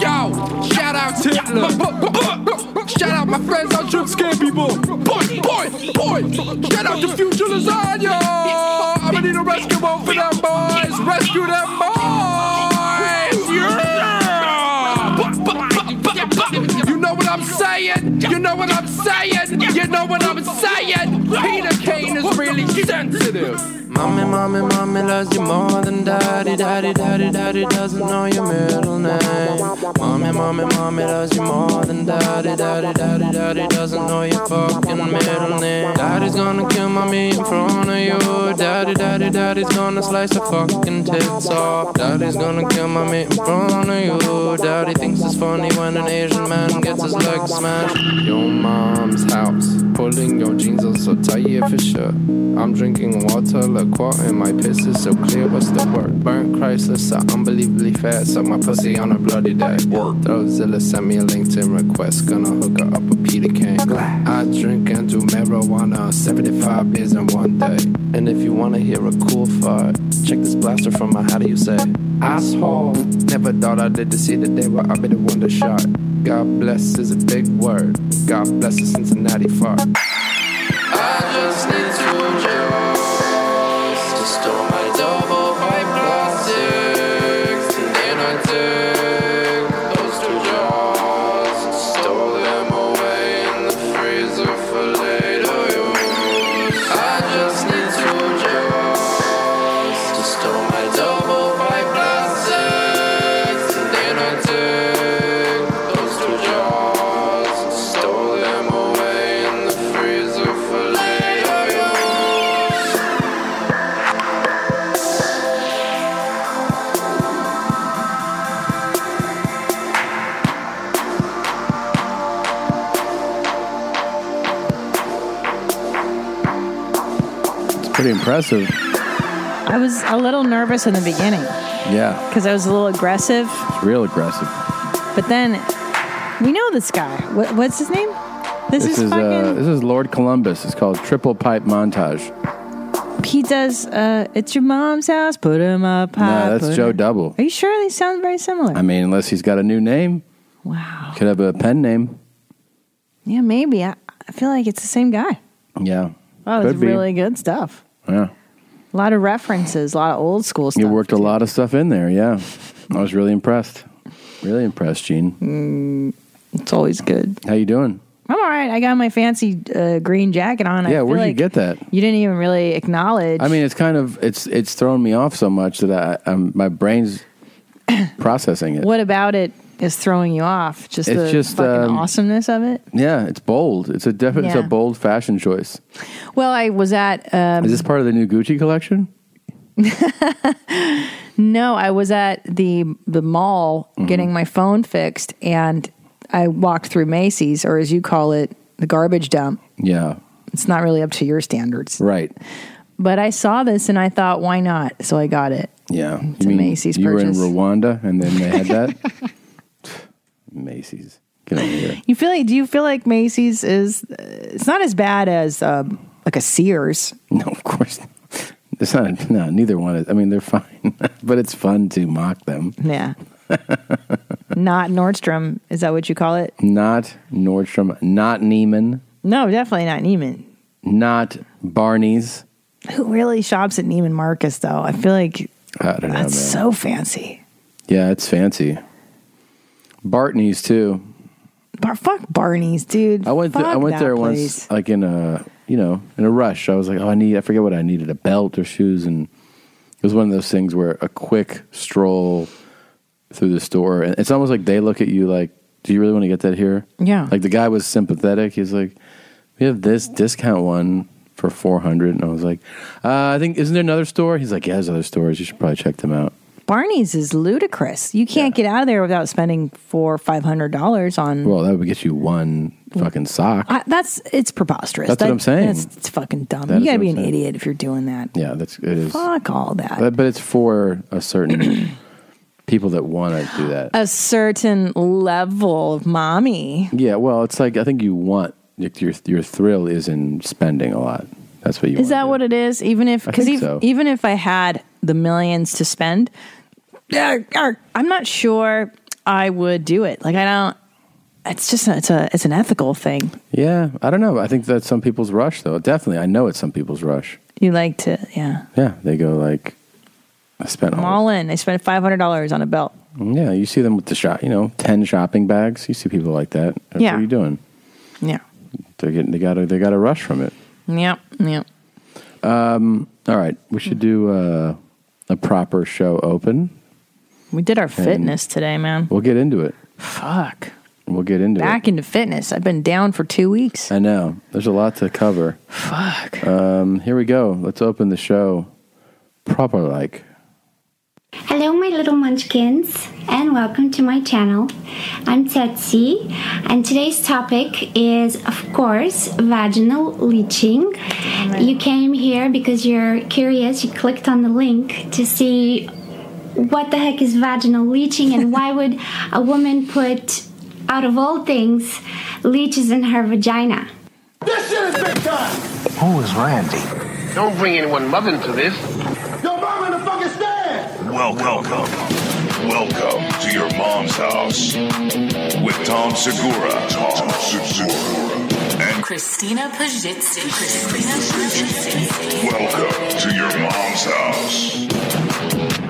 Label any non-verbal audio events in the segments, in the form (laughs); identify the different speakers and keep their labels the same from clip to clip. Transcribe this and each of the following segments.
Speaker 1: Yo, shout out to Shout out my friends on Trip Scare People. Boy, boy, boy. Shout out to Future Lasagna. I'ma need a rescue boat for them boys. Rescue them boys. Yeah. You know what I'm saying? You know what I'm saying? You know what I'm saying? Peter Kane is really sensitive.
Speaker 2: Mommy, mommy, mommy loves you more than daddy. Daddy, daddy, daddy doesn't know your middle name. Mommy, mommy, mommy loves you more than daddy. Daddy, daddy, daddy doesn't know your fucking middle name. Daddy's gonna kill mommy in front of you. Daddy, daddy, daddy's gonna slice her fucking tits off. Daddy's gonna kill mommy in front of you. Daddy thinks it's funny when an Asian man gets his legs smashed. Your mom's house. Pulling your jeans are so tight, yeah, for sure. I'm drinking water like water, and my piss is so clear. What's the word? Burnt Chrysler's are unbelievably fast. Suck my pussy on a bloody day. Throwzilla sent me a LinkedIn request. Gonna hook her up with Peter Kane. I drink and do marijuana. 75 beers in one day. And if you wanna hear a cool fart, check this blaster from my how do you say? Asshole. Never thought I did to see the day where I be the wonder shot. God bless is a big word. God bless the Cincinnati fart. I just need two jokes to store my double white plastics. And then I took those two jars and stole them away in the freezer for later use. I just need two jars to store my double white plastics. And then I took those two jars and stole them away in the freezer for later use.
Speaker 3: Pretty impressive.
Speaker 4: I was a little nervous in the beginning
Speaker 3: Yeah,
Speaker 4: because I was a little aggressive,
Speaker 3: it's real aggressive.
Speaker 4: but then we know this guy. What, what's his name? This,
Speaker 3: This
Speaker 4: is,
Speaker 3: is uh,
Speaker 4: fucking.
Speaker 3: this is Lord Columbus. It's called Triple Pipe Montage.
Speaker 4: he does. Uh, it's your mom's house. Put him up high.
Speaker 3: No, that's
Speaker 4: put
Speaker 3: Joe
Speaker 4: him-
Speaker 3: Double.
Speaker 4: Ah, Are you sure they sound very similar?
Speaker 3: I mean, unless he's got a new name,
Speaker 4: wow.
Speaker 3: could have a pen name.
Speaker 4: Yeah, maybe. I, I feel like it's the same guy.
Speaker 3: Yeah.
Speaker 4: Oh, it's
Speaker 3: Could be.
Speaker 4: really good stuff.
Speaker 3: Yeah.
Speaker 4: A lot of references, a lot of old school stuff.
Speaker 3: You worked a lot of stuff in there.
Speaker 4: (laughs)
Speaker 3: Yeah. I was really impressed. Really impressed, Gene.
Speaker 4: Mm, It's always good.
Speaker 3: How you doing?
Speaker 4: I'm all right. I got my fancy uh, green jacket on. I
Speaker 3: yeah.
Speaker 4: feel
Speaker 3: Where'd you
Speaker 4: like
Speaker 3: get that?
Speaker 4: You didn't even really acknowledge.
Speaker 3: I mean, it's kind of it's it's thrown me off so much that I, I'm,
Speaker 4: (coughs)
Speaker 3: my brain's processing it.
Speaker 4: what about it is throwing you off? Just
Speaker 3: It's
Speaker 4: the
Speaker 3: just,
Speaker 4: fucking
Speaker 3: um,
Speaker 4: awesomeness of it.
Speaker 3: Yeah, it's bold. It's a definite. It's
Speaker 4: Yeah.
Speaker 3: a bold fashion choice.
Speaker 4: Well, I was at um,
Speaker 3: Is this part of the new Gucci collection?
Speaker 4: no, I was at the the mall
Speaker 3: Mm-hmm.
Speaker 4: getting my phone fixed, and I walked through Macy's, or as you call it, the garbage dump.
Speaker 3: Yeah.
Speaker 4: It's not really up to your standards,
Speaker 3: Right.
Speaker 4: but I saw this and I thought, why not? So I got it.
Speaker 3: Yeah.
Speaker 4: It's a Macy's
Speaker 3: You
Speaker 4: purchase.
Speaker 3: were in Rwanda and then they
Speaker 4: (laughs)
Speaker 3: had that. (sighs) Macy's. Get over here.
Speaker 4: You feel like? Do you feel like Macy's is? Uh, it's not as bad as um, like a Sears.
Speaker 3: (laughs) No, of course. not. It's not. No, neither one is. I mean, they're fine, (laughs) but it's fun to mock them. (laughs)
Speaker 4: Yeah. not Nordstrom. Is that what you call it?
Speaker 3: Not Nordstrom. Not Neiman.
Speaker 5: No, definitely not Neiman.
Speaker 3: Not Barney's.
Speaker 5: Who really shops at Neiman Marcus though? I feel like
Speaker 3: I don't know.
Speaker 5: that's
Speaker 3: Oh,
Speaker 5: so
Speaker 3: man.
Speaker 5: fancy.
Speaker 3: Yeah, it's fancy. Bartney's too.
Speaker 5: Bar- fuck Barney's, dude.
Speaker 3: I went. Th- I
Speaker 5: Fuck
Speaker 3: went
Speaker 5: that
Speaker 3: there
Speaker 5: place.
Speaker 3: once, like in a you know in a rush. I was like, oh, I need. I forget what I needed: a belt or shoes, and it was one of those things where a quick stroll through the store, and it's almost like they look at you like, "Do you really want to get that here?"
Speaker 5: Yeah.
Speaker 3: Like the guy was sympathetic. He's like, "We have this discount one for four hundred, and I was like, uh, "I think isn't there another store?" He's like, "Yeah, there's other stores. You should probably check them out."
Speaker 5: Barney's is ludicrous. You can't get out of there without spending four or five hundred dollars on.
Speaker 3: Well, that would get you one fucking sock.
Speaker 5: I, that's it's preposterous.
Speaker 3: That's what
Speaker 5: That-
Speaker 3: I'm saying.
Speaker 5: It's, it's fucking dumb.
Speaker 3: That
Speaker 5: you
Speaker 3: is
Speaker 5: gotta
Speaker 3: what
Speaker 5: be
Speaker 3: I'm
Speaker 5: an
Speaker 3: saying.
Speaker 5: idiot if you're doing that.
Speaker 3: Yeah, that's it is.
Speaker 5: Fuck all that.
Speaker 3: But, but it's for
Speaker 5: (clears throat)
Speaker 3: a certain people that want to do that.
Speaker 5: a certain level of mommy.
Speaker 3: Yeah, well, it's like I think you want like, your your thrill is in spending a lot. That's what you
Speaker 5: Is
Speaker 3: wanna
Speaker 5: that
Speaker 3: do.
Speaker 5: what it is? Even if
Speaker 3: I
Speaker 5: because
Speaker 3: think
Speaker 5: even,
Speaker 3: so.
Speaker 5: even if I had the millions to spend, arg, arg, I'm not sure I would do it. Like I don't. It's just a, it's a it's an ethical thing.
Speaker 3: Yeah, I don't know. I think that's some people's rush though. Definitely, I know it's some people's rush.
Speaker 5: You like to yeah.
Speaker 3: Yeah, they go like, I spent
Speaker 5: I'm
Speaker 3: all.
Speaker 5: all in. I spent five hundred dollars on a belt.
Speaker 3: Yeah, you see them with the shop, you know, ten shopping bags. You see people like that.
Speaker 5: Yeah.
Speaker 3: what are you doing?
Speaker 5: Yeah.
Speaker 3: They're getting they got a, they got a rush from it.
Speaker 5: Yep. Yep.
Speaker 3: Um, All right, we should do uh, a proper show open.
Speaker 5: We did our fitness today, man.
Speaker 3: We'll get into it.
Speaker 5: Fuck.
Speaker 3: We'll get into it.
Speaker 5: Back into fitness. I've been down for two weeks.
Speaker 3: I know. There's a lot to cover.
Speaker 5: Fuck.
Speaker 3: Um, here we go. Let's open the show proper like.
Speaker 6: Hello, my little munchkins, and welcome to my channel. I'm Tetsi, and today's topic is, of course, vaginal leaching. You came here because you're curious, you clicked on the link to see what the heck is vaginal leaching and why would a woman put, out of all things, leeches in her vagina?
Speaker 7: This shit is big time.
Speaker 8: Who is Randy?
Speaker 9: Don't bring anyone mother into this.
Speaker 7: Yo, mama in the fucking stand.
Speaker 10: Welcome. Welcome to your mom's house with Tom Segura. Tom Segura. And
Speaker 11: Christina Pajitsi. Christina Pajitsi.
Speaker 10: welcome to your mom's house.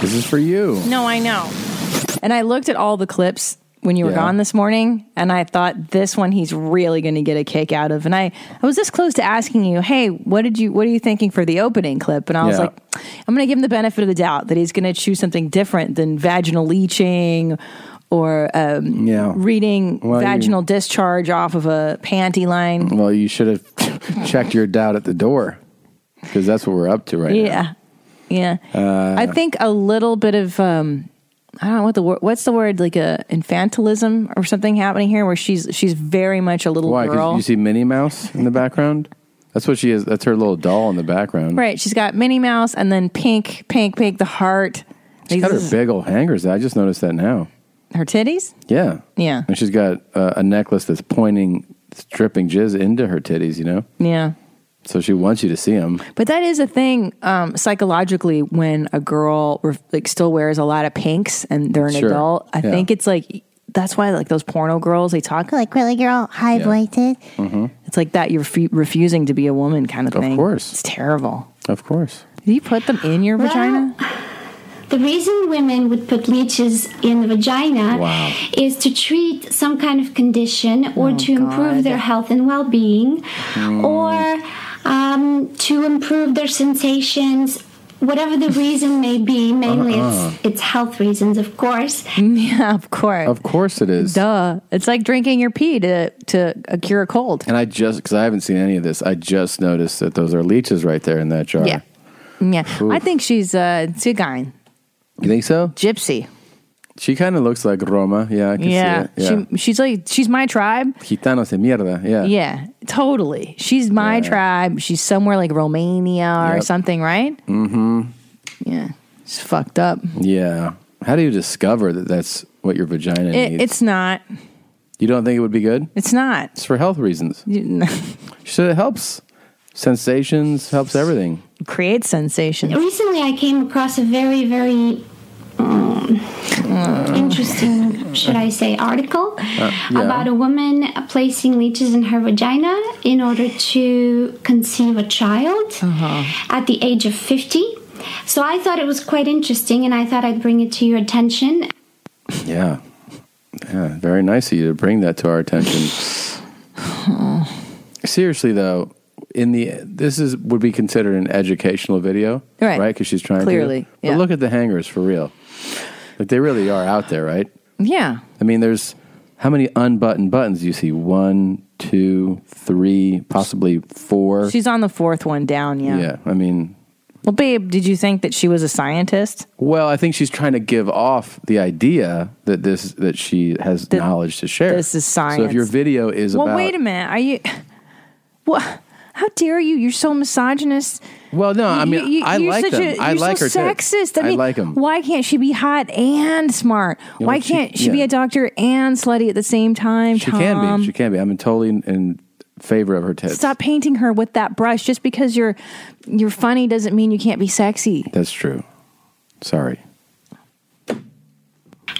Speaker 3: This is for you.
Speaker 5: No, I know. And I looked at all the clips when you were
Speaker 3: Yeah.
Speaker 5: gone this morning, and I thought this one he's really going to get a kick out of. And I, I was this close to asking you, hey, what did you, what are you thinking for the opening clip? And I was
Speaker 3: Yeah.
Speaker 5: like, I'm going to give him the benefit of the doubt that he's going to choose something different than vaginal leaching or um,
Speaker 3: Yeah.
Speaker 5: reading
Speaker 3: Well, you-
Speaker 5: vaginal discharge off of a panty line.
Speaker 3: Well, you should have (laughs) checked your doubt at the door because that's what we're up to right Uh, now.
Speaker 5: Yeah. Yeah. I think a little bit of um I don't know what the word what's the word like a infantilism or something happening here where she's she's very much a little
Speaker 3: Why? Because
Speaker 5: girl.
Speaker 3: you see Minnie Mouse in the background. That's what she is. That's her little doll in the background.
Speaker 5: right, she's got Minnie Mouse and then pink, pink, pink the heart.
Speaker 3: She's got her
Speaker 5: These-
Speaker 3: big old hangers. I just noticed that now.
Speaker 5: her titties?
Speaker 3: Yeah.
Speaker 5: Yeah.
Speaker 3: And she's got uh, a necklace that's pointing, dripping jizz into her titties. You know,
Speaker 5: Yeah.
Speaker 3: so she wants you to see them.
Speaker 5: But that is a thing um, psychologically when a girl ref- like still wears a lot of pinks and they're an
Speaker 3: Sure.
Speaker 5: adult. I
Speaker 3: Yeah.
Speaker 5: think it's like that's why like those porno girls they talk like really girl high
Speaker 3: Yeah. Mm-hmm.
Speaker 5: voiced. It's like that you're refu- refusing to be a woman kind of
Speaker 3: Of
Speaker 5: thing.
Speaker 3: course.
Speaker 5: it's terrible.
Speaker 3: Of course.
Speaker 5: Do you put them in your
Speaker 6: Well,
Speaker 5: vagina?
Speaker 6: The reason women would put leeches in the vagina
Speaker 3: Wow.
Speaker 6: is to treat some kind of condition or
Speaker 5: Oh,
Speaker 6: to improve their health and well being
Speaker 5: Hmm.
Speaker 6: or um, to improve their sensations. Whatever the reason may be, mainly
Speaker 5: Uh-uh.
Speaker 6: it's, it's health reasons, of course.
Speaker 5: (laughs) yeah, of course.
Speaker 3: Of course it is.
Speaker 5: Duh. It's like drinking your pee to to uh, cure a cold.
Speaker 3: And I just because I haven't seen any of this, I just noticed that those are leeches right there in that jar.
Speaker 5: Yeah. Yeah, I think she's uh, Tzigan,
Speaker 3: you think so?
Speaker 5: gypsy.
Speaker 3: She kind of looks like Roma. Yeah, I can
Speaker 5: Yeah.
Speaker 3: see it.
Speaker 5: She, she's like, she's my tribe.
Speaker 3: She, Gitanos de mierda. Yeah.
Speaker 5: Yeah, totally. She's my tribe. She's somewhere like Romania or
Speaker 3: Yep.
Speaker 5: something, right?
Speaker 3: Mm-hmm.
Speaker 5: Yeah. It's fucked up.
Speaker 3: Yeah. How do you discover that that's what your vagina
Speaker 5: It,
Speaker 3: needs?
Speaker 5: it's not.
Speaker 3: you don't think it would be good?
Speaker 5: It's not.
Speaker 3: It's for health reasons.
Speaker 5: (laughs) You-
Speaker 3: So it helps. Sensations helps everything.
Speaker 5: Create sensation.
Speaker 6: Recently, I came across a very, very um,
Speaker 5: Hmm.
Speaker 6: interesting, should I say, article
Speaker 3: Uh, yeah.
Speaker 6: about a woman placing leeches in her vagina in order to conceive a child
Speaker 5: Uh-huh.
Speaker 6: at the age of 50. So I thought it was quite interesting and I thought I'd bring it to your attention.
Speaker 3: Yeah. Yeah. Very nice of you to bring that to our
Speaker 5: (sighs)
Speaker 3: attention. Seriously though, in the this is would be considered an educational video,
Speaker 5: Right.
Speaker 3: Right, because she's trying
Speaker 5: Clearly,
Speaker 3: To,
Speaker 5: yeah.
Speaker 3: But look at the hangers for real. Like they really are out there, right?
Speaker 5: Yeah.
Speaker 3: I mean, there's how many unbuttoned buttons do you see? One, two, three, possibly four.
Speaker 5: She's on the fourth one down. Yeah.
Speaker 3: yeah. I mean,
Speaker 5: Well, babe, did you think that she was a scientist?
Speaker 3: well, I think she's trying to give off the idea that this that she has knowledge to share.
Speaker 5: this is science.
Speaker 3: So if your video is
Speaker 5: well,
Speaker 3: about
Speaker 5: wait a minute. Are you. What? How dare you? You're so misogynist.
Speaker 3: Well, no, I mean, I
Speaker 5: you're
Speaker 3: like
Speaker 5: such
Speaker 3: them.
Speaker 5: A,
Speaker 3: I
Speaker 5: you're
Speaker 3: like
Speaker 5: so
Speaker 3: her too.
Speaker 5: Sexist. I,
Speaker 3: I
Speaker 5: mean,
Speaker 3: like 'em.
Speaker 5: Why can't she be hot and smart?
Speaker 3: You know,
Speaker 5: why
Speaker 3: she-
Speaker 5: can't she, be
Speaker 3: yeah.
Speaker 5: a doctor and slutty at the same time?
Speaker 3: she can
Speaker 5: Tom?
Speaker 3: be. She can be. I'm in totally in, in favor of her tits.
Speaker 5: Stop painting her with that brush. Just because you're you're funny doesn't mean you can't be sexy.
Speaker 3: That's true. Sorry.
Speaker 6: And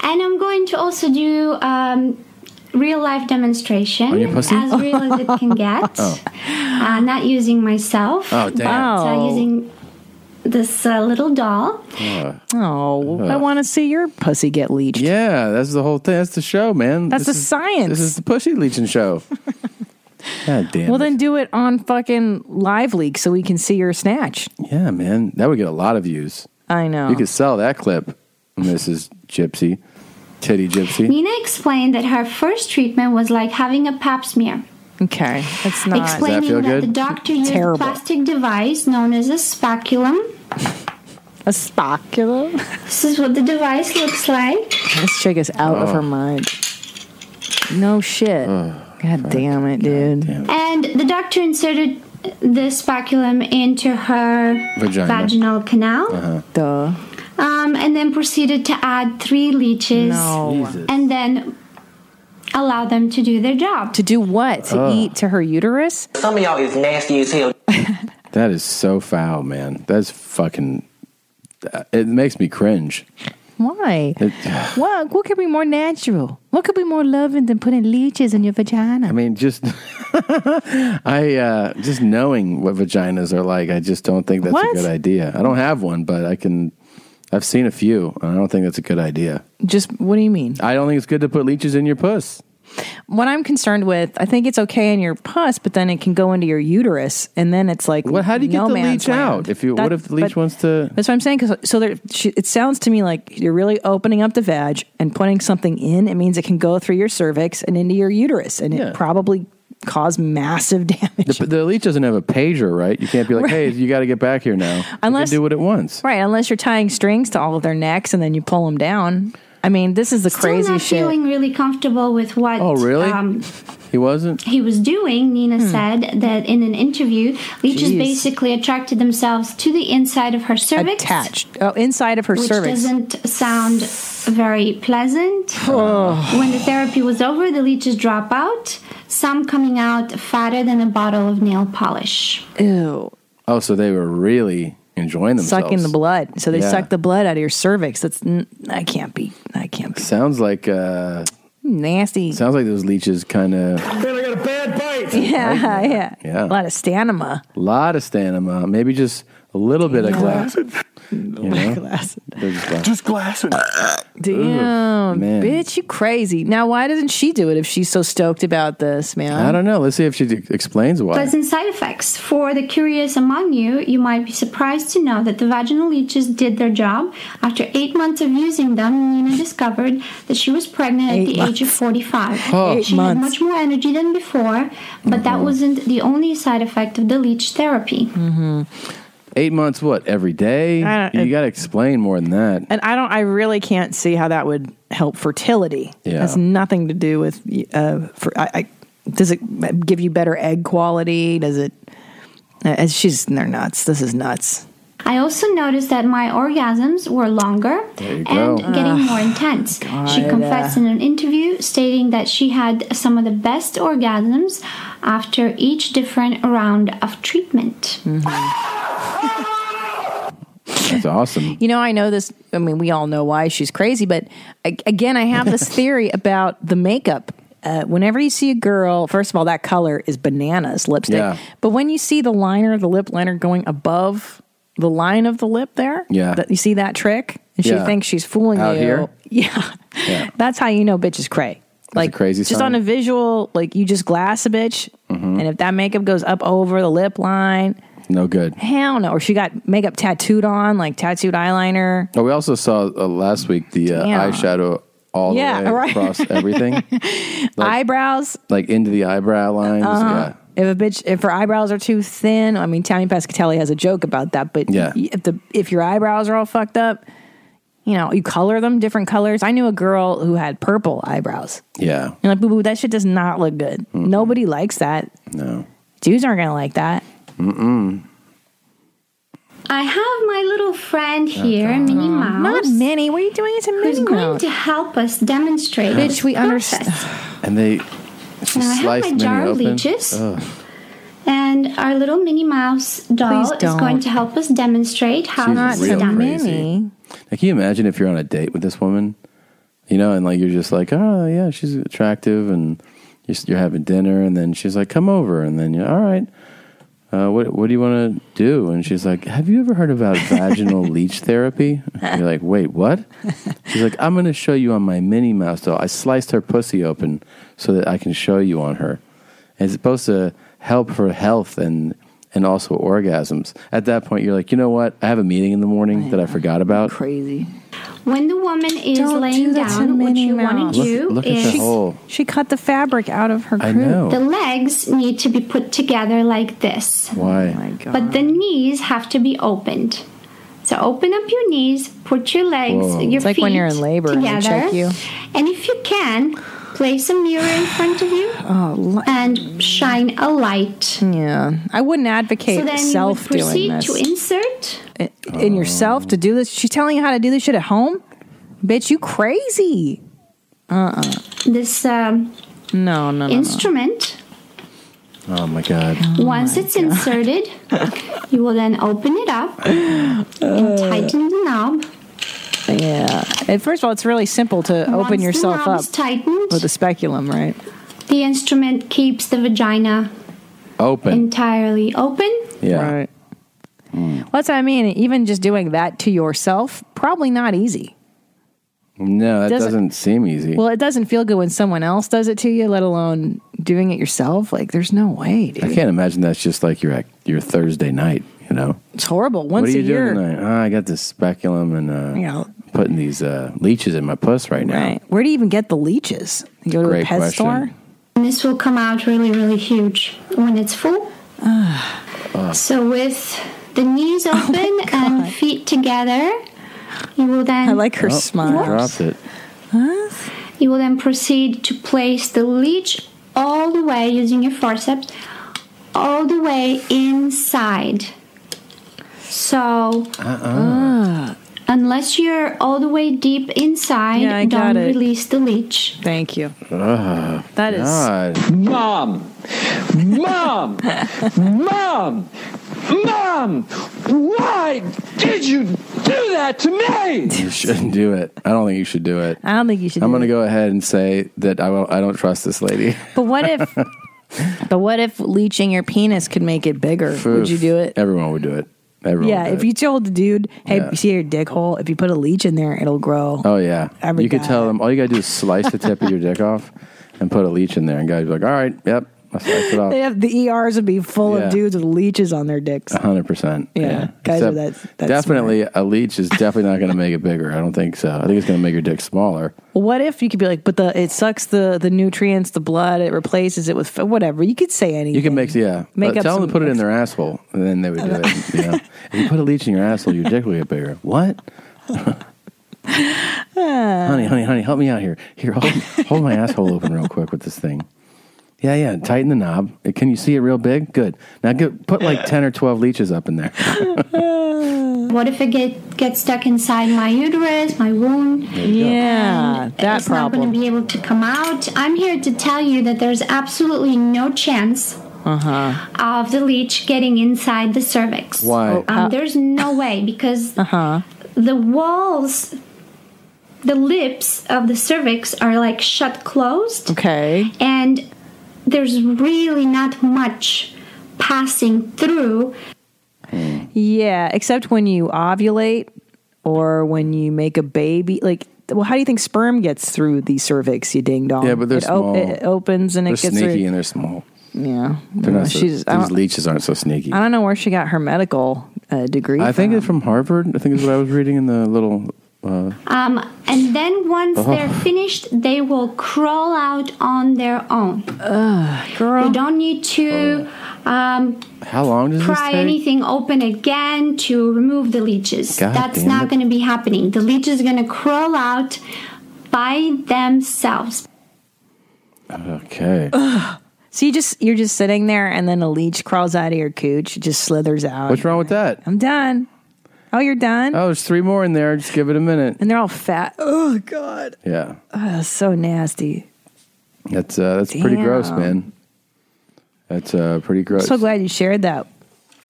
Speaker 6: I'm going to also do um, real life demonstration,
Speaker 3: On your pussy?
Speaker 6: as real as it can get.
Speaker 3: (laughs) Oh.
Speaker 6: uh, not using myself.
Speaker 3: Oh, damn.
Speaker 6: So
Speaker 5: Wow.
Speaker 6: using this uh, little doll.
Speaker 3: Ugh.
Speaker 5: Oh,
Speaker 3: Ugh.
Speaker 5: I want to see your pussy get leached.
Speaker 3: Uh, Yeah, that's the whole thing. That's the show, man.
Speaker 5: That's
Speaker 3: This
Speaker 5: the
Speaker 3: is-
Speaker 5: science.
Speaker 3: This is the Pussy Legion
Speaker 5: (laughs)
Speaker 3: show. God damn.
Speaker 5: Well,
Speaker 3: it.
Speaker 5: then do it on fucking live leak so we can see your snatch.
Speaker 3: yeah, man, that would get a lot of views.
Speaker 5: I know.
Speaker 3: You could sell that clip, Mrs. Gypsy, Teddy Gypsy.
Speaker 6: Nina explained that her first treatment was like having a pap smear,
Speaker 5: okay, that's not.
Speaker 6: explaining
Speaker 3: feel
Speaker 6: that,
Speaker 3: good?
Speaker 6: the doctor used
Speaker 5: Terrible.
Speaker 6: a plastic device known as a speculum.
Speaker 5: A spoculum.
Speaker 6: This is what the device looks like.
Speaker 5: (laughs) This chick is out
Speaker 3: Oh.
Speaker 5: of her mind. No shit.
Speaker 3: Uh,
Speaker 5: God damn it, dude.
Speaker 6: And the doctor inserted the speculum into her
Speaker 3: Vagina.
Speaker 6: vaginal canal
Speaker 3: uh-huh.
Speaker 5: Duh.
Speaker 6: um, and then proceeded to add three leeches
Speaker 5: No.
Speaker 6: and then allow them to do their job.
Speaker 5: To do what? To eat to her uterus?
Speaker 11: Some of y'all is nasty as hell.
Speaker 3: That is so foul, man. That's fucking. uh, It makes me cringe. (sighs)
Speaker 5: Why?
Speaker 3: It,
Speaker 5: What? What could be more natural? What could be more loving than putting leeches in your vagina?
Speaker 3: (laughs) I mean, just I uh, just knowing what vaginas are like. I just don't think that's
Speaker 5: What?
Speaker 3: a good idea. I don't have one, but I can. I've seen a few, and I don't think that's a good idea.
Speaker 5: Just what do you mean?
Speaker 3: I don't think it's good to put leeches in your puss.
Speaker 5: What I'm concerned with, I think it's okay in your pus, but then it can go into your uterus, and then it's like,
Speaker 3: Well, how do you
Speaker 5: no
Speaker 3: get the
Speaker 5: man's
Speaker 3: leech
Speaker 5: land.
Speaker 3: out? If you,
Speaker 5: That-
Speaker 3: what if the leech
Speaker 5: but
Speaker 3: wants to?
Speaker 5: That's what I'm saying. Because so there, she, it sounds to me like you're really opening up the vag and putting something in. It means it can go through your cervix and into your uterus, and
Speaker 3: Yeah.
Speaker 5: it probably cause massive (laughs) damage.
Speaker 3: The, the leech doesn't have a pager, right? You can't be like, "Hey, you got to get back here now." It can
Speaker 5: Unless-
Speaker 3: do what it wants.
Speaker 5: Right, unless you're tying strings to all of their necks and then you pull them down. I mean, this is the
Speaker 6: Still
Speaker 5: crazy
Speaker 6: not
Speaker 5: shit.
Speaker 6: feeling really comfortable with what
Speaker 3: Oh, really?
Speaker 6: um,
Speaker 3: He wasn't.
Speaker 6: he was doing, Nina said that in an interview, leeches
Speaker 5: Hmm. Jeez.
Speaker 6: basically attracted themselves to the inside of her cervix,
Speaker 5: Attached. Oh, inside of her
Speaker 6: which
Speaker 5: cervix.
Speaker 6: doesn't sound very pleasant.
Speaker 5: Oh.
Speaker 6: When the therapy was over, the leeches drop out, some coming out fatter than a bottle of nail polish.
Speaker 5: Ew.
Speaker 3: Oh, so they were really enjoying themselves.
Speaker 5: Sucking the blood. So they
Speaker 3: Yeah.
Speaker 5: suck the blood out of your cervix. That's n- I can't be. I can't be
Speaker 3: Sounds like uh,
Speaker 5: nasty.
Speaker 3: sounds like those leeches kind of
Speaker 5: (laughs) yeah, yeah,
Speaker 3: Yeah.
Speaker 5: A lot of stanima.
Speaker 3: a lot of stanima. Maybe just a little bit of glass. You
Speaker 5: (laughs)
Speaker 3: know?
Speaker 5: Glass.
Speaker 3: They're just like,
Speaker 5: Damn,
Speaker 3: man.
Speaker 5: bitch, you crazy. Now, why doesn't she do it if she's so stoked about this, man?
Speaker 3: I don't know. Let's see if she d- explains why.
Speaker 6: Pleasant side effects. For the curious among you, you might be surprised to know that the vaginal leeches did their job. After eight months of using them, Nina discovered that she was pregnant
Speaker 5: Eight
Speaker 6: at the age of 45.
Speaker 5: Eight
Speaker 6: she
Speaker 5: months. Mm-hmm.
Speaker 6: had much more energy than before, but that wasn't the only side effect of the leech therapy.
Speaker 3: Mm-hmm. Eight months, what, every day?
Speaker 5: I don't-
Speaker 3: you got to explain more than that.
Speaker 5: And I don't. I really can't see how that would help fertility.
Speaker 3: Yeah.
Speaker 5: has nothing to do with. Uh, for, I, I does it give you better egg quality? Does it? Uh, she's they're nuts. This is nuts.
Speaker 6: I also noticed that my orgasms were longer
Speaker 5: There you
Speaker 6: and
Speaker 5: go. Ah,
Speaker 6: getting more intense. She
Speaker 5: God.
Speaker 6: confessed in an interview stating that she had some of the best orgasms after each different round of treatment.
Speaker 3: That's awesome.
Speaker 5: You know, I know this. I mean, we all know why she's crazy, but a- again, I have
Speaker 3: (laughs)
Speaker 5: this theory about the makeup. Uh, whenever you see a girl, first of all, that color is bananas lipstick.
Speaker 3: Yeah.
Speaker 5: But when you see the liner of the lip liner going above the line of the lip there,
Speaker 3: Yeah.
Speaker 5: that, you see that trick, and she
Speaker 3: Yeah.
Speaker 5: thinks she's fooling
Speaker 3: Out
Speaker 5: you.
Speaker 3: here?
Speaker 5: Yeah,
Speaker 3: Yeah.
Speaker 5: that's how you know bitch is cray. Like
Speaker 3: crazy
Speaker 5: just
Speaker 3: sign. Mm-hmm.
Speaker 5: on a visual, like you just glass a bitch, and if that makeup goes up over the lip line,
Speaker 3: No good.
Speaker 5: hell no. Or she got makeup tattooed on, like tattooed eyeliner.
Speaker 3: Oh, we also saw uh, last week the uh,
Speaker 5: Yeah.
Speaker 3: eyeshadow all
Speaker 5: Yeah,
Speaker 3: the way
Speaker 5: right.
Speaker 3: across
Speaker 6: (laughs)
Speaker 5: (laughs)
Speaker 3: everything,
Speaker 5: eyebrows.
Speaker 3: like into the eyebrow lines.
Speaker 5: Uh-huh.
Speaker 3: Yeah.
Speaker 5: If a bitch, if her eyebrows are too thin, I mean, Tammy Pescatelli has a joke about that. But
Speaker 3: Yeah.
Speaker 5: y- if the if your eyebrows are all fucked up, you know, you color them different colors. I knew a girl who had purple eyebrows.
Speaker 3: Yeah.
Speaker 5: You're like, boo boo, that shit does not look good. Nobody likes that.
Speaker 3: No.
Speaker 5: Dudes aren't gonna like that.
Speaker 3: Mm-mm.
Speaker 6: I have my little friend here, Minnie Mouse.
Speaker 5: Oh, Not Minnie. What are you doing to Minnie
Speaker 6: Who's going
Speaker 5: Mouse?
Speaker 6: to help us demonstrate?
Speaker 5: Bitch, we
Speaker 6: understand.
Speaker 3: And they she
Speaker 6: Now I have
Speaker 3: sliced
Speaker 6: my
Speaker 3: many
Speaker 6: jar of
Speaker 3: open.
Speaker 6: leeches.
Speaker 3: Ugh.
Speaker 6: And our little Minnie Mouse doll
Speaker 5: Please
Speaker 6: is going
Speaker 5: don't.
Speaker 6: to help us demonstrate how
Speaker 3: She's
Speaker 6: it's
Speaker 3: real
Speaker 6: done.
Speaker 3: crazy. Now, can you imagine if you're on a date with this woman, you know, and like you're just like, oh yeah, she's attractive, and you're, you're having dinner, and then she's like, come over, and then you're all right. Uh, what what do you want to do? And she's like, Have you ever heard about vaginal leech therapy? And you're like, Wait, what? She's like, I'm going to show you on my Minnie Mouse doll. I sliced her pussy open so that I can show you on her. And it's supposed to help her health and and also orgasms. At that point, you're like, you know what? I have a meeting in the morning that I forgot about.
Speaker 5: Crazy.
Speaker 6: When the woman is
Speaker 5: Don't
Speaker 6: laying
Speaker 5: do that to
Speaker 6: down, what
Speaker 5: Minnie
Speaker 6: you want
Speaker 5: Mouse.
Speaker 6: to do
Speaker 3: Look- look at
Speaker 6: is
Speaker 3: that hole.
Speaker 5: She cut the fabric out of her.
Speaker 3: I
Speaker 5: crew.
Speaker 3: know.
Speaker 6: the legs need to be put together like this,
Speaker 3: Why?
Speaker 6: but the knees have to be opened. So open up your knees, put your legs,
Speaker 5: Whoa.
Speaker 6: your
Speaker 5: It's like
Speaker 6: feet
Speaker 5: when you're in labor and they
Speaker 6: together,
Speaker 5: check you.
Speaker 6: and if you can, place a mirror in front of you
Speaker 5: Oh,
Speaker 6: and shine a light.
Speaker 5: Yeah, I wouldn't advocate
Speaker 6: so then
Speaker 5: self
Speaker 6: you would
Speaker 5: doing
Speaker 6: proceed
Speaker 5: this.
Speaker 6: to insert
Speaker 5: in, in yourself to do this. She's telling you how to do this shit at home. Bitch, you crazy. Uh uh
Speaker 6: this um,
Speaker 5: No, no, no.
Speaker 6: instrument.
Speaker 3: Oh my god.
Speaker 6: Once it's inserted, you will then open it up and
Speaker 5: Uh.
Speaker 6: tighten the knob.
Speaker 5: no. Yeah. And first of all, it's really simple to
Speaker 6: Once
Speaker 5: open
Speaker 6: the
Speaker 5: yourself
Speaker 6: knob
Speaker 5: up
Speaker 6: is tightened,
Speaker 5: with a speculum, right?
Speaker 6: the instrument keeps the vagina
Speaker 3: Open.
Speaker 6: entirely open.
Speaker 3: Oh, Yeah.
Speaker 5: Right. Well, that's what I mean. Even just doing that to yourself, probably not easy.
Speaker 3: No, that doesn't,
Speaker 5: Doesn't-
Speaker 3: seem easy.
Speaker 5: Well, it doesn't feel good when someone else does it to you, let alone doing it yourself. Like, there's no way, dude.
Speaker 3: I can't imagine that's just like your act- your Thursday night, you know.
Speaker 5: It's horrible. Once
Speaker 3: what are
Speaker 5: a
Speaker 3: you
Speaker 5: year.
Speaker 3: doing tonight? Oh, I got this speculum and uh,
Speaker 5: You know.
Speaker 3: putting these uh, leeches in my puss right now.
Speaker 5: Right. Where do you even get the leeches? You go to
Speaker 3: Great
Speaker 5: a pet
Speaker 3: question.
Speaker 5: store?
Speaker 6: And this will come out really, really huge when it's full.
Speaker 5: Ah.
Speaker 3: Oh.
Speaker 6: so with the
Speaker 5: (laughs)
Speaker 6: knees
Speaker 5: Oh
Speaker 6: open and feet together, you will then
Speaker 5: I like her
Speaker 3: Oh,
Speaker 5: smile.
Speaker 3: Dropped it.
Speaker 6: You will then proceed to place the leech all the way using your forceps, all the way inside. So,
Speaker 5: Ah.
Speaker 6: unless you're all the way deep inside,
Speaker 5: Yeah, I got
Speaker 6: don't
Speaker 5: it.
Speaker 6: release the leech.
Speaker 5: Thank you.
Speaker 3: Oh,
Speaker 5: That is
Speaker 3: God.
Speaker 7: Mom! Mom! Mom! Mom! Why did you do that to me?
Speaker 3: You shouldn't do it. I don't think you should do it.
Speaker 5: I don't think you should.
Speaker 3: I'm
Speaker 5: do
Speaker 3: going to
Speaker 5: it.
Speaker 3: go ahead and say that I, will, I don't trust this lady.
Speaker 5: But what if?
Speaker 3: (laughs)
Speaker 5: but what if leeching your penis could make it bigger? Would you do it?
Speaker 3: Everyone would do it. Everyone
Speaker 5: yeah.
Speaker 3: would do
Speaker 5: If
Speaker 3: it.
Speaker 5: you told the dude, "Hey,
Speaker 3: Yeah.
Speaker 5: you see your dick hole? If you put a leech in there, it'll grow."
Speaker 3: Oh, yeah.
Speaker 5: Every
Speaker 3: you could
Speaker 5: guy.
Speaker 3: tell them all you got to do is slice the tip of your dick off and put a leech in there. And guys be like, all right, yep,
Speaker 1: I sliced it off.
Speaker 12: They have the ERs would be full
Speaker 1: Yeah. Uh-huh.
Speaker 12: of dudes with leeches on their dicks.
Speaker 1: A hundred percent.
Speaker 12: Yeah, guys are
Speaker 1: Except
Speaker 12: that- that
Speaker 1: definitely a leech is definitely not going to make it bigger. I don't think so. I think it's going to make your dick smaller.
Speaker 12: What if you could be like, but the it sucks the the nutrients, the blood, it replaces it with f- whatever. You could say anything.
Speaker 1: You can make yeah.
Speaker 12: Make
Speaker 1: But
Speaker 12: up
Speaker 1: tell them
Speaker 12: some-
Speaker 1: to put it in their asshole, and then they would do
Speaker 12: (laughs)
Speaker 1: it. You know? if you put a leech in your asshole, your dick will get bigger. What?
Speaker 12: Uh.
Speaker 1: honey, honey, honey, help me out here. Here, hold, hold my asshole open real quick with this thing. Yeah, yeah. Tighten the knob. Can you see it real big? Good. Now, get, put like ten or twelve leeches up in there.
Speaker 6: What if it get, gets stuck inside my uterus, my womb?
Speaker 12: yeah, that
Speaker 6: it's not going
Speaker 12: problem.
Speaker 6: to be able to come out. I'm here to tell you that there's absolutely no chance
Speaker 12: Uh-huh.
Speaker 6: of the leech getting inside the cervix.
Speaker 1: Why?
Speaker 12: Oh, uh,
Speaker 6: Um, there's no way because
Speaker 12: Uh-huh.
Speaker 6: the walls, the lips of the cervix are like shut closed,
Speaker 12: okay.
Speaker 6: and there's really not much passing through.
Speaker 12: Yeah, except when you ovulate or when you make a baby. Like, well, how do you think sperm gets through the cervix? You ding dong.
Speaker 1: Yeah, but they're
Speaker 12: it, op-
Speaker 1: small.
Speaker 12: it opens and
Speaker 1: They're
Speaker 12: it gets
Speaker 1: sneaky
Speaker 12: through.
Speaker 1: and they're small.
Speaker 12: yeah,
Speaker 1: They're not. So,
Speaker 12: She's,
Speaker 1: these
Speaker 12: I, don't,
Speaker 1: leeches aren't so sneaky.
Speaker 12: I don't know where she got her medical uh, degree.
Speaker 1: I think
Speaker 12: from.
Speaker 1: it's from Harvard. I think is what I was reading in the little. Uh,
Speaker 6: Um, and then once
Speaker 1: Uh-huh.
Speaker 6: they're finished, they will crawl out on their own.
Speaker 12: girl.
Speaker 6: You don't need to um,
Speaker 1: how long Oh. does this
Speaker 6: pry
Speaker 1: take?
Speaker 6: anything open again to remove the leeches.
Speaker 1: God
Speaker 6: That's
Speaker 1: damn
Speaker 6: not
Speaker 1: it.
Speaker 6: going to be happening. The leeches are going to crawl out by themselves.
Speaker 1: Okay.
Speaker 12: Oh, So you just you're just sitting there, and then a leech crawls out of your cooch, just slithers out.
Speaker 1: What's wrong with that?
Speaker 12: I'm done. Oh, you're done.
Speaker 1: Oh, there's three more in there. Just give it a minute.
Speaker 12: And they're all fat. Oh God, Oh,
Speaker 1: Yeah,
Speaker 12: that's so nasty.
Speaker 1: that's uh, that's pretty gross, man. That's uh, pretty gross.
Speaker 12: So glad you shared that.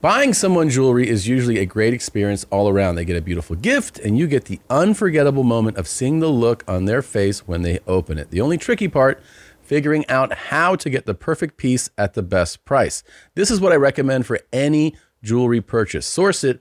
Speaker 3: Buying someone jewelry is usually a great experience all around. They get a beautiful gift, and you get the unforgettable moment of seeing the look on their face when they open it. The only tricky part, figuring out how to get the perfect piece at the best price. This is what I recommend for any jewelry purchase. Source it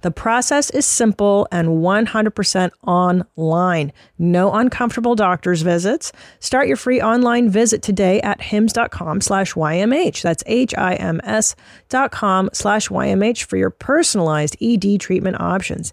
Speaker 5: The process is simple and 100% online. No uncomfortable doctor's visits. Start your free online visit today at hims.com slash YMH. That's H-I-M-S dot com slash YMH for your personalized ED treatment options.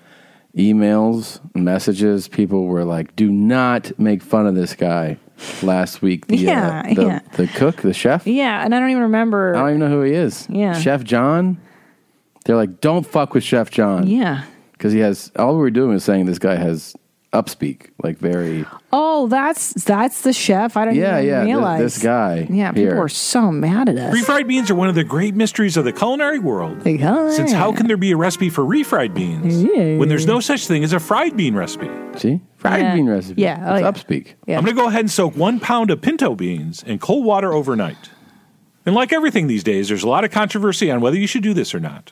Speaker 1: emails, messages. People were like, "Do not make fun of this guy." Last week, the,
Speaker 12: Yeah,
Speaker 1: uh, the,
Speaker 12: yeah.
Speaker 1: the cook, the chef.
Speaker 12: Yeah, and I don't even remember.
Speaker 1: I don't even know who he is.
Speaker 12: Yeah.
Speaker 1: Chef John. They're like, "Don't fuck with Chef John."
Speaker 12: yeah.
Speaker 1: because he has all we were doing was saying this guy has upspeak, like very
Speaker 12: Oh, that's that's the chef. I didn't
Speaker 1: yeah
Speaker 12: even
Speaker 1: yeah th-
Speaker 12: realize.
Speaker 1: this guy
Speaker 12: Yeah,
Speaker 1: here.
Speaker 12: people are so mad at us.
Speaker 13: Refried beans are one of the great mysteries of the culinary world.
Speaker 12: Like, oh,
Speaker 13: Since how can there be a recipe for refried beans when there's no such thing as a fried bean recipe?
Speaker 1: see
Speaker 3: Fried
Speaker 5: Yeah.
Speaker 3: bean recipe.
Speaker 5: Yeah, oh,
Speaker 3: it's
Speaker 5: yeah.
Speaker 3: upspeak.
Speaker 13: I'm going to go ahead and soak one pound of pinto beans in cold water overnight. And like everything these days, there's a lot of controversy on whether you should do this or not.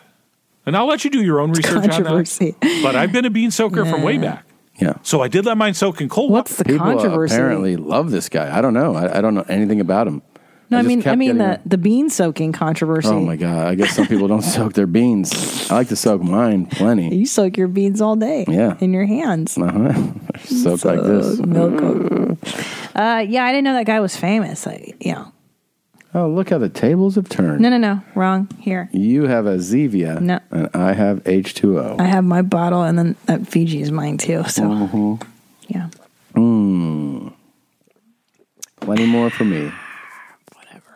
Speaker 13: And I'll let you do your own research
Speaker 5: Controversy.
Speaker 13: on that. But I've been a bean soaker from way
Speaker 5: Yeah.
Speaker 13: back.
Speaker 3: Yeah.
Speaker 13: So I did let mine soak in cold water.
Speaker 3: People apparently love this guy. I don't know. I, I don't know anything about him.
Speaker 5: No, I,
Speaker 3: just
Speaker 5: mean, I
Speaker 3: kept
Speaker 5: mean
Speaker 3: getting-
Speaker 5: the, the bean soaking controversy.
Speaker 3: Oh my god! I guess some
Speaker 1: (laughs)
Speaker 3: people don't soak their beans. I like to soak mine plenty.
Speaker 5: You soak your beans all day.
Speaker 3: Yeah.
Speaker 5: In your hands.
Speaker 3: (laughs) Uh-huh. Soak like this. (laughs)
Speaker 5: Uh, yeah, I didn't know that guy was famous. Like, you know.
Speaker 3: Oh, look how the tables have turned.
Speaker 5: No, no, no. Wrong. Here.
Speaker 3: You have a Zevia,
Speaker 5: No.
Speaker 3: and I have H two O.
Speaker 5: I have my bottle, and then that Fiji is mine too. So,
Speaker 3: Hmm.
Speaker 5: yeah.
Speaker 3: Mm. Plenty more for me.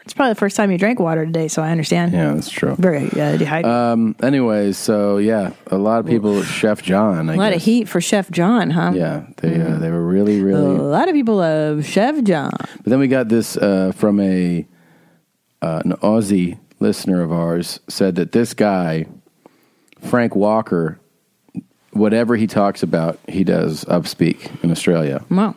Speaker 5: It's probably the first time you drank water today, so I understand.
Speaker 3: Yeah, that's true.
Speaker 5: Very uh, dehydrated.
Speaker 3: Um. Anyways, so yeah, a lot of people. Chef John. I
Speaker 5: a lot
Speaker 3: guess.
Speaker 5: of heat for Chef John, huh?
Speaker 3: yeah, they uh, they were really
Speaker 5: A
Speaker 3: really.
Speaker 5: lot of people love Chef John.
Speaker 3: But then we got this uh, from a uh, an Aussie listener of ours said that this guy Frank Walker, whatever he talks about, he does upspeak in Australia.
Speaker 5: Wow.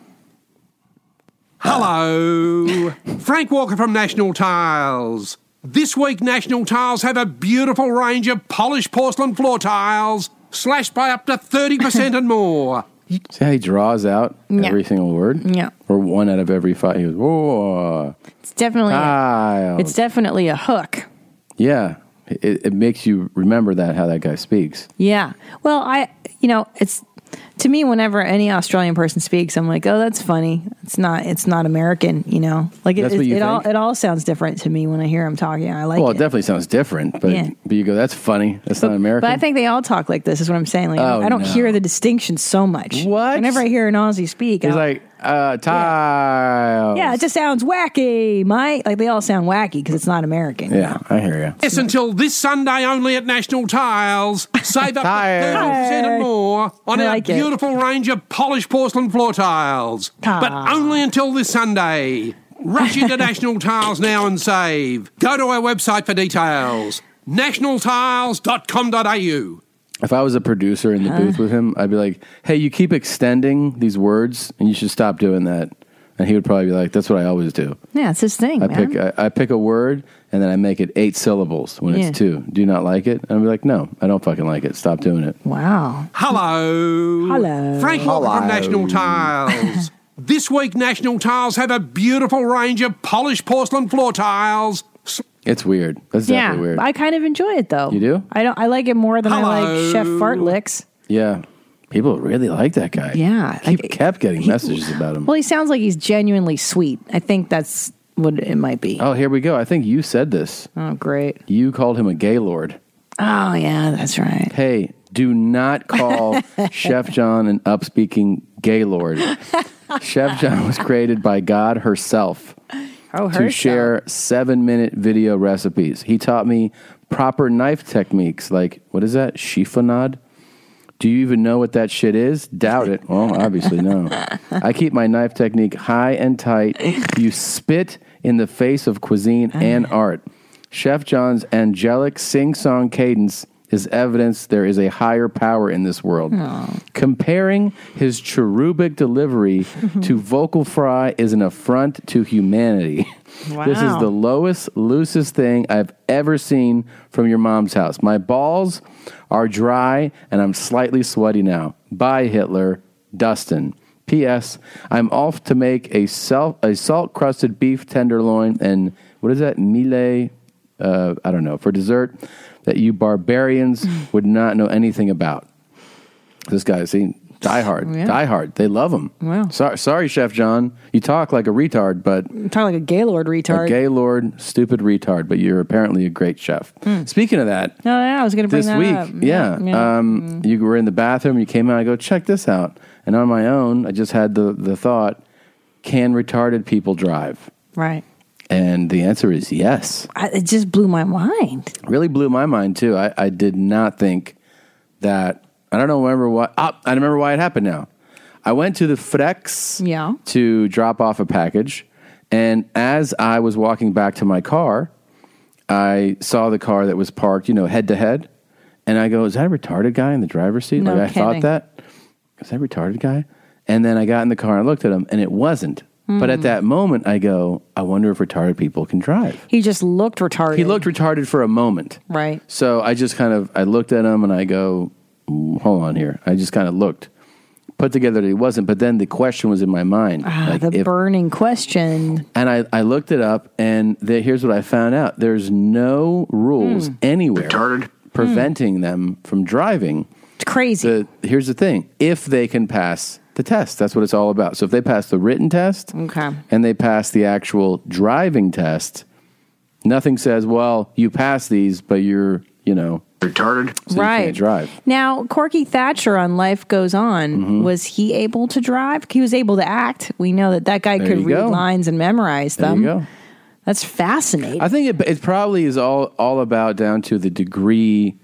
Speaker 7: Hello, Frank Walker from National Tiles. This week, National Tiles have a beautiful range of polished porcelain floor tiles, slashed by up to 30% and more.
Speaker 3: See how he draws out
Speaker 5: Yeah.
Speaker 3: every single word,
Speaker 5: Yeah.
Speaker 3: or one out of every five. He goes, "Whoa,
Speaker 5: It's definitely
Speaker 3: tiles."
Speaker 5: it's definitely a hook.
Speaker 3: yeah. It, it makes you remember that how that guy speaks.
Speaker 5: Yeah. Well, I you know, it's to me whenever any Australian person speaks, I'm like, "Oh, that's funny. It's not it's not American, you know." Like it
Speaker 3: That's
Speaker 5: it,
Speaker 3: what you
Speaker 5: it all
Speaker 3: think?
Speaker 5: it all sounds different to me when I hear him talking. I like
Speaker 3: well, it
Speaker 5: it.
Speaker 3: definitely sounds different, but
Speaker 5: Yeah.
Speaker 3: but you go, "That's funny. That's not American."
Speaker 5: But I think they all talk like this. Is what I'm saying. Like
Speaker 3: Oh,
Speaker 5: I don't
Speaker 3: no.
Speaker 5: hear the distinction so much. What? Whenever I hear an Aussie speak,
Speaker 3: He's
Speaker 5: I'm-
Speaker 3: like, oh. uh, tiles.
Speaker 5: yeah, it just sounds wacky, mate. Like they all sound wacky because it's not American.
Speaker 3: Yeah, I hear you.
Speaker 7: Yes, until this Sunday only at National Tiles. Save up to 30% and more on
Speaker 5: I
Speaker 7: our
Speaker 5: like it.
Speaker 7: beautiful range of polished porcelain floor tiles. But only until this Sunday. Rush
Speaker 5: (laughs)
Speaker 7: into National Tiles now and save. Go to our website for details. nationaltiles.com.au
Speaker 3: If I was a producer in the booth with him, I'd be like, "Hey, you keep extending these words, and you should stop doing that." And he would probably be like, "That's what I always do.
Speaker 5: Yeah, it's his thing.
Speaker 3: I
Speaker 5: man.
Speaker 3: pick I, I pick a word, and then I make it eight syllables when
Speaker 5: Yeah.
Speaker 3: it's two. Do you not like it?" And I'd be like, "No, I don't fucking like it. Stop doing it."
Speaker 5: Wow.
Speaker 7: Hello.
Speaker 5: Hello.
Speaker 7: Frank Walker from National Tiles. this week, National Tiles have a beautiful range of polished porcelain floor tiles.
Speaker 3: It's weird. That's
Speaker 5: yeah,
Speaker 3: definitely weird.
Speaker 5: I kind of enjoy it though.
Speaker 3: You do?
Speaker 5: I don't. I like it more than I like
Speaker 3: Hello.
Speaker 5: Chef Fartlicks.
Speaker 3: yeah, people really like that guy.
Speaker 5: Yeah,
Speaker 3: Keep, kept getting messages about him.
Speaker 5: Well, he sounds like he's genuinely sweet. I think that's what it might be.
Speaker 3: Oh, here we go. I think you said this.
Speaker 5: Oh, great.
Speaker 3: You called him a gay lord.
Speaker 5: Oh yeah, that's right.
Speaker 3: Hey, do
Speaker 5: (laughs)
Speaker 3: not call Chef John an upspeaking gay lord. Chef John was created by God herself
Speaker 5: Oh,
Speaker 3: to share seven minute video recipes. He taught me proper knife techniques like, what is that? Chiffonade? Do you even know what that shit is? Doubt it. Well, obviously, no. I keep my knife technique high and tight. You spit in the face of cuisine and art. Chef John's angelic sing song cadence is evidence there is a higher power in this world. Comparing his cherubic delivery to vocal fry is an affront to humanity. This is
Speaker 14: Wow.
Speaker 3: the lowest, loosest thing I've ever seen from your mom's house. My balls are dry and I'm slightly sweaty now. Bye, Hitler. Dustin. P.S. I'm off to make a, self, a salt crusted beef tenderloin and what is that? Mille, uh, I don't know, for dessert that you barbarians would not know anything about. This guy, see, Die Hard.
Speaker 5: Yeah.
Speaker 3: Die Hard. They love him.
Speaker 5: Wow.
Speaker 3: Sorry, sorry, Chef John. You talk like a retard, but
Speaker 5: Talk like a Gaylord retard.
Speaker 3: a gay lord, stupid retard, but you're apparently a great chef. Speaking of that,
Speaker 5: No, Oh, yeah, I was going to Hmm. bring
Speaker 3: this
Speaker 5: that
Speaker 3: week,
Speaker 5: up. Hmm.
Speaker 3: yeah, Um, you were in the bathroom, you came out, I go, check this out. And on my own, I just had the, the thought, can retarded people drive?
Speaker 5: right.
Speaker 3: And the answer is yes.
Speaker 5: I, it just blew my mind.
Speaker 3: Really blew my mind, too. I, I did not think that, I don't know, remember why, ah, I remember why it happened now. I went to the Frex
Speaker 5: Yeah.
Speaker 3: to drop off a package. And as I was walking back to my car, I saw the car that was parked, you know, head to head. And I go, Is that a retarded guy in the driver's seat?
Speaker 5: No
Speaker 3: like, I
Speaker 5: kidding.
Speaker 3: thought that. Is that a retarded guy? And then I got in the car and looked at him, and it wasn't. But
Speaker 5: Hmm.
Speaker 3: at that moment, I go, I wonder if retarded people can drive.
Speaker 5: He just looked retarded.
Speaker 3: He looked retarded for a moment.
Speaker 5: right.
Speaker 3: So I just kind of I looked at him and I go, "Mm, hold on here. I just kind of looked, put together that he wasn't. But then the question was in my mind,
Speaker 5: Ah,
Speaker 3: like,
Speaker 5: the
Speaker 3: if-
Speaker 5: burning question.
Speaker 3: and I, I looked it up, and the, here's what I found out: there's no rules
Speaker 5: Hmm.
Speaker 3: anywhere preventing them from driving.
Speaker 5: It's crazy.
Speaker 3: here's the thing: if they can pass the test, that's what it's all about. So if they pass the written test,
Speaker 5: Okay.
Speaker 3: and they pass the actual driving test, nothing says, "Well, you pass these, but you're, you know, retarded, so You
Speaker 5: Right.
Speaker 3: can't drive." Mm-hmm.
Speaker 5: Now, Corky Thatcher on Life Goes On, was he able to drive? He was able to act. We know that that guy
Speaker 3: There
Speaker 5: could
Speaker 3: you
Speaker 5: read
Speaker 3: go.
Speaker 5: lines and memorize
Speaker 3: There
Speaker 5: them.
Speaker 3: you go.
Speaker 5: That's fascinating.
Speaker 3: I think it, it probably is all all about down to the degree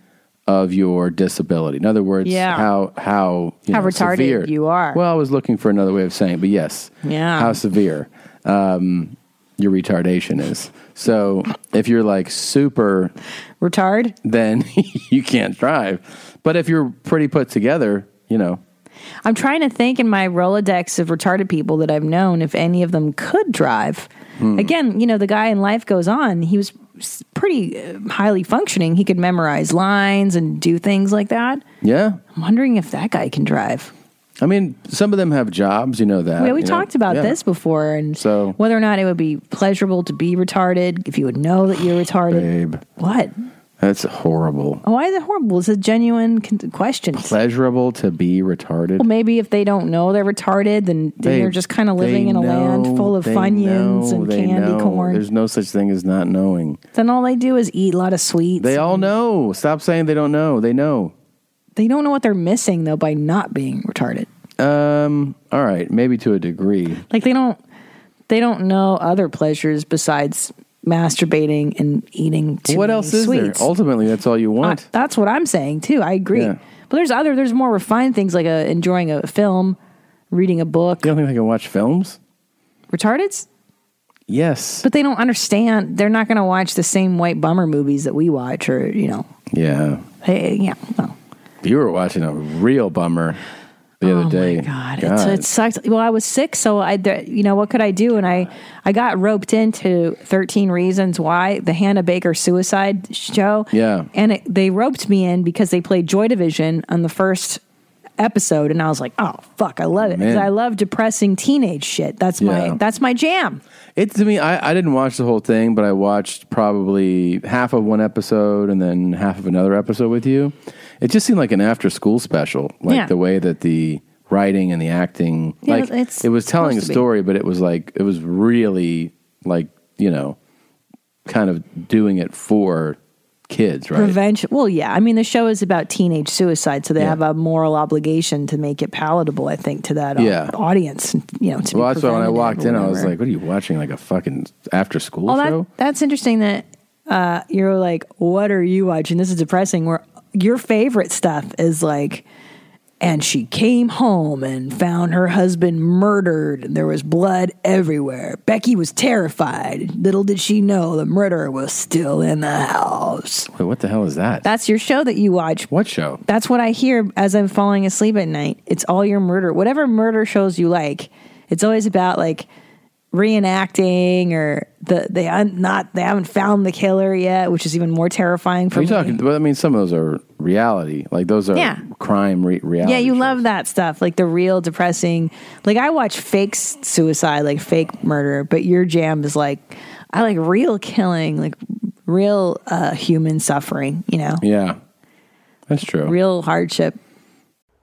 Speaker 3: of your disability. In other words,
Speaker 5: Yeah.
Speaker 3: how how you
Speaker 5: How
Speaker 3: know,
Speaker 5: retarded
Speaker 3: severe.
Speaker 5: you are.
Speaker 3: Well, I was looking for another way of saying, it, but yes,
Speaker 5: Yeah.
Speaker 3: how severe um, your retardation is. So if you're like super
Speaker 5: retard,
Speaker 3: then (laughs) you can't drive. But if you're pretty put together, you know,
Speaker 5: I'm trying to think in my Rolodex of retarded people that I've known if any of them could drive.
Speaker 3: Hmm.
Speaker 5: Again, you know, the guy in Life Goes On, he was s- pretty uh, highly functioning. He could memorize lines and do things like that.
Speaker 3: yeah.
Speaker 5: I'm wondering if that guy can drive.
Speaker 3: I mean, some of them have jobs, you know that.
Speaker 5: we we
Speaker 3: you know?
Speaker 5: talked about
Speaker 3: Yeah.
Speaker 5: this before and
Speaker 3: So
Speaker 5: whether or not it would be pleasurable to be retarded, if you would know that you're retarded.
Speaker 3: Babe.
Speaker 5: What?
Speaker 3: that's horrible.
Speaker 5: Why is it horrible? It's a genuine con- question.
Speaker 3: pleasurable to be retarded.
Speaker 5: Well, maybe if they don't know they're retarded, then, then
Speaker 3: Babe,
Speaker 5: you're just kind of living
Speaker 3: they
Speaker 5: in a land
Speaker 3: know-
Speaker 5: full of
Speaker 3: they
Speaker 5: funyuns
Speaker 3: know,
Speaker 5: and
Speaker 3: they
Speaker 5: candy
Speaker 3: know.
Speaker 5: corn.
Speaker 3: There's no such thing as not knowing.
Speaker 5: Then all they do is eat a lot of sweets.
Speaker 3: They all know. Stop saying they don't know. They know.
Speaker 5: They don't know what they're missing though by not being retarded.
Speaker 3: Um. All right. Maybe to a degree.
Speaker 5: Like they don't they don't know other pleasures besides masturbating and eating too
Speaker 3: what
Speaker 5: many
Speaker 3: else is
Speaker 5: sweets.
Speaker 3: there? Ultimately, that's all you want.
Speaker 5: That's what I'm saying too. I agree.
Speaker 3: Yeah.
Speaker 5: But there's other, there's more refined things like uh enjoying a film, reading a book.
Speaker 3: You don't think they can watch films?
Speaker 5: Retardeds?
Speaker 3: Yes.
Speaker 5: But they don't understand. They're not going to watch the same white bummer movies that we watch, or you know,
Speaker 3: Yeah.
Speaker 5: hey, yeah. Well,
Speaker 3: You were watching a real bummer the other day. God,
Speaker 5: Oh it's, it sucked. Well, I was sick, so I, there- you know, what could I do? And I, I got roped into Thirteen Reasons Why, the Hannah Baker suicide show.
Speaker 3: yeah.
Speaker 5: and it, they roped me in because they played Joy Division on the first episode, and I was like, "Oh fuck, I love it!" 'Cause
Speaker 3: Man.
Speaker 5: I love depressing teenage shit. That's
Speaker 3: Yeah.
Speaker 5: my that's my jam.
Speaker 3: It to me, I, I didn't watch the whole thing, but I watched probably half of one episode and then half of another episode with you. It just seemed like an after school special, like
Speaker 5: Yeah.
Speaker 3: the way that the writing and the acting,
Speaker 5: Yeah,
Speaker 3: like
Speaker 5: it's
Speaker 3: it was telling a
Speaker 5: supposed to be.
Speaker 3: story, but it was like it was really like you know, kind of doing it for kids, right?
Speaker 5: Revenge. Well, yeah. I mean, the show is about teenage suicide, so they have a moral obligation to make it palatable. I think to that uh,
Speaker 3: Yeah.
Speaker 5: audience, you know. To
Speaker 3: well,
Speaker 5: be
Speaker 3: that's why when I
Speaker 5: preventative
Speaker 3: walked
Speaker 5: or
Speaker 3: in, I was
Speaker 5: whatever.
Speaker 3: like, "What are you watching? Like a fucking after school
Speaker 5: Well,
Speaker 3: show?"
Speaker 5: that, that's interesting that uh, you're like, what are you watching? This is depressing. Where your favorite stuff is like, and she came home and found her husband murdered. and There was blood everywhere. Becky was terrified. Little did she know the murderer was still in the house.
Speaker 3: Wait, what the hell is that?
Speaker 5: That's your show that you watch.
Speaker 3: What show?
Speaker 5: That's what I hear as I'm falling asleep at night. It's all your murder, whatever murder shows you like. It's always about like reenacting or the they un, not they haven't found the killer yet, which is even more terrifying for
Speaker 3: Are you
Speaker 5: me.
Speaker 3: talking? Well, I mean, some of those are reality. Like those are
Speaker 5: Yeah.
Speaker 3: crime re- reality.
Speaker 5: yeah, you love that stuff, like the real depressing. Like I watch fake s- suicide, like fake murder, but your jam is like I like real killing, like real uh, human suffering. You know,
Speaker 3: Yeah, that's true.
Speaker 5: real hardship.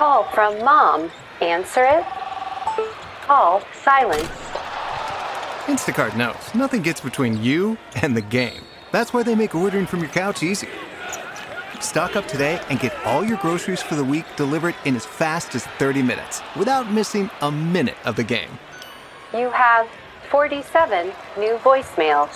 Speaker 14: Call from mom. Answer it. Call silence.
Speaker 15: Instacart knows nothing gets between you and the game. That's why they make ordering from your couch easy. Stock up today and get all your groceries for the week delivered in as fast as 30 minutes without missing a minute of the game.
Speaker 14: You have 47 new voicemails.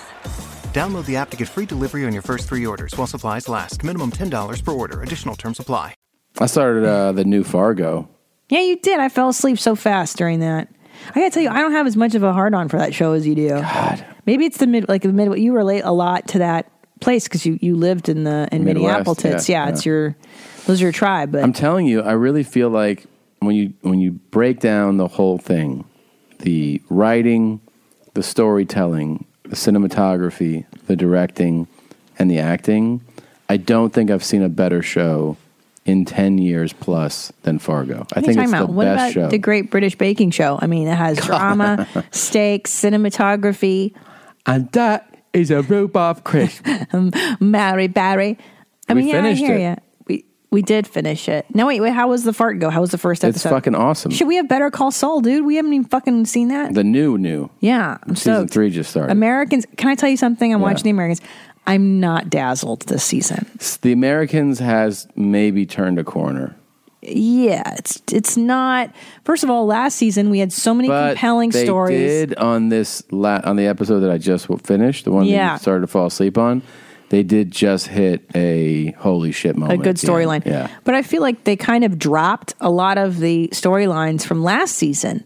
Speaker 15: Download the app to get free delivery on your first three orders while supplies last. Minimum $10 per order. Additional terms apply.
Speaker 3: I started uh, the new Fargo.
Speaker 5: Yeah, you did. I fell asleep so fast during that. I gotta tell you, I don't have as much of a hard on for that show as you do. God. Maybe it's the mid, like the mid. You relate a lot to that place because you you lived in the in
Speaker 3: Midwest,
Speaker 5: Minneapolis.
Speaker 3: yeah,
Speaker 5: Yeah, it's your those are your tribe. But
Speaker 3: I'm telling you, I really feel like when you when you break down the whole thing, the writing, the storytelling, the cinematography, the directing, and the acting, I don't think I've seen a better show in ten years plus than Fargo.
Speaker 5: What are
Speaker 3: I
Speaker 5: you
Speaker 3: think
Speaker 5: talking
Speaker 3: it's the
Speaker 5: about? what
Speaker 3: best
Speaker 5: about
Speaker 3: show.
Speaker 5: the Great British Baking Show? I mean, it
Speaker 3: (laughs)
Speaker 5: has drama, stakes, cinematography,
Speaker 3: and that is a
Speaker 16: (laughs)
Speaker 3: rhubarb crisp.
Speaker 5: Mary Barry. I
Speaker 3: We
Speaker 5: mean, yeah, I
Speaker 3: finished
Speaker 5: hear
Speaker 3: it.
Speaker 5: ya. We we did finish it. No, wait, wait. How was the fart go? How was the first
Speaker 3: It's
Speaker 5: episode?
Speaker 3: fucking awesome.
Speaker 5: Should we have Better Call Saul, dude? We haven't even fucking seen that.
Speaker 3: the new new
Speaker 5: yeah, I'm
Speaker 3: season
Speaker 5: stoked.
Speaker 3: three just started.
Speaker 5: Americans, can I tell you something? I'm
Speaker 3: Yeah.
Speaker 5: watching the Americans. I'm not dazzled this season.
Speaker 3: the Americans has maybe turned a corner.
Speaker 5: Yeah, it's it's not. First of all, last season we had so many compelling
Speaker 3: they
Speaker 5: stories.
Speaker 3: did on this la- on the episode that I just w- finished, the one that
Speaker 5: Yeah.
Speaker 3: you started to fall asleep on. They did just hit a holy shit moment.
Speaker 5: good
Speaker 3: at the end.
Speaker 5: storyline.
Speaker 3: Yeah.
Speaker 5: But I feel like they kind of dropped a lot of the storylines from last season,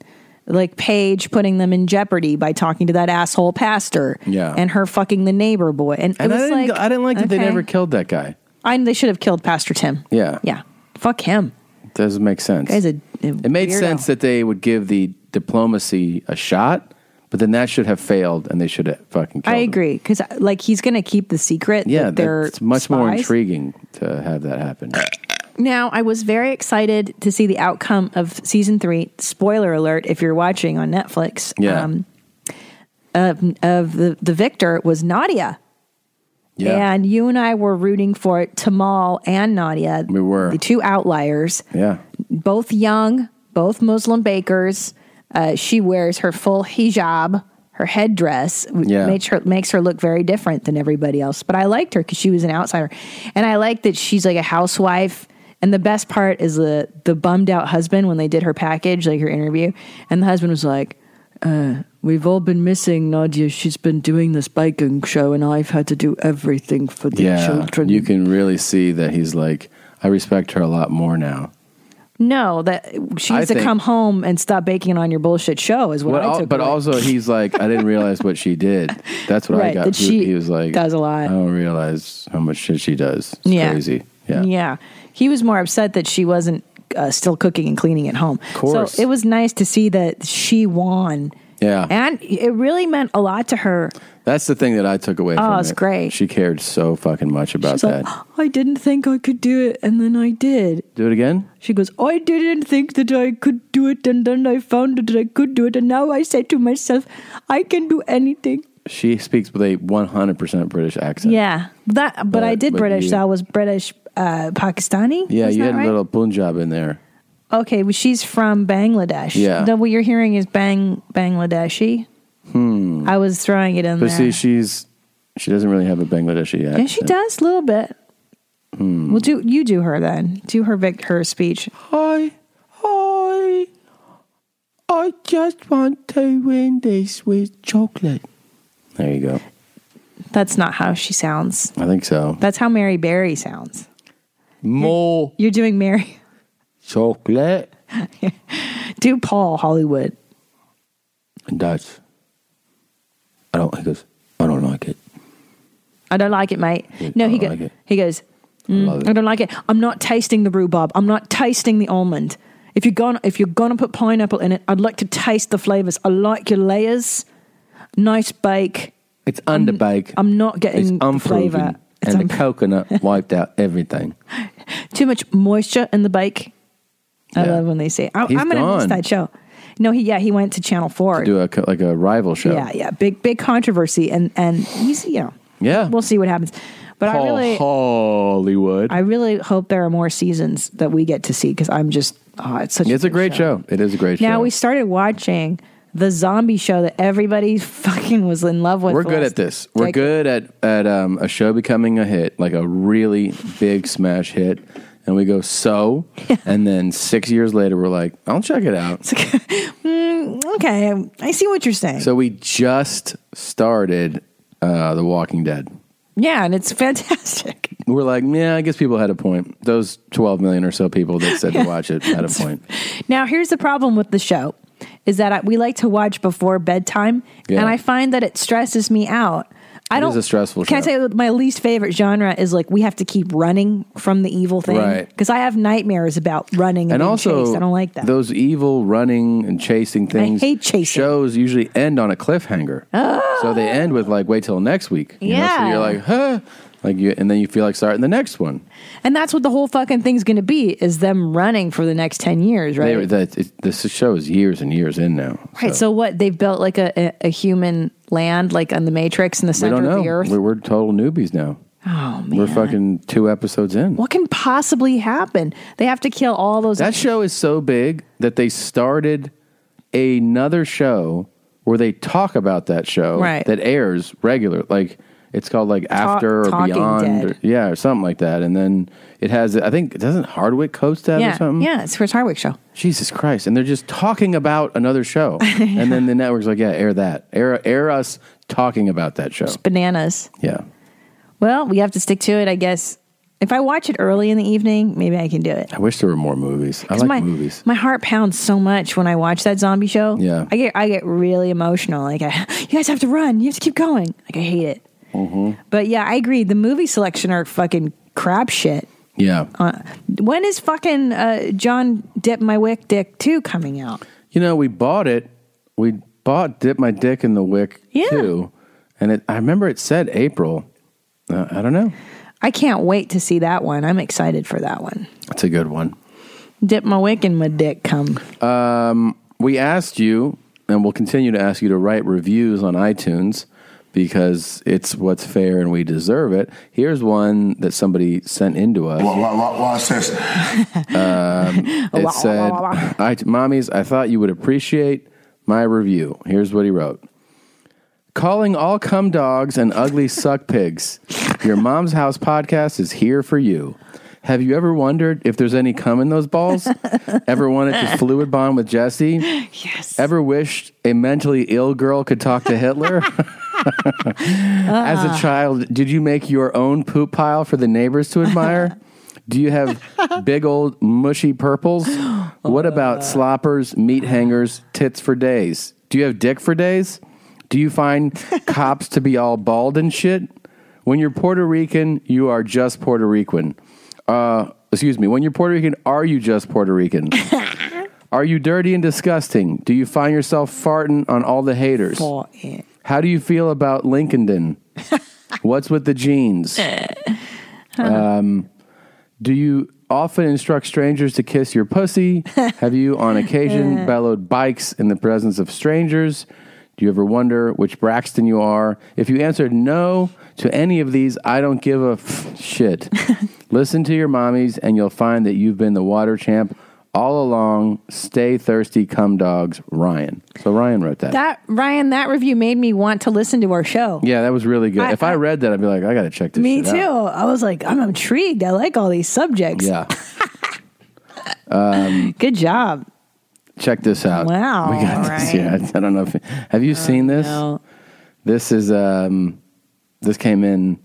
Speaker 5: like Paige putting them in jeopardy by talking to that asshole pastor,
Speaker 3: Yeah.
Speaker 5: and her fucking the neighbor boy. And,
Speaker 3: And
Speaker 5: it
Speaker 3: I
Speaker 5: was
Speaker 3: didn't-
Speaker 5: like
Speaker 3: I didn't like that they
Speaker 5: okay.
Speaker 3: never killed that guy.
Speaker 5: I they should have killed Pastor Tim.
Speaker 3: Yeah.
Speaker 5: Yeah, fuck him.
Speaker 3: Doesn't make sense.
Speaker 5: Guy's a, a
Speaker 3: it made
Speaker 5: weirdo.
Speaker 3: sense that they would give the diplomacy a shot, but then that should have failed and they should have fucking killed
Speaker 5: I agree because like he's gonna keep the secret.
Speaker 3: him. Yeah,
Speaker 5: that they're
Speaker 3: it's much more
Speaker 5: spies.
Speaker 3: intriguing to have that happen.
Speaker 5: Now, I was very excited to see the outcome of season three. Spoiler alert: if you're watching on Netflix, um,
Speaker 3: Yeah.
Speaker 5: of, of the the victor was Nadia,
Speaker 3: Yeah.
Speaker 5: and you and I were rooting for Tamal and Nadia.
Speaker 3: We were.
Speaker 5: the two outliers,
Speaker 3: yeah.
Speaker 5: both young, both Muslim bakers. Uh, she wears her full hijab, her headdress, which
Speaker 17: Yeah.
Speaker 5: makes her makes her look very different than everybody else. But I liked her because she was an outsider, and I like that she's like a housewife. And the best part is the the bummed out husband when they did her package, like her interview, and the husband was like. Uh, we've all been missing Nadia. She's been doing this baking show, and I've had to do everything for the
Speaker 3: yeah.
Speaker 5: children.
Speaker 3: You can really see that he's like, I respect her a lot more now.
Speaker 5: No, that she
Speaker 3: I
Speaker 5: needs to
Speaker 3: think-
Speaker 5: come home and stop baking on your bullshit show is what
Speaker 3: Well,
Speaker 5: I
Speaker 3: al-
Speaker 5: took.
Speaker 3: but
Speaker 5: away.
Speaker 3: also he's like, I didn't realize what she did. That's what I
Speaker 5: Right,
Speaker 3: got.
Speaker 5: that
Speaker 3: He-
Speaker 5: she
Speaker 3: he, was like,
Speaker 5: does a lot.
Speaker 3: I don't realize how much shit she does. It's
Speaker 5: Yeah.
Speaker 3: crazy. Yeah.
Speaker 5: he was more upset that she wasn't uh, still cooking and cleaning at home. Of
Speaker 3: course.
Speaker 5: So it was nice to see that she won,
Speaker 3: Yeah.
Speaker 5: and it really meant a lot to her.
Speaker 3: That's the thing that I took away
Speaker 5: Oh,
Speaker 3: from
Speaker 5: it's
Speaker 3: it.
Speaker 5: great.
Speaker 3: She cared so fucking much about
Speaker 5: She's
Speaker 3: that.
Speaker 5: like, I didn't think I could do it, and then I did.
Speaker 3: Do it again?
Speaker 5: She goes, I didn't think that I could do it, and then I found that I could do it, and now I say to myself, I can do anything.
Speaker 3: She speaks with a 100% British accent.
Speaker 5: Yeah, that. But, I
Speaker 3: But-
Speaker 5: did
Speaker 3: but
Speaker 5: British.
Speaker 3: you-
Speaker 5: so I was British uh, Pakistani.
Speaker 3: Yeah,
Speaker 5: Is
Speaker 3: you
Speaker 5: that
Speaker 3: had
Speaker 5: right?
Speaker 3: a little Punjab in there.
Speaker 5: Okay, well, she's from Bangladesh.
Speaker 3: Yeah.
Speaker 5: The, what you're hearing is Bang Bangladeshi.
Speaker 3: Hmm.
Speaker 5: I was throwing it in
Speaker 3: But
Speaker 5: there.
Speaker 3: see, she's she doesn't really have a Bangladeshi accent.
Speaker 5: yeah, she does a little bit.
Speaker 3: Hmm.
Speaker 5: Well, do you do her then? Do her Vic her speech.
Speaker 3: Hi, hi. I just want to win this with chocolate. There you go.
Speaker 5: That's not how she sounds.
Speaker 3: I think so.
Speaker 5: That's how Mary Berry sounds.
Speaker 3: More
Speaker 5: You're doing Mary. (laughs)
Speaker 3: chocolate.
Speaker 5: Do Paul Hollywood.
Speaker 3: And that's. I don't. He goes. I don't like it.
Speaker 5: I don't like it, mate. No, he
Speaker 3: I
Speaker 5: goes.
Speaker 3: like it.
Speaker 5: he goes. "Mm,
Speaker 3: love it.
Speaker 5: I don't like it. I'm not tasting the rhubarb. I'm not tasting the almond. If you're gonna if you're gonna put pineapple in it, I'd like to taste the flavors. I like your layers. Nice bake.
Speaker 3: It's underbake.
Speaker 5: I'm not
Speaker 3: it's
Speaker 5: getting Um, the
Speaker 3: unproven,
Speaker 5: flavor. It's
Speaker 3: and
Speaker 5: un-
Speaker 3: the
Speaker 5: (laughs)
Speaker 3: coconut wiped out everything.
Speaker 5: too much moisture in the bake. I love when they say, I, "I'm
Speaker 3: He's
Speaker 5: going to miss
Speaker 3: gone.
Speaker 5: that show." No, he yeah, he went to Channel Four.
Speaker 3: Do a co- like a rival show.
Speaker 5: Yeah, yeah, big big controversy, and and he's you know
Speaker 3: Yeah.
Speaker 5: we'll see what happens. But
Speaker 3: Ho-
Speaker 5: I really
Speaker 3: Hollywood.
Speaker 5: I really hope there are more seasons that we get to see because I'm just oh, it's such
Speaker 3: it's a great show. It is a great
Speaker 5: now
Speaker 3: show.
Speaker 5: we started watching the zombie show that everybody (laughs) fucking was in love with.
Speaker 3: We're
Speaker 5: the
Speaker 3: good
Speaker 5: last
Speaker 3: at this. We're
Speaker 5: dec-
Speaker 3: good at at um, a show becoming a hit, like a really big smash hit, and we
Speaker 5: (laughs)
Speaker 3: go so, and then six years later we're like, I'll check it out.
Speaker 5: Mm, okay, I see what you're saying.
Speaker 3: So we just started uh, The Walking Dead.
Speaker 5: yeah, and it's (laughs) fantastic.
Speaker 3: We're like, yeah, I guess people had a point. Those twelve million or so people that said
Speaker 5: Yeah.
Speaker 3: to watch
Speaker 5: (laughs)
Speaker 3: it had a point.
Speaker 5: Now, here's the problem with the show is that I, we like to watch before bedtime,
Speaker 3: Yeah.
Speaker 5: and I find that it stresses me out. I
Speaker 3: It
Speaker 5: don't.
Speaker 3: is a stressful
Speaker 5: Can
Speaker 3: show.
Speaker 5: I tell you my least favorite genre is like we have to keep running from the evil thing
Speaker 3: Right.
Speaker 5: because I have nightmares about running and,
Speaker 3: and
Speaker 5: being
Speaker 3: also
Speaker 5: chased. I don't like that.
Speaker 3: Those evil running and chasing things.
Speaker 5: hate chasing. Oh.
Speaker 3: Shows usually end on a cliffhanger, so they end with like, "Wait till next week." you know? so
Speaker 5: Yeah.
Speaker 3: you're like, "Huh," like you, and then you feel like starting the next one.
Speaker 5: and that's what the whole fucking thing's going to be is them running for the next ten years, right?
Speaker 3: They, that it, this show is years and years in now.
Speaker 5: right. So what they've built like a, a, a human land, like on the Matrix in the
Speaker 3: we
Speaker 5: center
Speaker 3: don't know.
Speaker 5: of the earth.
Speaker 3: We're, we're total newbies now.
Speaker 5: Oh man,
Speaker 3: We're fucking two episodes in.
Speaker 5: what can possibly happen? They have to kill all those.
Speaker 3: That show is so big that they started another show where they talk about that show
Speaker 5: Right.
Speaker 3: that airs regular. Like it's called like After or
Speaker 5: Talking
Speaker 3: Beyond,
Speaker 5: Dead.
Speaker 3: or, yeah, or something like that. And then it has, I think, doesn't Hardwick host that
Speaker 5: yeah,
Speaker 3: or something?
Speaker 5: yeah, it's Chris Hardwick show.
Speaker 3: Jesus Christ! And they're just talking about
Speaker 5: (laughs)
Speaker 3: another show, and then the network's like, "Yeah, air that, air air us talking about that show."
Speaker 5: bananas.
Speaker 3: Yeah,
Speaker 5: Well, we have to stick to it, I guess. If I watch it early in the evening, maybe I can do it.
Speaker 3: I wish there were more movies. I
Speaker 5: 'Cause
Speaker 3: like
Speaker 5: my,
Speaker 3: movies.
Speaker 5: My heart pounds so much when I watch that zombie show.
Speaker 3: Yeah.
Speaker 5: I get I get really emotional. Like I, (gasps) you guys have to run. You have to keep going. Like I hate it.
Speaker 3: Mm-hmm.
Speaker 5: But yeah, I agree. The movie selection are fucking crap shit.
Speaker 3: Yeah,
Speaker 5: Uh, when is fucking uh, John Dip My Wick Dick two coming out?
Speaker 3: You know, we bought it. We bought Dip My Dick in the Wick
Speaker 5: Yeah.
Speaker 3: too. And it, I remember it said April. Uh, I don't know.
Speaker 5: I can't wait to see that one. I'm excited for that one.
Speaker 3: It's a good one.
Speaker 5: Dip my wick and my dick come.
Speaker 3: Um, we asked you, and we'll continue to ask you to write reviews on iTunes because it's what's fair and we deserve it. Here's one that somebody sent into us.
Speaker 10: Why- why- why- why is
Speaker 3: (laughs)
Speaker 10: this?
Speaker 3: Um, it said, I, Mommies, I thought you would appreciate my review. Here's what he wrote Calling all cum dogs and ugly suck pigs. Your mom's house podcast is here for you. Have you ever wondered if there's any cum in those balls? ever wanted to fluid bond with Jesse? Yes. Ever wished a mentally ill girl could talk to Hitler? (laughs) As a
Speaker 10: Ah.
Speaker 3: child, did you make your own poop pile for the neighbors to admire? Do you have big old mushy purples? What about sloppers, meat hangers, tits for days? Do you have dick for days? Do you find cops to be all bald and shit? When you're Puerto Rican, you are just Puerto Rican. Uh, excuse me. When you're Puerto Rican, are you just Puerto Rican? Are you dirty and disgusting? Do you find yourself farting on all the haters? How do you feel about Lincoln? What's with the jeans? um, do you often instruct strangers to kiss your pussy? Have you, on occasion, bellowed bikes in the presence of strangers? Do you ever wonder which Braxton you are? If you answered no to any of these, I don't give a f- shit. Listen to your mommies, and you'll find that you've been the water champ all along. Stay thirsty, cum dogs, Ryan. So Ryan wrote that.
Speaker 5: That Ryan, that review made me want to listen to our show.
Speaker 3: yeah, that was really good.
Speaker 5: I-
Speaker 3: if I, read that, I'd be like, I got to check this.
Speaker 5: Me
Speaker 3: shit
Speaker 5: too.
Speaker 3: out.
Speaker 5: I was like, I'm intrigued. I like all these subjects.
Speaker 3: Yeah. um,
Speaker 5: (laughs) Good job.
Speaker 3: Check this out.
Speaker 5: Wow, Oh,
Speaker 3: We got this.
Speaker 5: Ryan.
Speaker 3: (laughs) Yeah, I don't know if have you seen this? This is um, this came in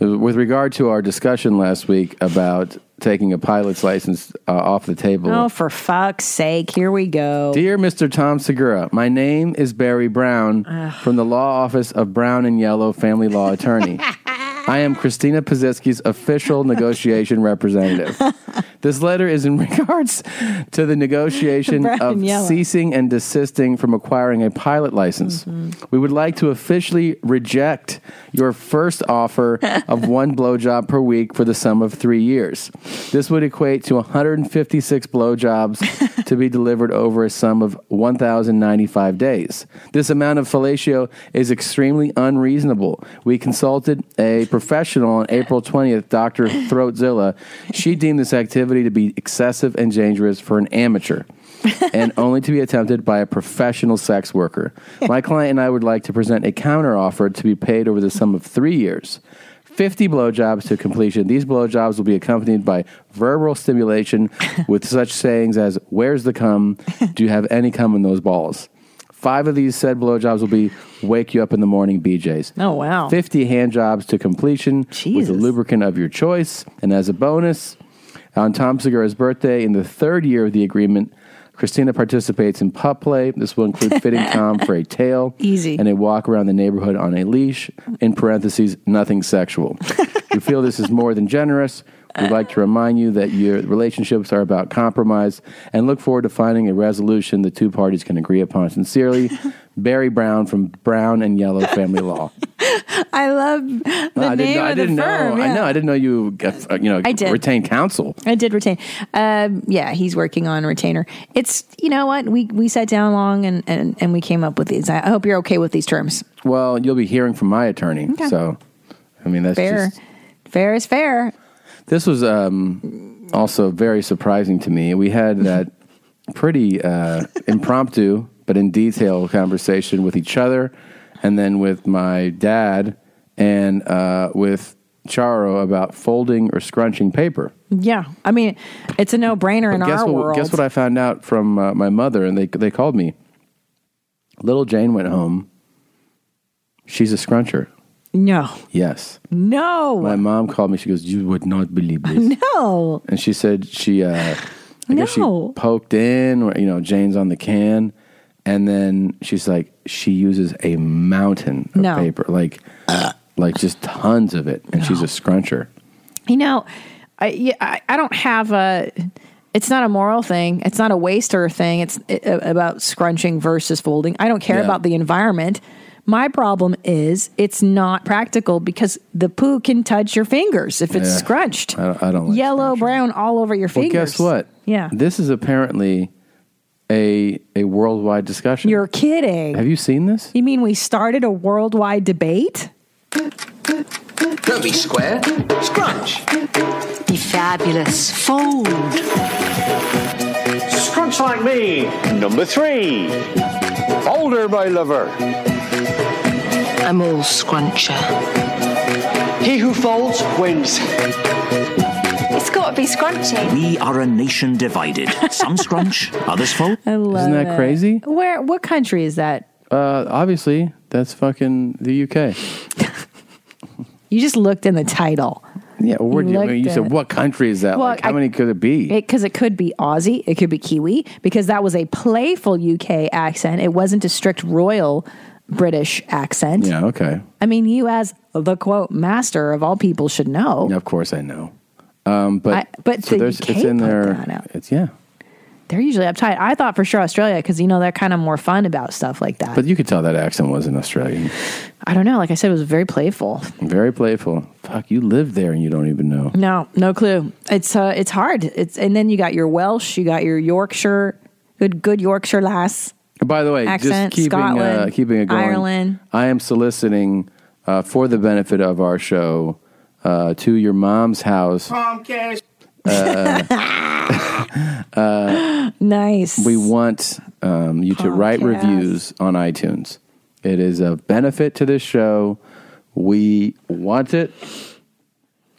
Speaker 3: uh, with regard to our discussion last week about taking a pilot's license uh, off the table.
Speaker 5: Oh, for fuck's sake, here we go.
Speaker 3: Dear Mr. Tom Segura, my (laughs) name is Barry Brown from the law office of Brown and Yellow Family Law Attorney. I am Christina Pazetsky's official negotiation (laughs) representative. This letter is in regards to the negotiation
Speaker 7: Brian
Speaker 3: of
Speaker 7: Yellow.
Speaker 3: ceasing and desisting from acquiring a pilot license. We would like to officially reject your first offer of one blowjob per week for the sum of three years. This would equate to 156 blowjobs to be delivered over a sum of 1,095 days. This amount of fellatio is extremely unreasonable. We consulted a professional on April 20th, Dr. Throatzilla. She deemed this activity to be excessive and dangerous for an amateur and only to be attempted by a professional sex worker. My client and I would like to present a counter offer to be paid over the sum of three years. 50 blowjobs to completion. These blowjobs will be accompanied by verbal stimulation with such sayings as, Where's the cum? Do you have any cum in those balls? Five of these said blowjobs will be wake you up in the morning BJs.
Speaker 5: Oh, wow.
Speaker 3: 50 hand jobs to completion with the lubricant of your choice. And as a bonus, on Tom Segura's birthday in the third year of the agreement, Christina participates in pup play. This will
Speaker 5: (laughs)
Speaker 3: include fitting Tom for a tail
Speaker 5: Easy.
Speaker 3: and a walk around the neighborhood on a leash, in parentheses,
Speaker 5: (laughs)
Speaker 3: nothing sexual. we feel this is more than generous. We'd like to remind you that your relationships are about compromise and look forward to finding a resolution the two parties can agree upon.
Speaker 5: (laughs)
Speaker 3: Sincerely, Barry Brown from Brown and Yellow Family Law.
Speaker 5: (laughs) I love the
Speaker 3: No, I
Speaker 5: name
Speaker 3: didn't, know- I
Speaker 5: of the
Speaker 3: didn't
Speaker 5: firm.
Speaker 3: know.
Speaker 5: yeah.
Speaker 3: I know. I didn't know you. uh, You know,
Speaker 5: I did.
Speaker 3: retained counsel.
Speaker 5: I did retain. Um, yeah, he's working on retainer. It's you know what we we sat down long and and, and we came up with these. I hope you're okay with these terms.
Speaker 3: Well, you'll be hearing from my attorney.
Speaker 5: Okay.
Speaker 3: So, I mean, that's
Speaker 5: fair,
Speaker 3: just
Speaker 5: fair is fair.
Speaker 3: This was um, also very surprising to me.
Speaker 5: (laughs)
Speaker 3: We had that pretty uh, impromptu but in detail conversation with each other, and then with my dad and uh, with Charo about folding or scrunching paper.
Speaker 5: Yeah, I mean it's a no brainer in
Speaker 3: But guess
Speaker 5: our
Speaker 3: what,
Speaker 5: world.
Speaker 3: Guess what I found out from uh, my mother, and they they called me. Little Jane went home. She's a scruncher.
Speaker 5: no, (laughs)
Speaker 3: Yes.
Speaker 5: no,
Speaker 3: My mom called me. She goes, "You would not
Speaker 5: (laughs)
Speaker 3: believe this."
Speaker 5: no.
Speaker 3: And she said she, uh, I guess she
Speaker 5: No.
Speaker 3: poked in, or, you know, Jane's on the can. And then she's like, she uses a mountain of
Speaker 5: No.
Speaker 3: paper, like, like just tons of it. And she's a scruncher.
Speaker 5: You know, I, yeah, I I don't have a. It's not a moral thing. It's not a waster thing. It's uh about scrunching versus folding. I don't care
Speaker 17: Yeah.
Speaker 5: about the environment. My problem is it's not practical because the poo can touch your fingers if it's
Speaker 3: Yeah.
Speaker 5: scrunched.
Speaker 3: I don't, I don't like
Speaker 5: Yellow, brown, all over your
Speaker 3: Well,
Speaker 5: fingers.
Speaker 3: guess what?
Speaker 5: Yeah.
Speaker 3: This is apparently a, a worldwide discussion.
Speaker 5: You're kidding.
Speaker 3: Have you seen this?
Speaker 5: You mean we started a worldwide debate?
Speaker 9: Don't be square. Scrunch.
Speaker 18: Be fabulous. Fold.
Speaker 16: Scrunch like me. Number three. Older, my lover.
Speaker 18: I'm all scruncher.
Speaker 16: He who folds wins.
Speaker 18: It's got to be scrunchy.
Speaker 19: We are a nation divided. Some
Speaker 3: (laughs)
Speaker 19: scrunch, others fold.
Speaker 5: I love
Speaker 3: Isn't that
Speaker 5: it.
Speaker 3: crazy?
Speaker 5: Where? What country is that?
Speaker 3: Uh, obviously, that's fucking the UK.
Speaker 5: You just looked in the title.
Speaker 3: Yeah. Well, where
Speaker 5: You
Speaker 3: do you, I mean,
Speaker 5: looked
Speaker 3: you said,
Speaker 5: at-
Speaker 3: what country is that?
Speaker 5: Well,
Speaker 3: like, how
Speaker 5: I-
Speaker 3: many could it be?
Speaker 5: because it, could be Aussie, it could be Kiwi, because that was a playful UK accent. It wasn't a strict royal British accent.
Speaker 3: yeah. Okay.
Speaker 5: I mean, you as the quote master of all people should know.
Speaker 3: Yeah, of course, I know. Um, but
Speaker 5: I- but the UK
Speaker 3: it's in
Speaker 5: put
Speaker 3: there. It's yeah,
Speaker 5: They're usually uptight. I thought for sure Australia because you know they're kind of more fun about stuff like that.
Speaker 3: but you could tell that accent wasn't Australian.
Speaker 5: I don't know. Like I said, it was very playful.
Speaker 3: Very playful. Fuck, you live there and you don't even know.
Speaker 5: No, no clue. It's uh, it's hard. It's and then you got your Welsh, you got your Yorkshire, good good Yorkshire lass.
Speaker 3: By the way,
Speaker 5: accent,
Speaker 3: just keeping uh,
Speaker 5: Scotland,
Speaker 3: keeping it going.
Speaker 5: Ireland.
Speaker 3: I am soliciting uh, for the benefit of our show uh, to your mom's house.
Speaker 7: Comcast.
Speaker 3: Uh, uh,
Speaker 5: (gasps) (laughs) nice.
Speaker 3: We want um, you to write
Speaker 7: Podcast.
Speaker 3: reviews on iTunes. It is a benefit to this show. We want it.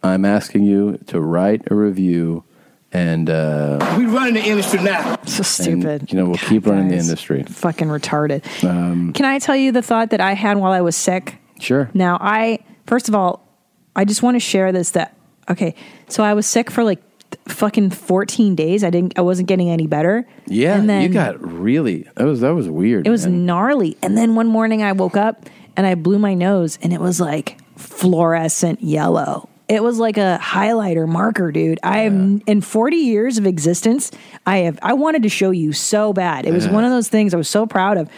Speaker 3: I'm asking you to write a review, and uh,
Speaker 7: We running the industry now.
Speaker 5: So
Speaker 3: and, you know we'll keep running the industry.
Speaker 5: Fucking retarded.
Speaker 3: Um,
Speaker 5: Can I tell you the thought that I had while I was sick?
Speaker 3: Sure.
Speaker 5: Now, I, first of all, I just want to share this that, okay, so I was sick for like fucking 14 days. I didn't, I wasn't getting any better.
Speaker 3: yeah,
Speaker 5: And then-
Speaker 3: you got really that was that was weird.
Speaker 5: It was
Speaker 3: man.
Speaker 5: gnarly. And then one morning I woke up and I blew my nose and it was like fluorescent yellow. It was like a highlighter marker, dude. I am in 40 years of existence. I have I wanted to show you so bad. It was
Speaker 20: Yeah.
Speaker 5: one of those things I was so proud of,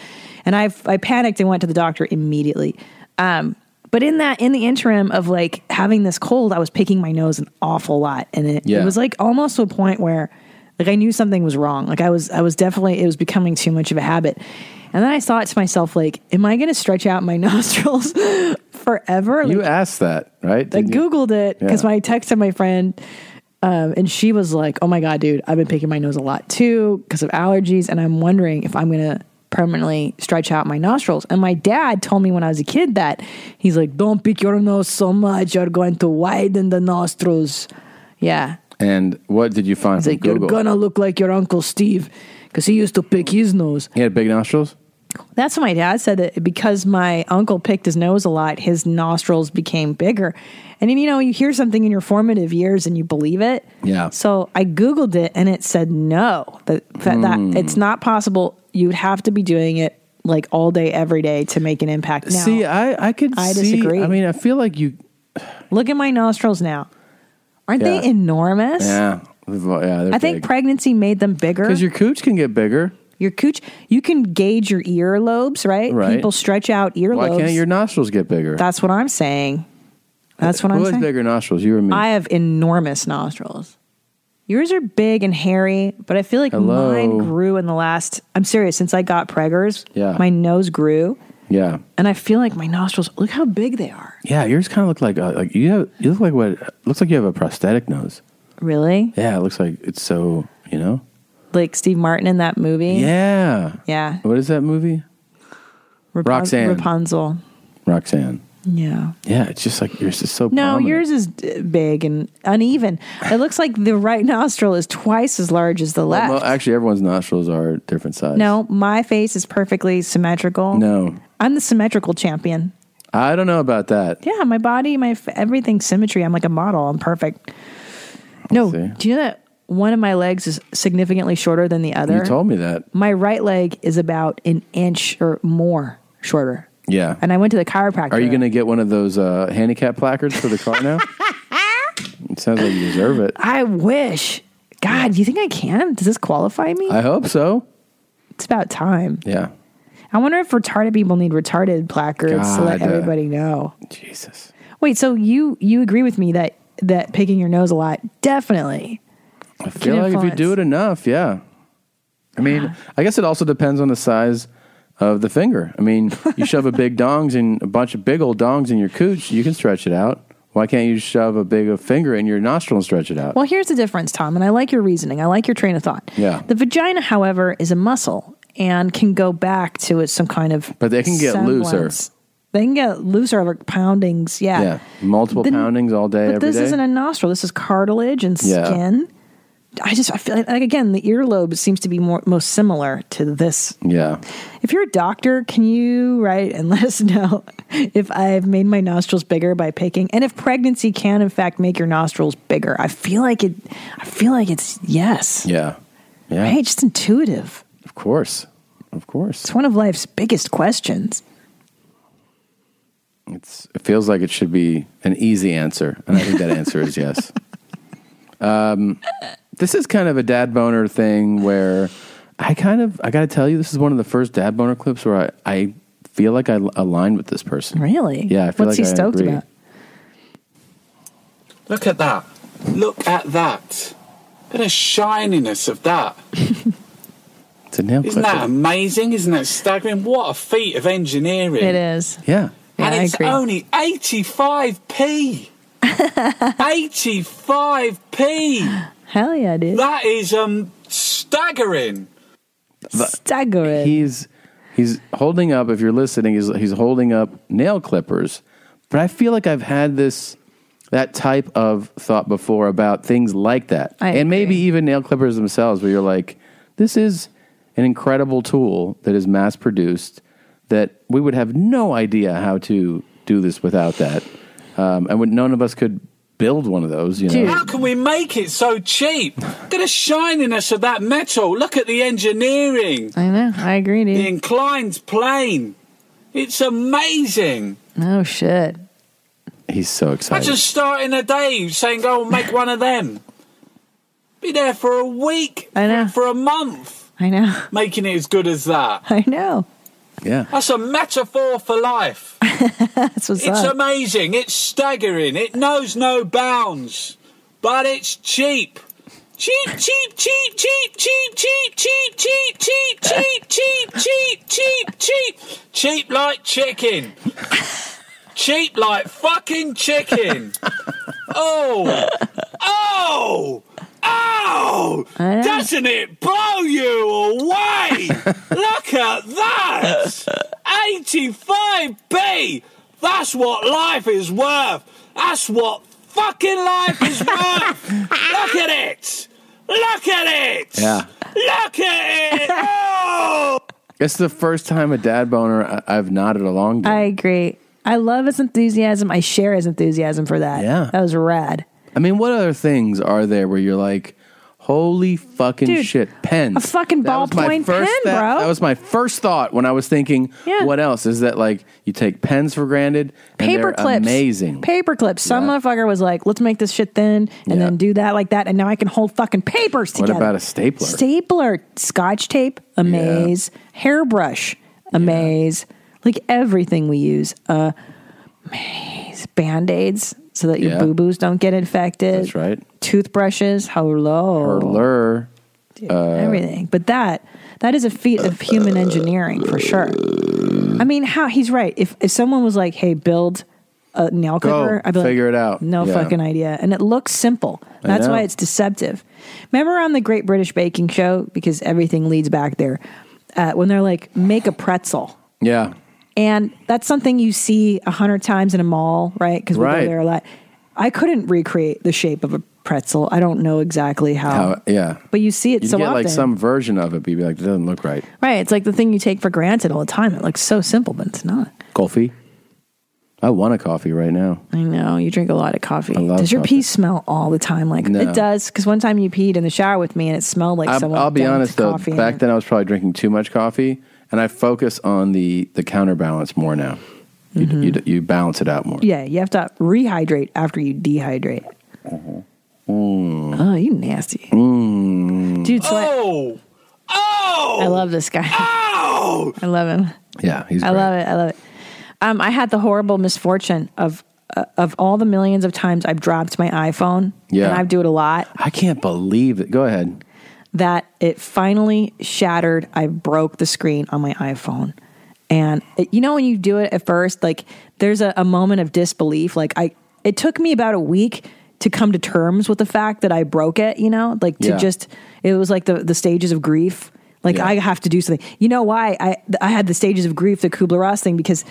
Speaker 5: and I I panicked and went to the doctor immediately. Um, but in that in the interim of like having this cold, I was picking my nose an awful lot, and it,
Speaker 20: Yeah.
Speaker 5: it was like almost to a point where like I knew something was wrong. Like I was I was definitely it was becoming too much of a habit. And then I thought to myself, like, am I going to stretch out my (laughs) nostrils forever? Like,
Speaker 3: you asked that, right?
Speaker 5: I
Speaker 3: Didn't you?
Speaker 5: googled it because
Speaker 3: Yeah.
Speaker 5: when I texted my friend, um, and she was like, "Oh my god, dude, I've been picking my nose a lot too because of allergies, and I'm wondering if I'm gonna permanently stretch out my nostrils." And my dad told me when I was a kid that he's like, "Don't pick your nose so much; you're going to widen the nostrils." Yeah,
Speaker 3: And what did you find
Speaker 5: he's
Speaker 3: from
Speaker 5: like,
Speaker 3: Google?
Speaker 5: "You're gonna look like your uncle Steve because he used to pick his nose."
Speaker 3: He had big nostrils.
Speaker 5: That's what my dad said that because my uncle picked his nose a lot, his nostrils became bigger. And then, you know, you hear something in your formative years and you believe it.
Speaker 3: Yeah.
Speaker 5: So I Googled it and it said no, that, that,
Speaker 3: Hmm.
Speaker 5: that it's not possible. You would have to be doing it like all day, every day to make an impact. Now,
Speaker 3: See, I I could.
Speaker 5: I
Speaker 3: see-
Speaker 5: disagree.
Speaker 3: I mean, uh, I feel like you.
Speaker 5: Look at my nostrils now. Aren't they
Speaker 3: Yeah.
Speaker 5: enormous?
Speaker 3: Yeah, yeah.
Speaker 5: I think pregnancy made them bigger.
Speaker 3: because your cooch can get bigger.
Speaker 5: Your cooch, you can gauge your earlobes, right?
Speaker 3: Right.
Speaker 5: People stretch out earlobes.
Speaker 3: Why can't your nostrils get bigger?
Speaker 5: That's what I'm saying. That's what
Speaker 3: Who
Speaker 5: I'm
Speaker 3: has
Speaker 5: saying.
Speaker 3: bigger nostrils? You or me?
Speaker 5: I have enormous nostrils. Yours are big and hairy, but I feel like
Speaker 3: Hello.
Speaker 5: mine grew in the last. I'm serious. Since I got preggers,
Speaker 3: Yeah.
Speaker 5: my nose grew,
Speaker 3: yeah,
Speaker 5: and I feel like my nostrils. Look how big they are.
Speaker 3: yeah. Yours kind of look like uh, like you have. You look like what looks like you have a prosthetic nose.
Speaker 5: Really,
Speaker 3: Yeah, it looks like it's so you know.
Speaker 5: like Steve Martin in that movie.
Speaker 3: Yeah.
Speaker 5: yeah.
Speaker 3: What is that movie?
Speaker 5: Rapun-
Speaker 3: Roxanne.
Speaker 5: Rapunzel.
Speaker 3: Roxanne.
Speaker 5: Yeah.
Speaker 3: Yeah, it's just like yours is so.
Speaker 5: No,
Speaker 3: prominent.
Speaker 5: yours is d- big and uneven. It looks like the right (laughs) nostril is twice as large as the left.
Speaker 3: Well, actually, everyone's nostrils are different size.
Speaker 5: no, my face is perfectly symmetrical.
Speaker 3: No,
Speaker 5: I'm the symmetrical champion.
Speaker 3: I don't know about that.
Speaker 5: Yeah, my body, my f- everything symmetry. I'm like a model. I'm perfect. No, do you know that one of my legs is significantly shorter than the other?
Speaker 3: You told me that.
Speaker 5: My right leg is about an inch or more shorter.
Speaker 3: Yeah.
Speaker 5: And I went to the chiropractor.
Speaker 3: Are you going to get one of those uh, handicap placards for the car
Speaker 5: (laughs)
Speaker 3: now? it sounds like you deserve it.
Speaker 5: I wish. God, do you think I can? Does this qualify me?
Speaker 3: I hope so.
Speaker 5: it's about time.
Speaker 3: Yeah.
Speaker 5: I wonder if retarded people need retarded placards to let
Speaker 3: God, uh,
Speaker 5: everybody know.
Speaker 3: Jesus.
Speaker 5: Wait, so you you agree with me that that picking your nose a lot definitely
Speaker 3: I feel like if you
Speaker 5: influence.
Speaker 3: do it enough, yeah. I mean, I guess it also depends on the size of the finger. I mean,
Speaker 5: (laughs)
Speaker 3: you shove a big dongs and a bunch of big old dongs in your cooch, you can stretch it out. Why can't you shove a big finger in your nostril and stretch it out?
Speaker 5: Well, here's the difference, Tom, and I like your reasoning. I like your train of thought.
Speaker 3: yeah.
Speaker 5: The vagina, however, is a muscle and can go back to its some kind of.
Speaker 3: But they can get looser.
Speaker 5: semblance. They can get looser over poundings. Yeah.
Speaker 3: Yeah. Multiple
Speaker 5: Then-
Speaker 3: poundings all day,
Speaker 5: But
Speaker 3: every
Speaker 5: this
Speaker 3: day.
Speaker 5: isn't a nostril. This is cartilage and
Speaker 3: Yeah.
Speaker 5: skin. I just I feel like, like again the earlobe seems to be more most similar to this.
Speaker 3: yeah.
Speaker 5: If you're a doctor, can you write and (laughs) let us know if I've made my nostrils bigger by picking, and if pregnancy can in fact make your nostrils bigger? I feel like it. I feel like it's yes.
Speaker 3: Yeah. Yeah.
Speaker 5: Right? Just intuitive.
Speaker 3: Of course. Of course.
Speaker 5: It's one of life's biggest questions.
Speaker 3: It's, it feels like it should be an easy answer, and I think that answer is
Speaker 5: (laughs)
Speaker 3: yes. Um, this is kind of a dad boner thing where I kind of I got to tell you, this is one of the first dad boner clips where I, I feel like I align with this person.
Speaker 5: Really?
Speaker 3: Yeah, I feel
Speaker 5: What's
Speaker 3: like
Speaker 5: he
Speaker 3: I
Speaker 5: stoked
Speaker 3: agree.
Speaker 5: about?
Speaker 17: Look at that. Look at that. Look at the shininess of
Speaker 5: (laughs)
Speaker 17: that.
Speaker 3: It's a nail clip.
Speaker 17: Isn't that amazing? Isn't that staggering? What a feat of engineering.
Speaker 5: It
Speaker 17: (laughs)
Speaker 5: is.
Speaker 3: Yeah.
Speaker 17: and
Speaker 5: Yeah, I
Speaker 17: it's
Speaker 5: agree.
Speaker 17: only 85p. 85p.
Speaker 5: Hell yeah, dude.
Speaker 17: That is um staggering.
Speaker 5: Staggering.
Speaker 3: He's he's holding up. If you're listening, he's he's holding up nail clippers. But I feel like I've had this that type of thought before about things like that,
Speaker 5: I
Speaker 3: and maybe even nail clippers themselves, where you're like, this is an incredible tool that is mass produced that we would have no idea how to do this without that, um, and would, none of us could build one of those. You know,
Speaker 17: How can we make it so
Speaker 3: (laughs)
Speaker 17: cheap? Look at the shininess of that metal. Look at the engineering.
Speaker 5: I know. I agree, dude.
Speaker 17: The inclined plane. It's amazing.
Speaker 5: Oh shit.
Speaker 3: He's so excited.
Speaker 17: Imagine starting a day saying, "Go and make one of them." Be there for a week. I know. For a month.
Speaker 5: I know.
Speaker 17: Making it as good as
Speaker 5: (laughs)
Speaker 17: that.
Speaker 5: I know.
Speaker 3: Yeah.
Speaker 17: (laughs) That's a metaphor for life.
Speaker 5: (laughs) That's what's
Speaker 17: it's
Speaker 5: up.
Speaker 17: amazing. It's staggering. It knows no bounds. But it's cheap. Cheap, cheap, cheap, cheap, cheap, cheap, cheap, cheap, cheap, cheap, cheap, cheap, cheap, cheap. Cheap like chicken. Cheap like fucking chicken. Oh. Oh. Oh.
Speaker 7: I know.
Speaker 17: Doesn't it blow you away? Look at that. 85p. That's what life is worth. That's what fucking life is worth. Look at it. Look at it.
Speaker 3: Yeah.
Speaker 17: Look at
Speaker 5: (laughs)
Speaker 17: it. Oh.
Speaker 3: It's the first time a dad boner I- I've nodded along to.
Speaker 5: I agree. I love his enthusiasm. I share his enthusiasm for that.
Speaker 3: Yeah.
Speaker 5: That was rad.
Speaker 3: I mean, what other things are there where you're like, holy fucking
Speaker 5: Dude,
Speaker 3: shit, pens.
Speaker 5: a fucking
Speaker 3: That was my
Speaker 5: ballpoint
Speaker 3: first
Speaker 5: pen,
Speaker 3: tha-
Speaker 5: bro.
Speaker 3: That was my first thought when I was thinking,
Speaker 5: Yeah.
Speaker 3: what else? Is that like you take pens for granted? and
Speaker 5: Paper
Speaker 3: they're
Speaker 5: clips.
Speaker 3: Amazing.
Speaker 5: Paper clips. Some motherfucker was like, let's make this shit thin and then do that like that. And now I can hold fucking papers
Speaker 3: What
Speaker 5: together.
Speaker 3: about a stapler?
Speaker 5: Stapler, scotch tape, amaze, hairbrush, amaze, like everything we use. Uh, amaze, band aids so that your
Speaker 3: Yeah.
Speaker 5: boo boos don't get infected.
Speaker 3: That's right.
Speaker 5: Toothbrushes, hello.
Speaker 3: Lure. uh,
Speaker 5: everything. But that that is a feat of human engineering for sure. I mean, how he's right. If if someone was like, "Hey, build a nail
Speaker 3: Go,
Speaker 5: clipper," I'd be like,
Speaker 3: figure it out.
Speaker 5: No
Speaker 3: Yeah.
Speaker 5: fucking idea. And it looks simple.
Speaker 3: I
Speaker 5: That's
Speaker 3: know.
Speaker 5: why it's deceptive. Remember on the Great British Baking Show because everything leads back there. Uh, when they're like, "Make a pretzel."
Speaker 3: Yeah.
Speaker 5: And that's something you see a hundred times in a mall, right? Because we
Speaker 3: Right.
Speaker 5: go there a lot. I couldn't recreate the shape of a pretzel. I don't know exactly how,
Speaker 3: How, yeah.
Speaker 5: but you see it
Speaker 3: you
Speaker 5: so
Speaker 3: get
Speaker 5: often.
Speaker 3: like some version of it, but you'd be like, it doesn't look right.
Speaker 5: Right. It's like the thing you take for granted all the time. It looks so simple, but it's not.
Speaker 3: Coffee. I want a coffee right now.
Speaker 5: I know. You drink a lot of coffee.
Speaker 3: I love
Speaker 5: does your
Speaker 3: coffee.
Speaker 5: pee smell all the time? Like
Speaker 3: No.
Speaker 5: it does. Because one time you peed in the shower with me and it smelled like
Speaker 3: I'm-
Speaker 5: someone.
Speaker 3: I'll be
Speaker 5: dumped
Speaker 3: honest though.
Speaker 5: coffee in
Speaker 3: Back
Speaker 5: it.
Speaker 3: then, I was probably drinking too much coffee, and I focus on the the counterbalance more now. You
Speaker 5: Mm-hmm.
Speaker 3: you, you balance it out more.
Speaker 5: Yeah, you have to rehydrate after you dehydrate.
Speaker 3: Mm-hmm. Mm.
Speaker 5: Oh, you nasty.
Speaker 3: Mm.
Speaker 5: Dude, so I-
Speaker 17: Oh. Oh.
Speaker 5: I love this guy.
Speaker 17: Oh.
Speaker 5: (laughs) I love him.
Speaker 3: Yeah, he's
Speaker 5: I
Speaker 3: great.
Speaker 5: love it. I love it. Um, I had the horrible misfortune of uh, of all the millions of times I've dropped my iPhone.
Speaker 3: Yeah.
Speaker 5: and I do it a lot.
Speaker 3: I can't believe it. Go ahead.
Speaker 5: that it finally shattered. I broke the screen on my iPhone. And it, you know, when you do it at first, like there's a, a moment of disbelief. Like, I, it took me about a week to come to terms with the fact that I broke it, you know, like to
Speaker 21: Yeah.
Speaker 5: just, it was like the, the stages of grief. Like,
Speaker 21: Yeah.
Speaker 5: I have to do something. You know why I, I had the stages of grief, the Kubler Ross thing, because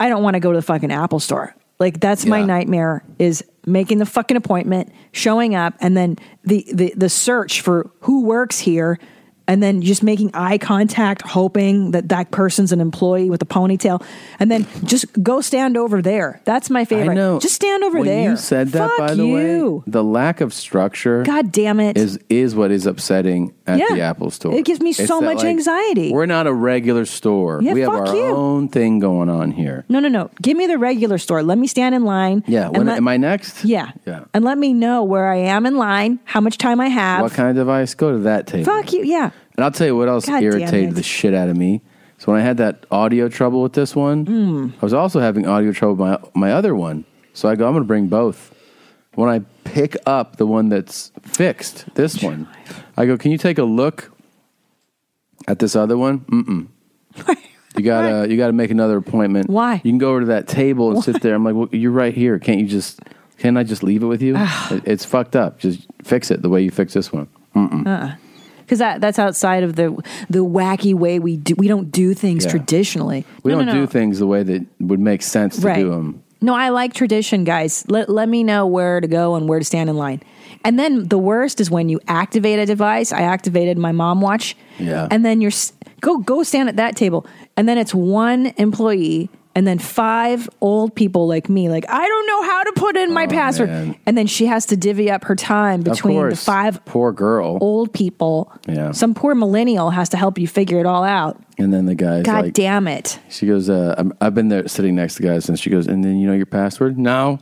Speaker 5: I don't want to go to the fucking Apple store. Like that's my nightmare is making the fucking appointment, showing up, and then the, the the search for who works here, and then just making eye contact, hoping that that person's an employee with a ponytail, and then just go stand over there. That's my favorite.
Speaker 3: know.
Speaker 5: Just stand over
Speaker 3: when
Speaker 5: there.
Speaker 3: You said that,
Speaker 5: Fuck
Speaker 3: by the
Speaker 5: you.
Speaker 3: way. The lack of structure.
Speaker 5: God damn it.
Speaker 3: Is is what is upsetting at
Speaker 5: Yeah.
Speaker 3: the Apple Store.
Speaker 5: It gives me
Speaker 3: It's
Speaker 5: so
Speaker 3: that,
Speaker 5: much
Speaker 3: like,
Speaker 5: anxiety.
Speaker 3: We're not a regular store.
Speaker 5: Yeah,
Speaker 3: we have
Speaker 5: fuck
Speaker 3: our
Speaker 5: you.
Speaker 3: own thing going on here.
Speaker 5: No, no, no. Give me the regular store. Let me stand in line.
Speaker 3: Yeah.
Speaker 5: and
Speaker 3: When
Speaker 5: let-
Speaker 3: am I next?
Speaker 5: Yeah.
Speaker 3: Yeah.
Speaker 5: And let me know where I am in line, how much time I have.
Speaker 3: What kind of device? Go to that table.
Speaker 5: Fuck you. Yeah.
Speaker 3: And I'll tell you what else
Speaker 5: God damn it.
Speaker 3: irritated the shit out of me. So when I had that audio trouble with this one,
Speaker 5: Hmm.
Speaker 3: I was also having audio trouble with my my other one. So I go, I'm going to bring both. When I pick up the one that's fixed, this one, I go, can you take a look at this other one? Mm-mm. You gotta, you gotta make another appointment. Why? You can go over to that table and sit there. I'm like, well, you're right here. Can't you just? Can I just leave it with you? It- it's fucked up. Just fix it the way you fix this one. Mm-mm.
Speaker 5: Because Uh-uh. that, that's outside of the the wacky way we do. We don't do things
Speaker 3: Yeah.
Speaker 5: traditionally.
Speaker 3: We
Speaker 5: No,
Speaker 3: don't
Speaker 5: no,
Speaker 3: do
Speaker 5: no.
Speaker 3: things the way that would make sense to
Speaker 5: Right.
Speaker 3: do them.
Speaker 5: No, I like tradition, guys. Let let me know where to go and where to stand in line. And then the worst is when you activate a device. I activated my mom watch.
Speaker 3: Yeah.
Speaker 5: And then you're s- go go stand at that table, and then it's one employee, and then five old people like me, like, I don't know how to put in my password.
Speaker 3: Oh, man.
Speaker 5: And then she has to divvy up her time
Speaker 3: Of
Speaker 5: between the
Speaker 3: course.
Speaker 5: five
Speaker 3: Poor girl.
Speaker 5: old people.
Speaker 3: Yeah.
Speaker 5: Some poor millennial has to help you figure it all out.
Speaker 3: And then the guy's
Speaker 5: God
Speaker 3: like,
Speaker 5: damn it.
Speaker 3: She goes, uh, I'm, I've been there sitting next to guys, and she goes, and then you know your password?
Speaker 5: (laughs)
Speaker 3: No.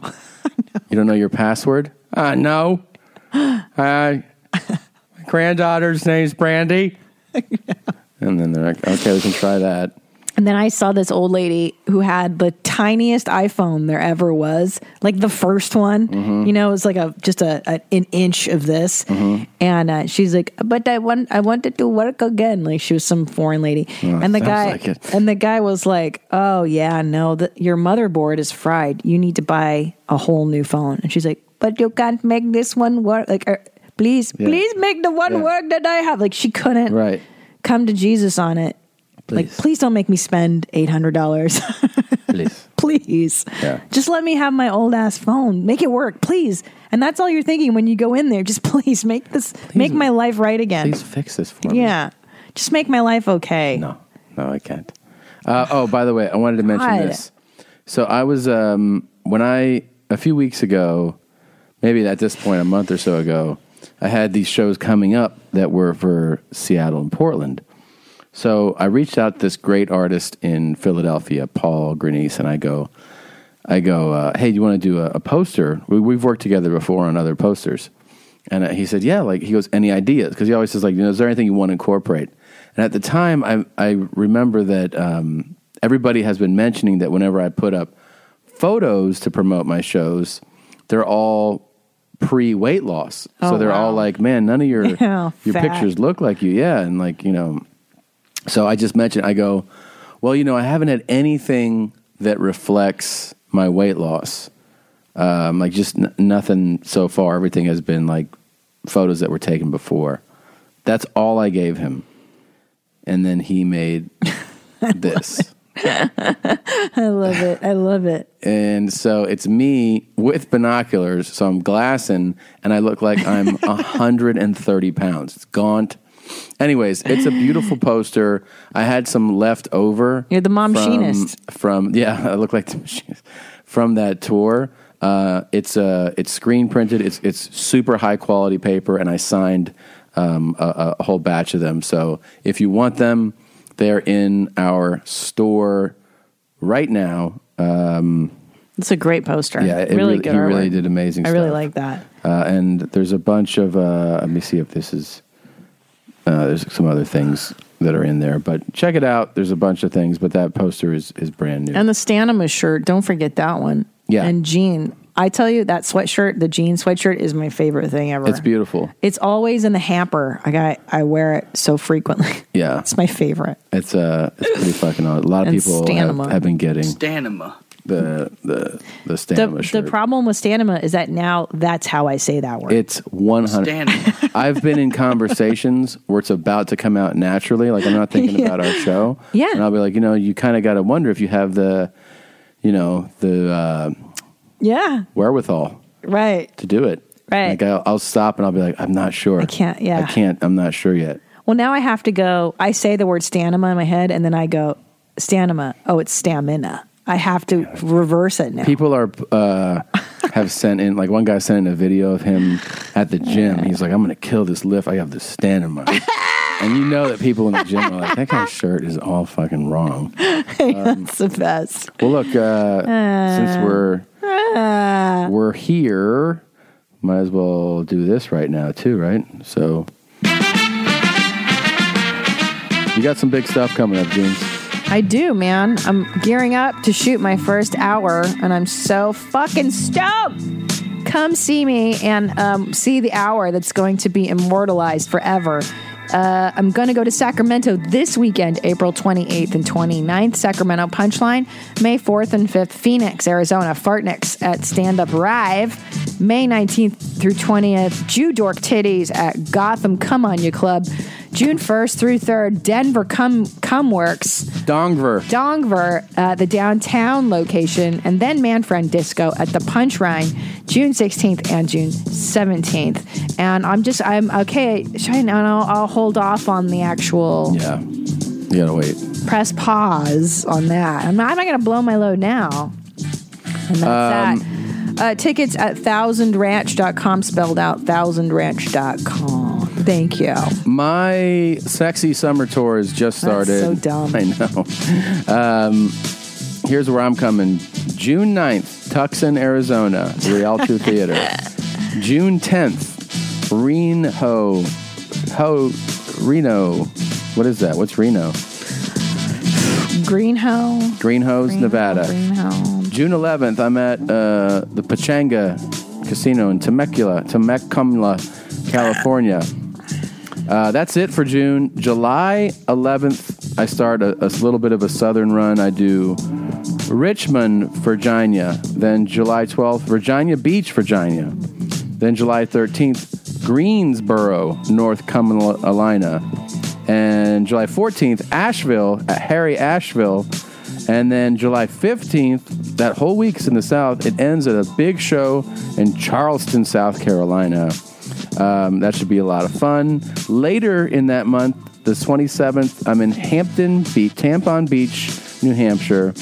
Speaker 3: You don't know your password?
Speaker 5: (gasps)
Speaker 3: Uh, no. Uh, my granddaughter's name's
Speaker 5: (laughs)
Speaker 3: Brandy. and then they're like, okay, we can try that.
Speaker 5: And then I saw this old lady who had the tiniest iPhone there ever was, like the first one.
Speaker 3: Mm-hmm.
Speaker 5: You know, it was like a just a, a an inch of this. And uh, she's like, "But I want I wanted to work again." Like she was some foreign lady.
Speaker 3: Oh,
Speaker 5: and the
Speaker 3: sounds
Speaker 5: guy
Speaker 3: like it.
Speaker 5: and the guy was like, "Oh yeah, no, the, your motherboard is fried. You need to buy a whole new phone." And she's like, "But you can't make this one work. Like, uh, please,
Speaker 3: Yeah.
Speaker 5: please make the one
Speaker 3: Yeah.
Speaker 5: work that I have." Like she couldn't
Speaker 3: Right.
Speaker 5: come to Jesus on it. Like, please don't make me spend eight hundred dollars.
Speaker 3: please,
Speaker 5: (laughs) please,
Speaker 3: Yeah.
Speaker 5: just let me have my old ass phone. Make it work, please. And that's all you're thinking when you go in there. Just (laughs) please make this, make my life right again.
Speaker 3: Please fix this for me.
Speaker 5: yeah, just make my life okay.
Speaker 3: No, no, I can't. Uh, oh, by the way, I wanted to mention
Speaker 5: God.
Speaker 3: this. So I was um, when I a few weeks ago, maybe at this point a month or so ago, I had these shows coming up that were for Seattle and Portland. So I reached out to this great artist in Philadelphia, Paul Grenice, and I go, I go, uh, hey, do you want to do a, a poster? We, we've worked together before on other posters. And uh, he said, yeah. Like he goes, any ideas? Because he always says, like, you know, is there anything you want to incorporate? And at the time, I I remember that um, everybody has been mentioning that whenever I put up photos to promote my shows, they're all pre weight loss. so
Speaker 5: Oh,
Speaker 3: they're all
Speaker 5: wow.
Speaker 3: like, man, none of your
Speaker 5: Yeah,
Speaker 3: your
Speaker 5: fat.
Speaker 3: pictures look like you. Yeah, and like you know, so I just mentioned, I go, well, you know, I haven't had anything that reflects my weight loss. Um, like just n- nothing so far. Everything has been like photos that were taken before. That's all I gave him. And then he made this.
Speaker 5: (laughs) I love it. I love it.
Speaker 3: And so it's me with binoculars. So I'm glassing and I look like
Speaker 5: (laughs)
Speaker 3: I'm 130 pounds. It's gaunt. Anyways, it's a beautiful poster. I had some left over.
Speaker 5: You're the
Speaker 3: from-
Speaker 5: momshinist.
Speaker 3: From, yeah, (laughs) I look like the machinist. From that tour. Uh, it's uh, it's screen printed. It's it's super high quality paper, and I signed um, a, a whole batch of them. So if you want them, they're in our store right now. Um,
Speaker 5: It's a great poster.
Speaker 3: yeah, it
Speaker 5: really
Speaker 3: really,
Speaker 5: good.
Speaker 3: he really
Speaker 5: artwork.
Speaker 3: did amazing.
Speaker 5: I really
Speaker 3: stuff.
Speaker 5: like that.
Speaker 3: Uh, and there's a bunch of. Uh, let me see if this is. Uh, there's some other things that are in there, but check it out. There's a bunch of things, but that poster is is brand new.
Speaker 5: And the Stanima shirt, don't forget that one.
Speaker 3: Yeah.
Speaker 5: And jean. I tell you, that sweatshirt, the jean sweatshirt, is my favorite thing ever.
Speaker 3: It's beautiful.
Speaker 5: It's always in the hamper. I got, I wear it so frequently. (laughs)
Speaker 3: Yeah,
Speaker 5: it's my favorite.
Speaker 3: It's uh, it's pretty fucking. Odd. A lot of
Speaker 5: And
Speaker 3: people
Speaker 5: Stanima.
Speaker 3: have, have been getting
Speaker 5: Stanima.
Speaker 3: the the the Stanima
Speaker 5: The,
Speaker 3: shirt.
Speaker 5: the problem with Stanima is that now that's how I say that word.
Speaker 3: It's 100. I've been in conversations where it's about to come out naturally. Like, I'm not
Speaker 5: (laughs)
Speaker 3: thinking
Speaker 5: Yeah.
Speaker 3: about our show.
Speaker 5: Yeah.
Speaker 3: And I'll be like, you know, you kind of got to wonder if you have the, you know, the uh,
Speaker 5: (laughs) yeah.
Speaker 3: wherewithal
Speaker 5: Right.
Speaker 3: to do it.
Speaker 5: Right.
Speaker 3: Like, I'll, I'll stop and I'll be like, I'm not sure. I
Speaker 5: can't- yeah.
Speaker 3: I can't. I'm not sure yet.
Speaker 5: Well, now I have to go. I say the word Stanima in my head and then I go, Stanima. Oh, it's stamina. I have to reverse it now. (laughs)
Speaker 3: People are, uh, have sent in, like, one guy sent in a video of him at the gym. He's like, I'm going to kill this lift. I have this stand in
Speaker 5: (laughs)
Speaker 3: my. and you know that people in the gym are like, that guy's shirt is all fucking wrong.
Speaker 5: (laughs) that's the best.
Speaker 3: Well, look, uh,
Speaker 5: (laughs)
Speaker 3: Um, since we're
Speaker 5: Ah.
Speaker 3: we're here, might as well do this right now too, right? So you got some big stuff coming up, James.
Speaker 5: I do, man. I'm gearing up to shoot my first hour, and I'm so fucking stoked. Come see me and um, see the hour that's going to be immortalized forever. Uh, I'm going to go to Sacramento this weekend, April 28th and 29th, Sacramento Punchline, May 4th and 5th, Phoenix, Arizona, Fartnicks at Stand Up Rive, May 19th through 20th, Jew Dork Titties at Gotham Come On You Club, June 1st through 3rd, Denver Come Come Works.
Speaker 3: Dongver.
Speaker 5: Dongver, uh, the downtown location, and then Manfriend Disco at the Punch Rhine, June 16th and June 17th. And I'm just, I'm okay, Shine, and I'll, I'll hold off on the actual
Speaker 3: Yeah, you gotta wait.
Speaker 5: press pause on that. I'm not, I'm not going to blow my load
Speaker 3: (laughs)
Speaker 5: now. And that's
Speaker 3: Um,
Speaker 5: that. Uh, tickets at thousandranch.com, spelled out thousandranch.com. Thank you.
Speaker 3: My sexy summer tour has just
Speaker 5: That's
Speaker 3: started.
Speaker 5: so dumb.
Speaker 3: (laughs) I know. Um, here's where I'm coming. June 9th, Tucson, Arizona,
Speaker 5: (laughs)
Speaker 3: Rialto Theater. June 10th, Reno. Ho, Reno. What is that? What's Reno?
Speaker 5: Greenhow.
Speaker 3: Greenhose, Nevada. June 11th, I'm at uh, the Pachanga Casino in Temecula, Temecula, California. Uh, that's it for June. July 11th, I start a, a little bit of a southern run. I do Richmond, Virginia. Then July 12th, Virginia Beach, Virginia. Then July 13th, Greensboro, North Carolina. And July 14th, Asheville, at Harry Asheville. And then July 15th, that whole week's in the South. It ends at a big show in Charleston, South Carolina. Um, that should be a lot of fun. Later in that month, the 27th, I'm in Hampton Beach, Tampon Beach, New Hampshire.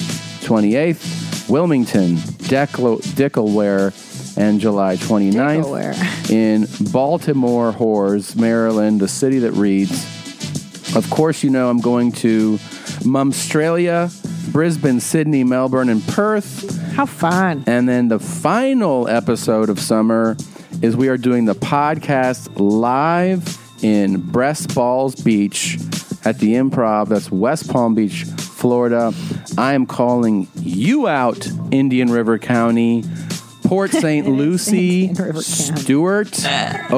Speaker 3: 28th, Wilmington, Declo- Dickleware, and July 29th in Baltimore Whores, Maryland, the city that reads. Of course, you know I'm going to Australia, Brisbane, Sydney, Melbourne, and Perth.
Speaker 5: How fun!
Speaker 3: And then the final episode of summer is we are doing the podcast live in Breast Balls Beach at the Improv. That's West Palm Beach, Florida. I am calling you out, Indian River County.
Speaker 5: (laughs)
Speaker 3: Port St. Lucie, Stewart,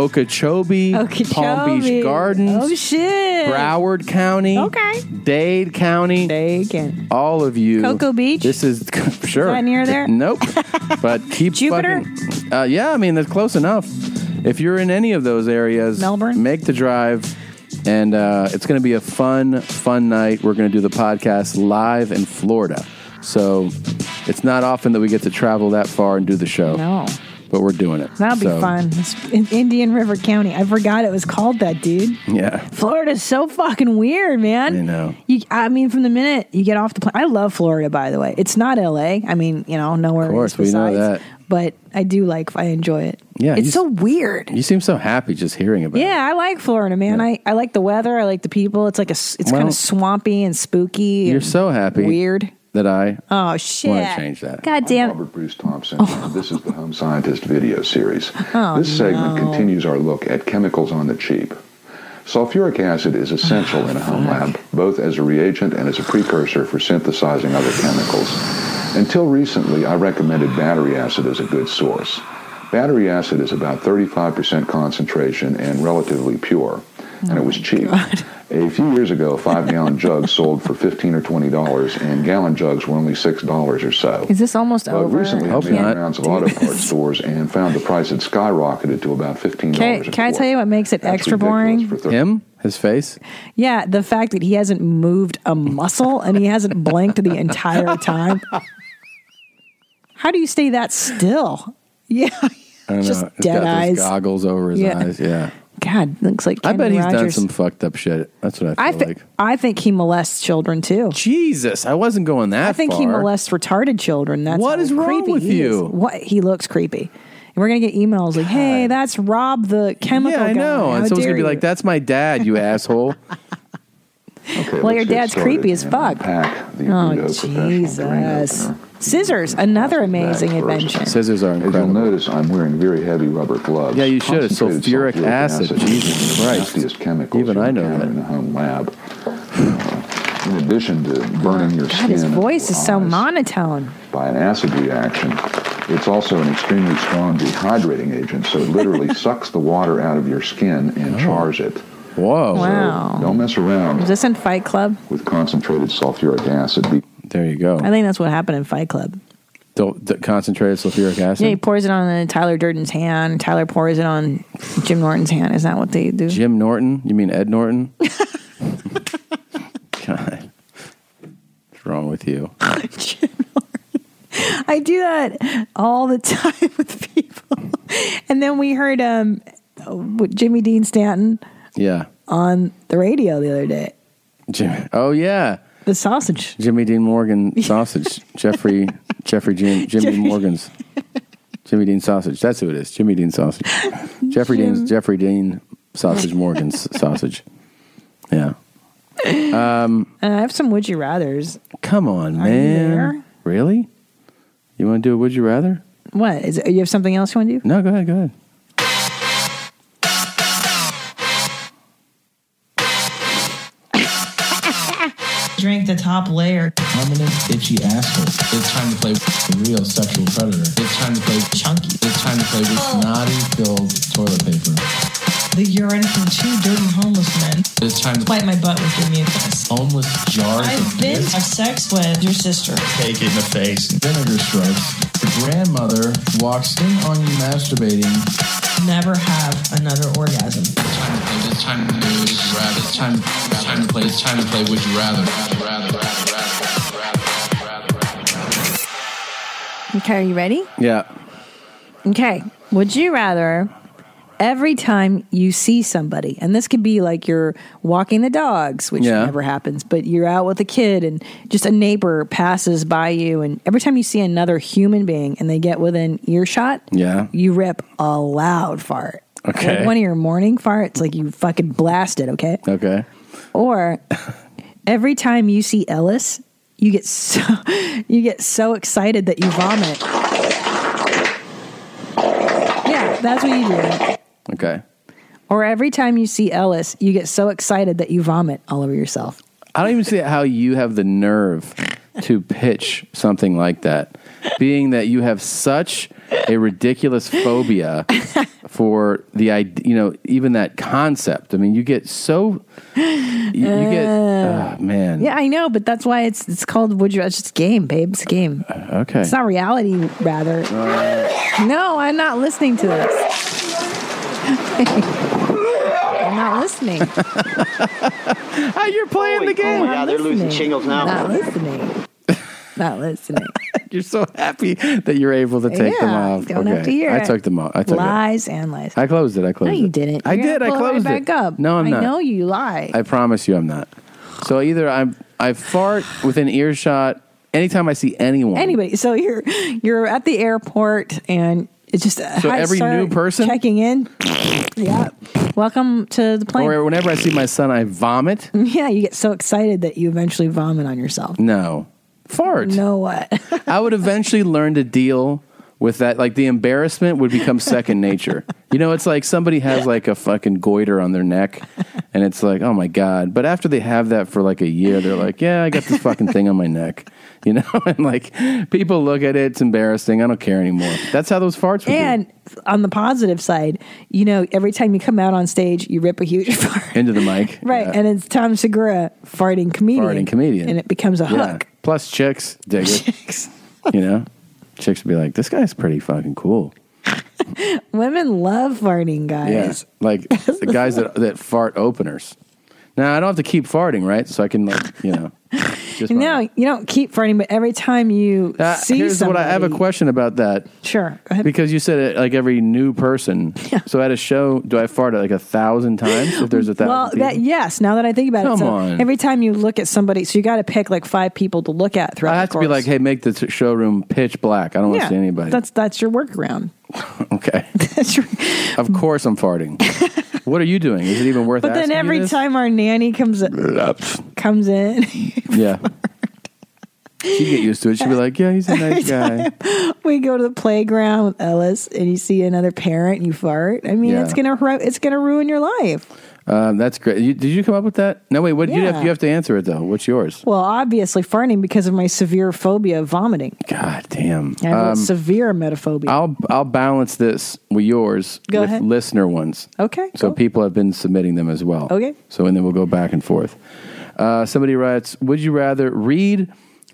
Speaker 3: Okeechobee, Palm Beach
Speaker 5: Okeechobee.
Speaker 3: Gardens,
Speaker 5: Oh, shit.
Speaker 3: Broward County,
Speaker 5: Okay.
Speaker 3: Dade County,
Speaker 5: Dade County,
Speaker 3: all of you,
Speaker 5: Cocoa Beach?
Speaker 3: This is (laughs) sure
Speaker 5: that near there?
Speaker 3: Nope, but keep
Speaker 5: Jupiter?
Speaker 3: fucking- uh, yeah, I mean that's close enough. If you're in any of those areas, Melbourne, make the drive, and uh, it's going to be a fun, fun night. We're going to do the podcast live in Florida, so it's not often that we get to travel that far and do the show.
Speaker 5: No.
Speaker 3: but we're doing it.
Speaker 5: That'll be
Speaker 3: So,
Speaker 5: fun. It's in Indian River County. I forgot it was called that, dude.
Speaker 3: Yeah,
Speaker 5: Florida's so fucking weird, man.
Speaker 3: I
Speaker 5: (laughs)
Speaker 3: know.
Speaker 5: You, I mean, from the minute you get off the plane, I love Florida. By the way, it's not L.A. I mean, you know, nowhere.
Speaker 3: Of course,
Speaker 5: else
Speaker 3: we know
Speaker 5: besides,
Speaker 3: that.
Speaker 5: But I do like. I enjoy it.
Speaker 3: Yeah,
Speaker 5: it's
Speaker 3: you-
Speaker 5: so weird.
Speaker 3: You seem so happy just hearing about. it.
Speaker 5: Yeah, I like Florida, man. I, I like the weather. I like the people. It's like a. s- It's kind
Speaker 3: Well,
Speaker 5: of swampy and spooky.
Speaker 3: You're
Speaker 5: and
Speaker 3: so happy.
Speaker 5: Weird.
Speaker 3: that I
Speaker 5: Oh shit!
Speaker 3: want to change that.
Speaker 5: God damn.
Speaker 21: Robert Bruce Thompson. This is the Home Scientist video series.
Speaker 5: (laughs) Oh,
Speaker 21: this segment
Speaker 5: no.
Speaker 21: continues our look at chemicals on the cheap. Sulfuric acid is
Speaker 5: Oh,
Speaker 21: essential in a home lab, both as a reagent and as a precursor for synthesizing other chemicals. Until recently, I recommended battery acid as a good source. Battery acid is about 35% concentration and relatively pure, and
Speaker 5: Oh
Speaker 21: it was cheap. (laughs) A few years ago, a five gallon jug sold for 15 or $20, and gallon jugs were only $6 or so.
Speaker 5: Is this almost
Speaker 21: But
Speaker 5: over?
Speaker 21: recently, I
Speaker 5: Hope
Speaker 21: made the
Speaker 5: not.
Speaker 21: rounds of
Speaker 5: (laughs)
Speaker 21: auto parts stores and found the price had skyrocketed to about fifteen
Speaker 5: Can,
Speaker 21: dollars.
Speaker 5: can I tell you what makes it extra boring?
Speaker 3: Him, his face.
Speaker 5: Yeah, the fact that he hasn't moved a muscle and he hasn't blinked the
Speaker 3: (laughs)
Speaker 5: entire time. How do you stay that still? (laughs) Yeah.
Speaker 3: I don't
Speaker 5: Just
Speaker 3: know. He's
Speaker 5: dead
Speaker 3: got
Speaker 5: eyes.
Speaker 3: Those goggles over his
Speaker 5: Yeah.
Speaker 3: eyes.
Speaker 5: (laughs)
Speaker 3: Yeah.
Speaker 5: God, looks like Kenny
Speaker 3: I bet he's done
Speaker 5: Rogers.
Speaker 3: some fucked up shit. That's what I feel
Speaker 5: I think
Speaker 3: like.
Speaker 5: I think he molests children too.
Speaker 3: Jesus, I wasn't going that.
Speaker 5: I think he
Speaker 3: far.
Speaker 5: molests retarded children. That's what is
Speaker 3: wrong
Speaker 5: creepy
Speaker 3: with
Speaker 5: he is.
Speaker 3: you?
Speaker 5: What he looks creepy. And we're gonna get emails like, "Hey, that's Rob the chemical
Speaker 3: Yeah, I
Speaker 5: guy.
Speaker 3: know.
Speaker 5: How
Speaker 3: and someone's
Speaker 5: dare
Speaker 3: gonna be
Speaker 5: you."
Speaker 3: like, "That's my dad, you (laughs) asshole."
Speaker 5: well, your dad's creepy as fuck." Oh Jesus! Scissors, another amazing invention.
Speaker 3: Scissors are incredible.
Speaker 21: As you'll notice, I'm wearing very heavy rubber gloves.
Speaker 3: Yeah, you should. It's
Speaker 21: Concentrated
Speaker 3: sulfuric acid. Jesus
Speaker 21: is one of the
Speaker 3: Christ.
Speaker 21: nastiest chemicals Even I know that. in a home lab. (sighs) Uh, in addition to burning your
Speaker 5: God,
Speaker 21: skin
Speaker 5: his voice is so monotone.
Speaker 21: by an acid reaction. It's also an extremely strong dehydrating agent, so it literally
Speaker 5: (laughs)
Speaker 21: sucks the water out of your skin and chars it.
Speaker 3: Oh. Whoa.
Speaker 5: Wow.
Speaker 21: don't mess
Speaker 5: Is
Speaker 21: around
Speaker 5: this in Fight Club?
Speaker 21: with concentrated sulfuric acid.
Speaker 3: There you go.
Speaker 5: I think that's what happened in Fight Club.
Speaker 3: Don't- the concentrated sulfuric acid.
Speaker 5: Yeah, he pours it on uh, Tyler Durden's hand. Tyler pours it on Jim Norton's hand. Is that what they do?
Speaker 3: Jim Norton. You mean
Speaker 5: (laughs)
Speaker 3: Ed Norton? (laughs) God, what's wrong
Speaker 5: (laughs)
Speaker 3: with you?
Speaker 5: I do that all the (laughs) time with people. And then we heard um, with Jimmy Dean Stanton
Speaker 3: Yeah,
Speaker 5: on the radio the other day.
Speaker 3: Jim. Oh yeah,
Speaker 5: The sausage.
Speaker 3: Jimmy Dean Morgan
Speaker 5: (laughs)
Speaker 3: sausage. Jeffrey Jeffrey Jean, Jimmy
Speaker 5: Jeffrey-
Speaker 3: Morgan's Jimmy Dean sausage. That's who it is. Jimmy Dean sausage. Jeffrey Dean's Jeffrey Dean
Speaker 5: (laughs)
Speaker 3: sausage Morgan's sausage. Yeah. Um,
Speaker 5: And I have some would you rather's.
Speaker 3: come on,
Speaker 5: Are you
Speaker 3: man. Really? You want to do a would you rather?
Speaker 5: What is? It, you have something else you want to do?
Speaker 3: No, go ahead. Go ahead.
Speaker 22: Drink the top layer. Permanent itchy asshole. It's time to play with the real sexual predator. It's time to play chunky. It's time to play with
Speaker 5: Oh.
Speaker 22: snotty filled toilet paper.
Speaker 23: The urine from two dirty homeless men.
Speaker 22: It's time to
Speaker 23: Wipe my butt with your mucus.
Speaker 22: homeless jars
Speaker 23: I've
Speaker 22: of
Speaker 23: been
Speaker 22: piss.
Speaker 23: have sex with your sister.
Speaker 22: Take it in the face. Vinegar stripes. The grandmother walks in on you masturbating.
Speaker 23: Never have another orgasm.
Speaker 22: It's time to play Would You Rather. It's time, it's time to play. It's time to play Would You Rather. Rather, rather, rather, rather, rather, rather, rather, rather.
Speaker 5: Okay, are you ready?
Speaker 3: Yeah.
Speaker 5: Okay. Would you rather every time you see somebody, and this could be like you're walking the dogs, which
Speaker 3: Yeah.
Speaker 5: never happens, but you're out with a kid and just a neighbor passes by you, and every time you see another human being and they get within earshot,
Speaker 3: Yeah.
Speaker 5: you rip a loud fart.
Speaker 3: Okay.
Speaker 5: Like one of your morning farts, like you fucking blast it, okay?
Speaker 3: Okay.
Speaker 5: Or every time you see Ellis, you get so (laughs) you get so excited that you vomit. Yeah, that's what you do.
Speaker 3: Okay.
Speaker 5: Or every time you see Ellis, you get so excited that you vomit all over yourself.
Speaker 3: I don't even see how you have the nerve to pitch something like that, being that you have such a ridiculous phobia for the idea, you know, even that concept. I mean, you get so, you, you get,
Speaker 5: Uh.
Speaker 3: oh, man.
Speaker 5: Yeah, I know, but that's why it's it's called would you it's just a game, babe. It's a game.
Speaker 3: Uh, Okay. Uh,
Speaker 5: It's not reality, rather. no, I'm not listening to this. I'm not listening.
Speaker 3: You're playing
Speaker 5: Ah, the game.
Speaker 24: Oh my God, they're losing shingles now.
Speaker 5: Not listening. Not listening.
Speaker 3: You're so happy that you're able to take them
Speaker 5: Yeah,
Speaker 3: off.
Speaker 5: Don't have to hear
Speaker 3: I
Speaker 5: it.
Speaker 3: took them off. I took
Speaker 5: lies and
Speaker 3: it.
Speaker 5: lies.
Speaker 3: I closed it. I closed
Speaker 5: no,
Speaker 3: it.
Speaker 5: you didn't.
Speaker 3: I
Speaker 5: You're gonna
Speaker 3: did. I
Speaker 5: pull it right
Speaker 3: closed it.
Speaker 5: back up.
Speaker 3: No, I'm
Speaker 5: I
Speaker 3: not.
Speaker 5: know you lie.
Speaker 3: I promise you, I'm not. So either I'm I fart within earshot anytime I see anyone.
Speaker 5: Anyway, so you're you're at the airport and it's just
Speaker 3: So every new
Speaker 5: person checking in. yeah. Welcome to the plane.
Speaker 3: or whenever I see my son, I vomit.
Speaker 5: (laughs) yeah, you get so excited that you eventually vomit on yourself.
Speaker 3: No, fart.
Speaker 5: No, what?
Speaker 3: I would eventually learn to deal with that. Like the embarrassment would become second nature. You know, it's like somebody has like a fucking goiter on their neck, and it's like, oh my god. But after they have that for like a year, they're like, yeah, I got this fucking thing on my neck. You know, (laughs) and like people look at it, it's embarrassing. I don't care anymore. That's how those farts. Would be.
Speaker 5: And on the positive side, you know, every time you come out on stage, you rip a huge (laughs) fart.
Speaker 3: into the mic.
Speaker 5: (laughs) Right. And it's Tom Segura farting comedian.
Speaker 3: Farting comedian.
Speaker 5: And it becomes a hook.
Speaker 3: Plus chicks
Speaker 5: (laughs)
Speaker 3: dig it. You know, chicks would be like, "This guy's pretty fucking cool."
Speaker 5: (laughs) Women love farting,
Speaker 3: Yeah,
Speaker 5: guys.
Speaker 3: like the guys that that fart openers. Now I don't have to keep farting, right? So I can like
Speaker 5: (laughs)
Speaker 3: you know. Just my-
Speaker 5: no, you don't keep farting, but every time you
Speaker 3: Uh,
Speaker 5: see
Speaker 3: here's
Speaker 5: somebody,
Speaker 3: what I I have a question about that.
Speaker 5: Sure.
Speaker 3: Because you said it like every
Speaker 5: (laughs)
Speaker 3: new person. So at a show, do I fart like a thousand times if there's a thousand?
Speaker 5: Well,
Speaker 3: people?
Speaker 5: that yes. Now that I think about
Speaker 3: Come
Speaker 5: it, so
Speaker 3: on.
Speaker 5: every time you look at somebody, so you got to pick like five people to look at throughout.
Speaker 3: I have
Speaker 5: the
Speaker 3: to be like, hey, make the t- showroom pitch black. I don't want to see anybody.
Speaker 5: That's that's your workaround.
Speaker 3: (laughs)
Speaker 5: (laughs)
Speaker 3: okay. Of course, I'm farting. what are you doing? Is it even worth?
Speaker 5: But then
Speaker 3: asking you
Speaker 5: every
Speaker 3: this?
Speaker 5: time our nanny comes uh, comes in, (laughs)
Speaker 3: (laughs) Yeah. She'd get used to it. She'd be like, yeah, he's
Speaker 5: (laughs)
Speaker 3: a nice guy.
Speaker 5: we go to the playground with Ellis, and you see another parent, you fart. I mean,
Speaker 3: Yeah.
Speaker 5: it's gonna ru- it's gonna ruin your life.
Speaker 3: Um, that's great. You, did you come up with that? No, wait. What you have?
Speaker 5: Yeah.
Speaker 3: You have to answer it though. What's yours?
Speaker 5: Well, obviously farting because of my severe phobia of vomiting.
Speaker 3: God damn.
Speaker 5: I have a
Speaker 3: Um,
Speaker 5: severe emetophobia. (laughs)
Speaker 3: I'll I'll balance this with yours
Speaker 5: Go
Speaker 3: with
Speaker 5: ahead.
Speaker 3: listener ones.
Speaker 5: Okay,
Speaker 3: So people have been submitting them as well.
Speaker 5: Okay.
Speaker 3: So and then we'll go back and forth. Uh, somebody writes, "Would you rather read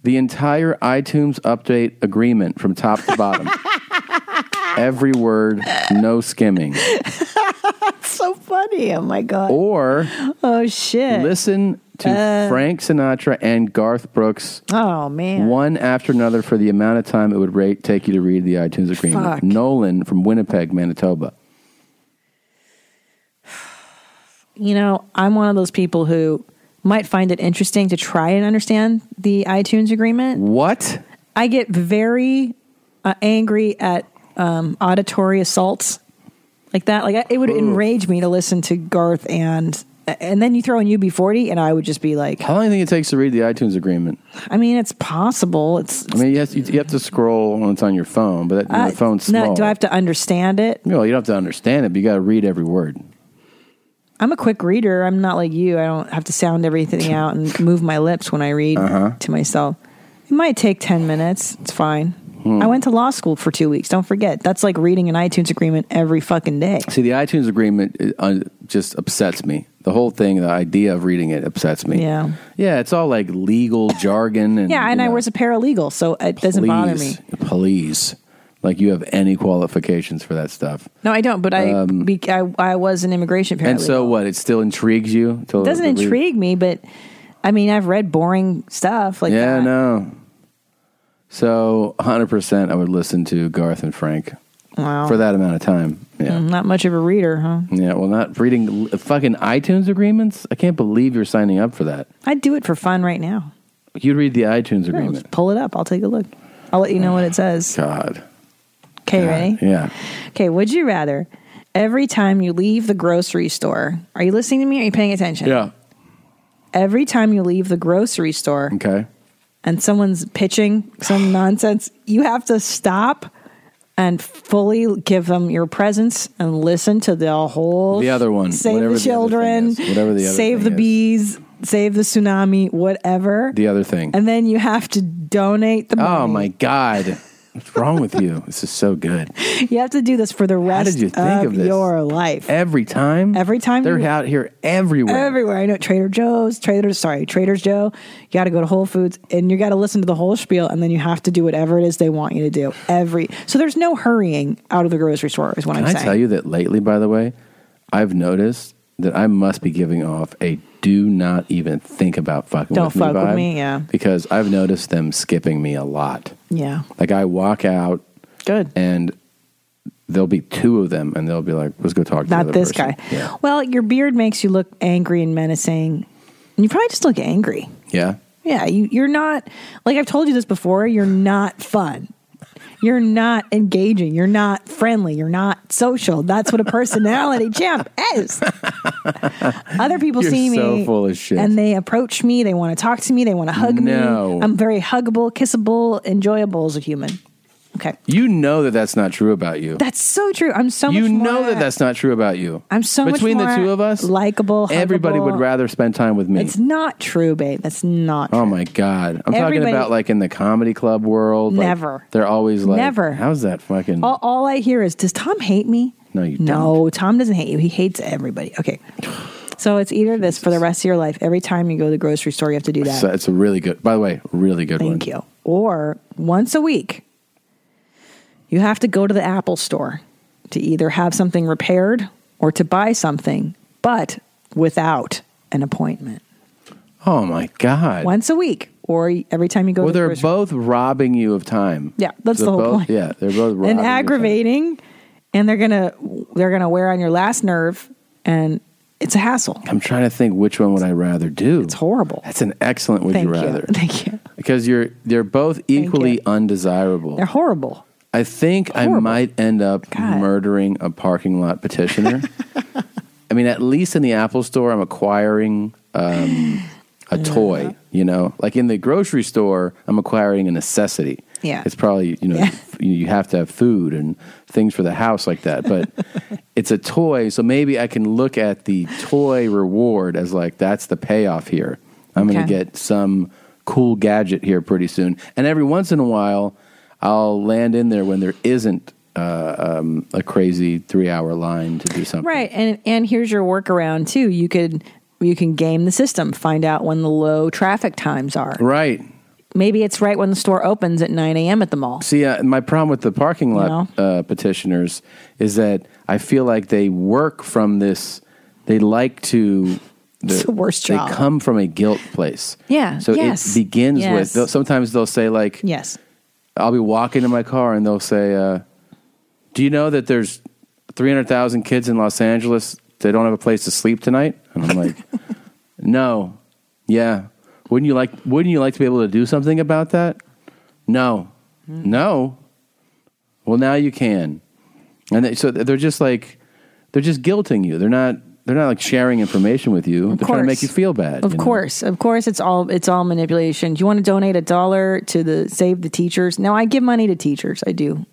Speaker 3: the entire iTunes update agreement from top
Speaker 5: (laughs)
Speaker 3: to bottom? Every word, no skimming."
Speaker 5: That's so funny. Oh my god.
Speaker 3: Or
Speaker 5: oh shit.
Speaker 3: Listen to
Speaker 5: Uh.
Speaker 3: Frank Sinatra and Garth Brooks
Speaker 5: Oh man.
Speaker 3: one after another for the amount of time it would rate, take you to read the iTunes agreement.
Speaker 5: Fuck.
Speaker 3: Nolan from Winnipeg, Manitoba.
Speaker 5: You know, I'm one of those people who might find it interesting to try and understand the iTunes agreement.
Speaker 3: What?
Speaker 5: I get very uh, angry at um, auditory assaults like that. Like I- it would enrage me to listen to Garth and and then you throw in UB40 and I would just be like,
Speaker 3: How long do you think it takes to read the iTunes agreement?
Speaker 5: I mean, it's possible. It's
Speaker 3: I mean, you have, you, have to scroll when it's on your phone, but that,
Speaker 5: uh,
Speaker 3: the phone's small.
Speaker 5: No, do I have to understand it?
Speaker 3: you, know, you don't have to understand it, but you got to read every word.
Speaker 5: I'm a quick reader. I'm not like you. I don't have to sound
Speaker 3: (laughs)
Speaker 5: everything out and move my lips when I read
Speaker 3: Uh-huh.
Speaker 5: to myself. It might take 10 minutes. It's fine.
Speaker 3: Hmm.
Speaker 5: I went to law school for two weeks. Don't forget. That's like reading an iTunes agreement every fucking day.
Speaker 3: See, the iTunes agreement uh, uh, just upsets me. The whole thing, the idea of reading it upsets me.
Speaker 5: Yeah.
Speaker 3: Yeah, it's all like legal jargon
Speaker 5: (laughs)
Speaker 3: and
Speaker 5: yeah, and I was a paralegal, so it doesn't bother me.
Speaker 3: please, Please. Like you have any qualifications for that stuff.
Speaker 5: No, I don't. But I,
Speaker 3: Um,
Speaker 5: be, I, I was an immigration paralegal.
Speaker 3: And so what? It still intrigues you?
Speaker 5: it doesn't intrigue me, but I mean, I've read boring stuff like
Speaker 3: yeah,
Speaker 5: that.
Speaker 3: no. So 100% I would listen to Garth and Frank
Speaker 5: Wow. Mm-hmm.
Speaker 3: for that amount of time. Yeah.
Speaker 5: I'm not much of a reader, huh?
Speaker 3: Yeah, well, not reading l- fucking iTunes agreements. I can't believe you're signing up for that.
Speaker 5: I'd do it for fun right now.
Speaker 3: You read the iTunes
Speaker 5: Sure,
Speaker 3: agreement.
Speaker 5: let's pull it up. I'll take a look. I'll let you know what it says.
Speaker 3: God.
Speaker 5: Okay, ready?
Speaker 3: Yeah.
Speaker 5: Okay, would you rather every time you leave the grocery store, are you listening to me? Are you paying attention?
Speaker 3: Yeah.
Speaker 5: Every time you leave the grocery store
Speaker 3: Okay.
Speaker 5: and someone's pitching some (sighs) nonsense, you have to stop and fully give them your presence and listen to the whole
Speaker 3: The other one,
Speaker 5: Save
Speaker 3: whatever
Speaker 5: the
Speaker 3: the other thing
Speaker 5: children,
Speaker 3: is, whatever the other
Speaker 5: save
Speaker 3: thing
Speaker 5: the
Speaker 3: is.
Speaker 5: bees, save the tsunami, whatever.
Speaker 3: The other thing.
Speaker 5: and then you have to donate the money.
Speaker 3: Oh my God. What's wrong with you? This is so
Speaker 5: (laughs)
Speaker 3: good.
Speaker 5: You have to do this for the rest
Speaker 3: did you think
Speaker 5: of,
Speaker 3: of this?
Speaker 5: your life.
Speaker 3: Every time?
Speaker 5: Every time
Speaker 3: They're
Speaker 5: you-
Speaker 3: out here everywhere.
Speaker 5: Everywhere. I know Trader Joe's, Trader, sorry, Trader's Joe. You got to go to Whole Foods and you got to listen to the whole spiel and then you have to do whatever it is they want you to do. Every, so there's no hurrying out of the grocery store is what
Speaker 3: Can
Speaker 5: I'm
Speaker 3: I
Speaker 5: saying.
Speaker 3: tell you that lately, by the way, I've noticed that I must be giving off a do not even think about fucking
Speaker 5: Don't
Speaker 3: with
Speaker 5: fuck
Speaker 3: me
Speaker 5: with
Speaker 3: vibe
Speaker 5: me, yeah.
Speaker 3: Because I've noticed them skipping me a lot.
Speaker 5: Yeah.
Speaker 3: Like I walk out.
Speaker 5: Good.
Speaker 3: And there'll be two of them, and they'll be like, "Let's go talk to
Speaker 5: Not
Speaker 3: the other
Speaker 5: this
Speaker 3: person."
Speaker 5: guy. Well, your beard makes you look angry and menacing. And you probably just look angry.
Speaker 3: Yeah.
Speaker 5: Yeah, you, you're not, like I've told you this before, you're not fun. You're not engaging. You're not friendly. You're not social. That's what a
Speaker 3: (laughs)
Speaker 5: personality champ is. Other people
Speaker 3: You're
Speaker 5: see me.
Speaker 3: so full of shit.
Speaker 5: And they approach me. They want to talk to me. They want to hug
Speaker 3: No.
Speaker 5: me. I'm very huggable, kissable, enjoyable as a human. Okay.
Speaker 3: You know that that's not true about you.
Speaker 5: That's so true. I'm so
Speaker 3: you
Speaker 5: much more,
Speaker 3: know that that's not true about you.
Speaker 5: I'm so much
Speaker 3: between
Speaker 5: more
Speaker 3: the two of us,
Speaker 5: likable.
Speaker 3: everybody would
Speaker 5: huggable.
Speaker 3: rather spend time with me.
Speaker 5: It's not true, babe. That's not
Speaker 3: Oh my god! I'm
Speaker 5: Everybody-
Speaker 3: talking about like in the comedy club world. like,
Speaker 5: Never.
Speaker 3: they're always like,
Speaker 5: Never.
Speaker 3: How's that fucking?
Speaker 5: all, all I hear is, does Tom hate me?
Speaker 3: no, you
Speaker 5: No, Tom doesn't hate you. He hates everybody. Okay. So it's either this for the rest of your life. Every time you go to the grocery store, you have to do
Speaker 3: don't.
Speaker 5: that.
Speaker 3: So it's a really good. By the way, really good one.
Speaker 5: Thank you. Or once a week, you have to go to the Apple store to either have something repaired or to buy something, but without an appointment.
Speaker 3: Oh my god!
Speaker 5: Once a week, or every time you go
Speaker 3: well,
Speaker 5: to the
Speaker 3: they're
Speaker 5: grocery store.
Speaker 3: both robbing you of time.
Speaker 5: Yeah, that's
Speaker 3: They're
Speaker 5: the whole
Speaker 3: both-
Speaker 5: point.
Speaker 3: Yeah, they're both
Speaker 5: And
Speaker 3: robbing. you of time.
Speaker 5: aggravating, and they're gonna they're gonna wear on your last nerve, and it's a hassle.
Speaker 3: I'm trying to think which one would I rather do. It's
Speaker 5: horrible.
Speaker 3: That's an excellent. Would
Speaker 5: Thank
Speaker 3: you rather?
Speaker 5: Thank you.
Speaker 3: Because you're they're both equally undesirable.
Speaker 5: They're horrible.
Speaker 3: I think I might end up murdering a parking
Speaker 5: (laughs)
Speaker 3: lot petitioner. I mean, at least in the Apple store, I'm acquiring um,
Speaker 5: (sighs)
Speaker 3: a toy, you know? Like in the grocery store, I'm acquiring a necessity.
Speaker 5: Yeah.
Speaker 3: It's probably, you know, (laughs) you, you have to have food and things for the house like that.
Speaker 5: (laughs)
Speaker 3: But it's a toy, so maybe I can look at the toy reward as like, that's the payoff here. I'm going
Speaker 5: Okay.
Speaker 3: to get some cool gadget here pretty soon. And every once in a while, I'll land in there when there isn't uh, um, a crazy three hour line to do something.
Speaker 5: Right, and and here's your workaround too. You could you can game the system, find out when the low traffic times are.
Speaker 3: Right.
Speaker 5: Maybe it's right when the store opens at 9 a.m. at the mall.
Speaker 3: See, uh, my problem with the parking lot uh, petitioners is that I feel like they work from this. They like to.
Speaker 5: It's the worst job.
Speaker 3: They come from a guilt place.
Speaker 5: Yeah,
Speaker 3: So
Speaker 5: yes,
Speaker 3: it begins
Speaker 5: yes.
Speaker 3: with. They'll, sometimes they'll say like,
Speaker 5: Yes.
Speaker 3: I'll be walking to my car and they'll say, uh, "Do you know that there's 300,000 kids in Los Angeles that don't have a place to sleep tonight?" And I'm like, "No." Yeah. Wouldn't you like wouldn't you like to be able to do something about that? No.
Speaker 5: Mm-hmm.
Speaker 3: No. Well, now you can. And they, so they're just like they're just guilting you. They're not they're not like sharing information with you. they're trying to make
Speaker 20: course.
Speaker 3: you feel bad.
Speaker 5: Of
Speaker 3: you know?
Speaker 5: course, of course, it's all it's all manipulation. Do you want to donate a dollar to the Save the Teachers? No, I give money to teachers. I do,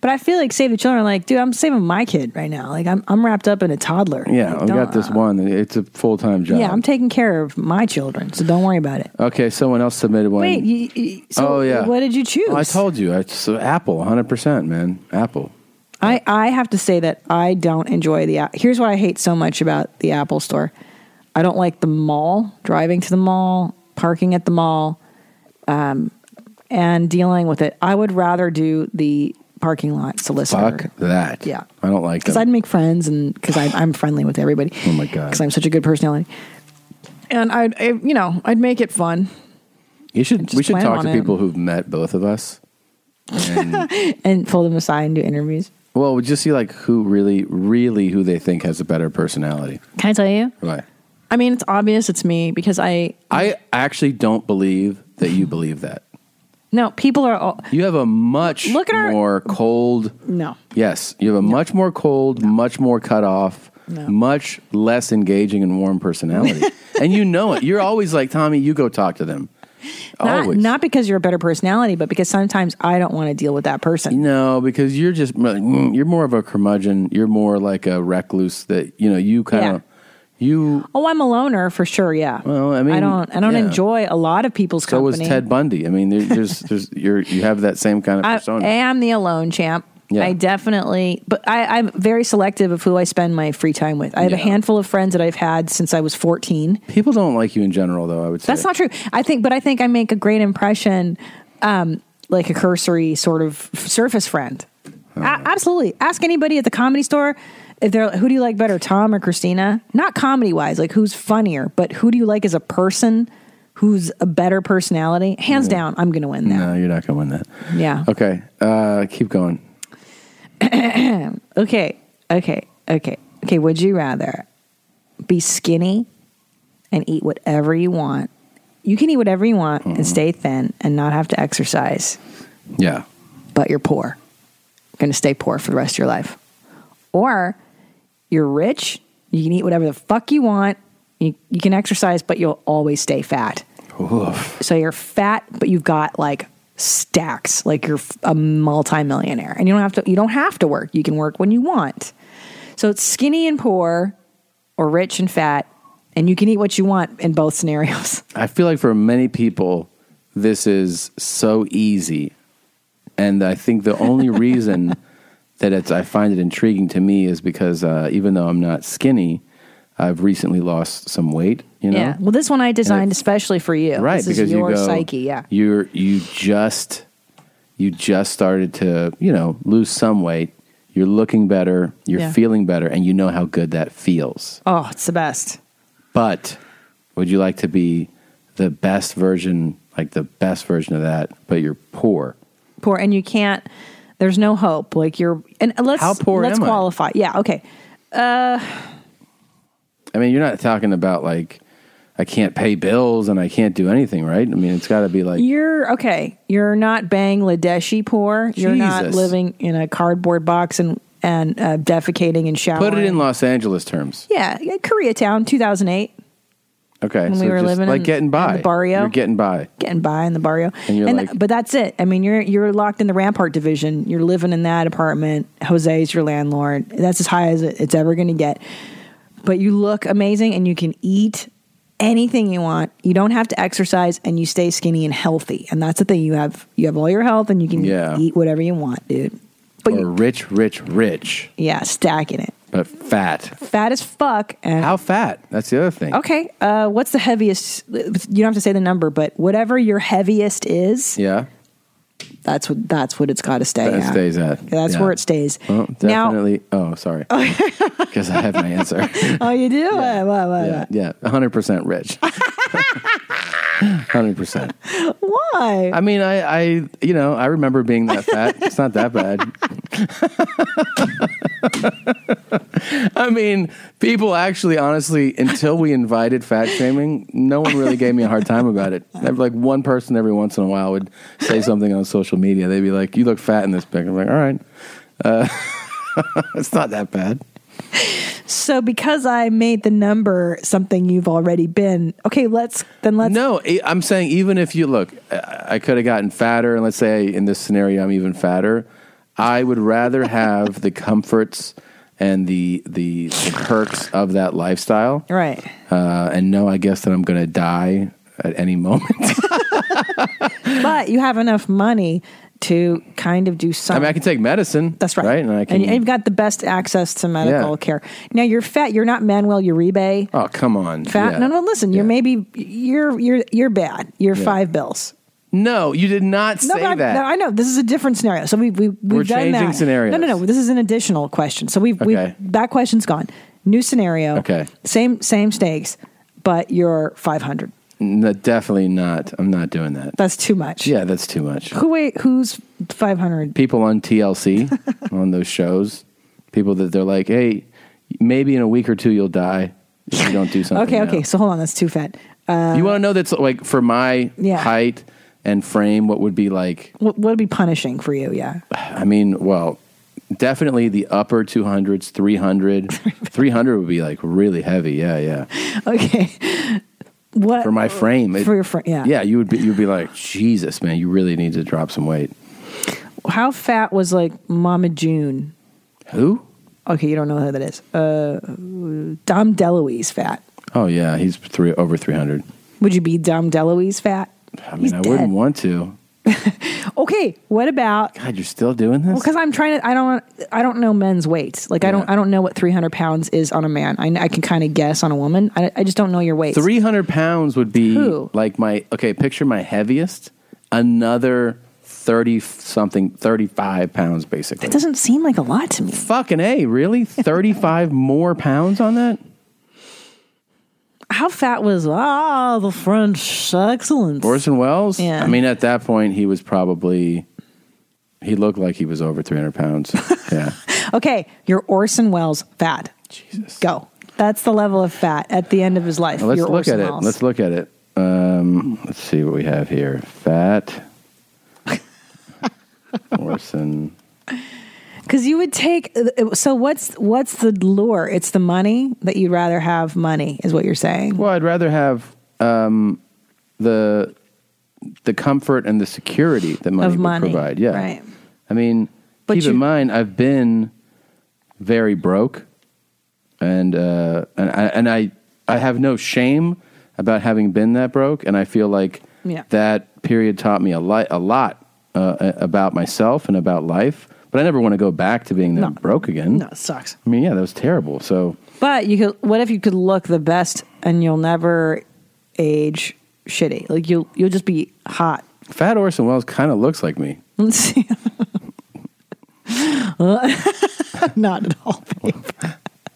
Speaker 5: but I feel like Save the Children. Like, dude, I'm saving my kid right now. Like, I'm I'm wrapped up in a toddler.
Speaker 3: Yeah,
Speaker 5: Like,
Speaker 3: I've
Speaker 5: don't-
Speaker 3: got this one. It's a full time job.
Speaker 5: Yeah, I'm taking care of my children, so don't worry about it.
Speaker 3: okay, someone else submitted one.
Speaker 5: Wait, you, you- so
Speaker 3: oh yeah.
Speaker 5: what did you choose?
Speaker 3: I told you. It's so Apple, hundred percent, man. Apple.
Speaker 5: I, I have to say that I don't enjoy the app. Here's what I hate so much about the Apple store I don't like the mall, driving to the mall, parking at the mall, um, and dealing with it. I would rather do the parking lot solicitor.
Speaker 3: Fuck that.
Speaker 5: Yeah.
Speaker 3: I don't like
Speaker 5: Because
Speaker 3: that.
Speaker 5: I'd make friends and because I'm friendly with everybody. Oh
Speaker 3: my God.
Speaker 5: Because I'm such a good personality. And I'd, I, you know, I'd make it fun.
Speaker 3: You should.
Speaker 5: just
Speaker 3: We should
Speaker 5: plan
Speaker 3: talk
Speaker 5: on
Speaker 3: to
Speaker 5: it.
Speaker 3: people who've met both of us.
Speaker 5: (laughs) and pull them aside and do interviews.
Speaker 3: Well, we just see like who really, really who they think has a better personality.
Speaker 5: Can I tell you?
Speaker 3: Right.
Speaker 5: I mean, it's obvious it's me because I,
Speaker 3: I actually don't believe that you believe that.
Speaker 5: no, people are all,
Speaker 3: You have a much
Speaker 5: Look at our-
Speaker 3: more cold.
Speaker 5: no.
Speaker 3: Yes, you have a much more cold, much more cut off, much less engaging and warm
Speaker 5: (laughs)
Speaker 3: personality, and you know it. You're always like Tommy. You go talk to them.
Speaker 5: Not,
Speaker 3: always.
Speaker 5: not because you're a better personality, but because sometimes I don't want to deal with that person.
Speaker 3: No, because you're just mm, you're more of a curmudgeon. You're more like a recluse that you know you kind of you.
Speaker 5: Oh, I'm a loner for sure. Yeah.
Speaker 3: Well, I mean,
Speaker 5: I don't. I don't
Speaker 3: yeah.
Speaker 5: enjoy a lot of people's
Speaker 3: So was
Speaker 5: company.
Speaker 3: Ted Bundy. I mean, there,
Speaker 5: (laughs)
Speaker 3: there's there's you're you have that same kind of
Speaker 5: I
Speaker 3: persona.
Speaker 5: am the alone champ.
Speaker 3: Yeah.
Speaker 5: I definitely, but I, I'm very selective of who I spend my free time with. I have a
Speaker 3: Yeah.
Speaker 5: handful of friends that I've had since I was 14.
Speaker 3: People don't like you in general, though. I would say
Speaker 5: That's not true. I think, but I think I make a great impression, um, like a cursory sort of surface friend.
Speaker 3: Oh.
Speaker 5: A- absolutely. Ask anybody at the comedy store if they're who do you like better, Tom or Christina? Not comedy wise, like who's funnier, but who do you like as a person? Who's a better personality? Hands down, I'm going to win that.
Speaker 3: No, you're not going to win
Speaker 5: Yeah.
Speaker 3: that. Okay, uh, keep going.
Speaker 5: (coughs) okay. Okay. Okay. Okay. Would you rather be skinny and eat whatever you want? You can eat whatever you want and stay thin and not have to exercise.
Speaker 3: Yeah.
Speaker 5: but you're poor. Going to stay poor for the rest of your life. Or you're rich, you can eat whatever the fuck you want, you, you can exercise, but you'll always stay fat. So you're fat, but you've got like stacks, like you're f- a multimillionaire, and you don't have to. You don't have to work. You can work when you want. So it's skinny and poor, or rich and fat, and you can eat what you want in both scenarios.
Speaker 3: I feel like for many people, this is so easy, and I think
Speaker 5: (laughs)
Speaker 3: the only reason that it's I find it intriguing to me is because uh, even though I'm not skinny, I've recently lost some weight. You know,
Speaker 5: Well, this one I designed especially for you.
Speaker 3: right?
Speaker 5: This
Speaker 3: because
Speaker 5: is your
Speaker 3: you go,
Speaker 5: psyche. Yeah.
Speaker 3: you're you just you just started to you know lose some weight. You're looking better. You're
Speaker 5: Yeah.
Speaker 3: feeling better, and you know how good that feels.
Speaker 5: Oh, it's the best.
Speaker 3: But would you like to be the best version, like the best version of that, but you're poor?
Speaker 5: poor and you can't there's no hope like you're and let's
Speaker 3: How poor
Speaker 5: let's
Speaker 3: am I?
Speaker 5: qualify yeah okay uh
Speaker 3: I mean, you're not talking about like I can't pay bills and I can't do anything, right? I mean, it's got to be like
Speaker 5: you're okay you're not bangladeshi poor you're not
Speaker 3: Jesus.
Speaker 5: living in a cardboard box and and uh, defecating and showering
Speaker 3: put it in Los Angeles terms.
Speaker 5: yeah yeah, koreatown 2008
Speaker 3: Okay,
Speaker 5: When
Speaker 3: so
Speaker 5: we were
Speaker 3: just
Speaker 5: living
Speaker 3: like
Speaker 5: in-
Speaker 3: getting
Speaker 5: in
Speaker 3: by,
Speaker 5: the barrio.
Speaker 3: You're getting by.
Speaker 5: getting by in the barrio
Speaker 3: And you're like-
Speaker 5: but that's it i mean you're you're locked in the rampart division you're living in that apartment jose's your landlord that's as high as it- it's ever going to get but you look amazing and you can eat anything you want you don't have to exercise and you stay skinny and healthy and that's the thing you have you have all your health and you can
Speaker 3: Yeah.
Speaker 5: eat whatever you want dude
Speaker 3: or rich, rich, rich,
Speaker 5: yeah stacking it
Speaker 3: but fat.
Speaker 5: fat as fuck and
Speaker 3: How fat? That's the other thing.
Speaker 5: Eh. okay uh what's the heaviest you don't have to say the number but whatever your heaviest is
Speaker 3: Yeah,
Speaker 5: that's what that's what it's got to stay
Speaker 3: that
Speaker 5: at.
Speaker 3: stays at.
Speaker 5: That's
Speaker 3: yeah.
Speaker 5: where it stays.
Speaker 3: Well,
Speaker 5: Now-
Speaker 3: definitely.
Speaker 5: (laughs)
Speaker 3: oh, sorry, (laughs) because I have my answer.
Speaker 5: Oh, you do? Wow, wow, wow,
Speaker 3: Yeah, yeah, hundred percent rich. Hundred percent.
Speaker 5: wow. Why?
Speaker 3: I mean, I, I, you know, I remember being that fat. It's not that bad. (laughs) I I mean, people actually, honestly, until we invited fat shaming, no one really gave me a hard time about it. Ever- Like one person every once in a while would say something on social media. They'd be like, "You look fat in this pic." I'm like, "All right, uh, (laughs) it's not that bad."
Speaker 5: So because I made the number something you've already been. Okay, let's then let's
Speaker 3: No, I- I'm saying even if you look, I I could have gotten fatter, and let's say in this scenario I'm even fatter. I
Speaker 5: (laughs)
Speaker 3: would rather have the comforts and the the, the perks of that lifestyle,
Speaker 5: Right.
Speaker 3: uh, and know, I guess, that I'm going to die at any moment.
Speaker 5: but you have enough money to kind of do
Speaker 3: I
Speaker 5: something.
Speaker 3: mean, I can take medicine. That's right, right, and I can.
Speaker 5: and, and you've got the best access to medical
Speaker 3: Yeah.
Speaker 5: care. Now you're fat. You're not Manuel Uribe.
Speaker 3: oh, come on,
Speaker 5: Fat.
Speaker 3: Yeah.
Speaker 5: No, no. Listen, you're maybe you're you're you're bad. You're
Speaker 3: Yeah.
Speaker 5: five bills.
Speaker 3: No, you did not
Speaker 5: No,
Speaker 3: say
Speaker 5: but I,
Speaker 3: that.
Speaker 5: no, I know this is a different scenario. So we we we've
Speaker 3: We're
Speaker 5: done
Speaker 3: changing
Speaker 5: that.
Speaker 3: scenarios.
Speaker 5: No, no, no. This is an additional question. So we've
Speaker 3: Okay.
Speaker 5: we that question's gone. New scenario.
Speaker 3: Okay.
Speaker 5: Same same stakes, but you're five hundred.
Speaker 3: No, definitely not. I'm not doing that.
Speaker 5: That's too much.
Speaker 3: Yeah, that's too much.
Speaker 5: Who wait? Who's five hundred?
Speaker 3: people on
Speaker 5: (laughs)
Speaker 3: TLC on those shows, people that they're like, hey, maybe in a week or two you'll die if you don't do something.
Speaker 5: Okay,
Speaker 3: now."
Speaker 5: okay. So hold on. That's too fat. Uh,
Speaker 3: you want to know that's like for my
Speaker 5: Yeah.
Speaker 3: height and frame, what would be like?
Speaker 5: what would be punishing for you? Yeah. (laughs)
Speaker 3: I mean, well, definitely the upper
Speaker 5: (laughs)
Speaker 3: 200s, 300. 300 would be like really heavy. Yeah, yeah.
Speaker 5: Okay. What
Speaker 3: For my frame. it-
Speaker 5: Uh, for your frame? Yeah.
Speaker 3: Yeah, you would be, you'd be like, Jesus, man, you really need to drop some weight.
Speaker 5: How fat was like Mama June?
Speaker 3: Who?
Speaker 5: Okay, you don't know who that is. Uh, Dom DeLuise fat.
Speaker 3: Oh, yeah, he's three over 300.
Speaker 5: Would you be Dom DeLuise fat?
Speaker 3: I mean, I wouldn't want to.
Speaker 5: Okay. What about?
Speaker 3: God, you're still doing this?
Speaker 5: Well, because I'm trying to. I don't. I don't know men's weights. Like I don't. I don't know what 300 pounds is on a man. I, I can kind of guess on a woman. I, I just don't know your weight.
Speaker 3: 300 pounds would be
Speaker 5: Who?
Speaker 3: like my okay picture my heaviest another 30 something 35 pounds basically
Speaker 5: That doesn't seem like a lot to me.
Speaker 3: fucking
Speaker 5: (laughs)
Speaker 3: a really 35 more pounds on that
Speaker 5: How fat was ah the French excellence?
Speaker 3: orson welles
Speaker 5: Yeah.
Speaker 3: i mean at that point he was probably he looked like he was over
Speaker 5: (laughs)
Speaker 3: 300 pounds yeah
Speaker 5: Okay, you're Orson Welles fat. Jesus. Go. That's the level of fat at the end of his life.
Speaker 3: Now, let's
Speaker 5: you're
Speaker 3: look
Speaker 5: Orson
Speaker 3: at it
Speaker 5: Welles.
Speaker 3: let's look at it um, let's see what we have here fat
Speaker 5: (laughs)
Speaker 3: orson
Speaker 5: Because you would take. So what's what's the lure? It's the money that you'd rather have. Money is what you're saying.
Speaker 3: Well, I'd rather have um, the the comfort and the security that money,
Speaker 5: Of money,
Speaker 3: would provide. Yeah,
Speaker 5: right.
Speaker 3: I mean,
Speaker 5: But
Speaker 3: keep
Speaker 5: you-
Speaker 3: in mind, I've been very broke, and uh, and I, and I I have no shame about having been that broke, and I feel like
Speaker 5: Yeah.
Speaker 3: that period taught me a lot a lot uh, about myself and about life. But I never want to go back to being that broke again. No,
Speaker 5: it sucks.
Speaker 3: I mean, yeah, that was terrible. So.
Speaker 5: But you could. What if you could look the best and you'll never age shitty? Like you'll you'll just be hot. (laughs)
Speaker 3: Fat Orson Welles kind of looks like me.
Speaker 5: Let's see. Not at all.
Speaker 3: Oh,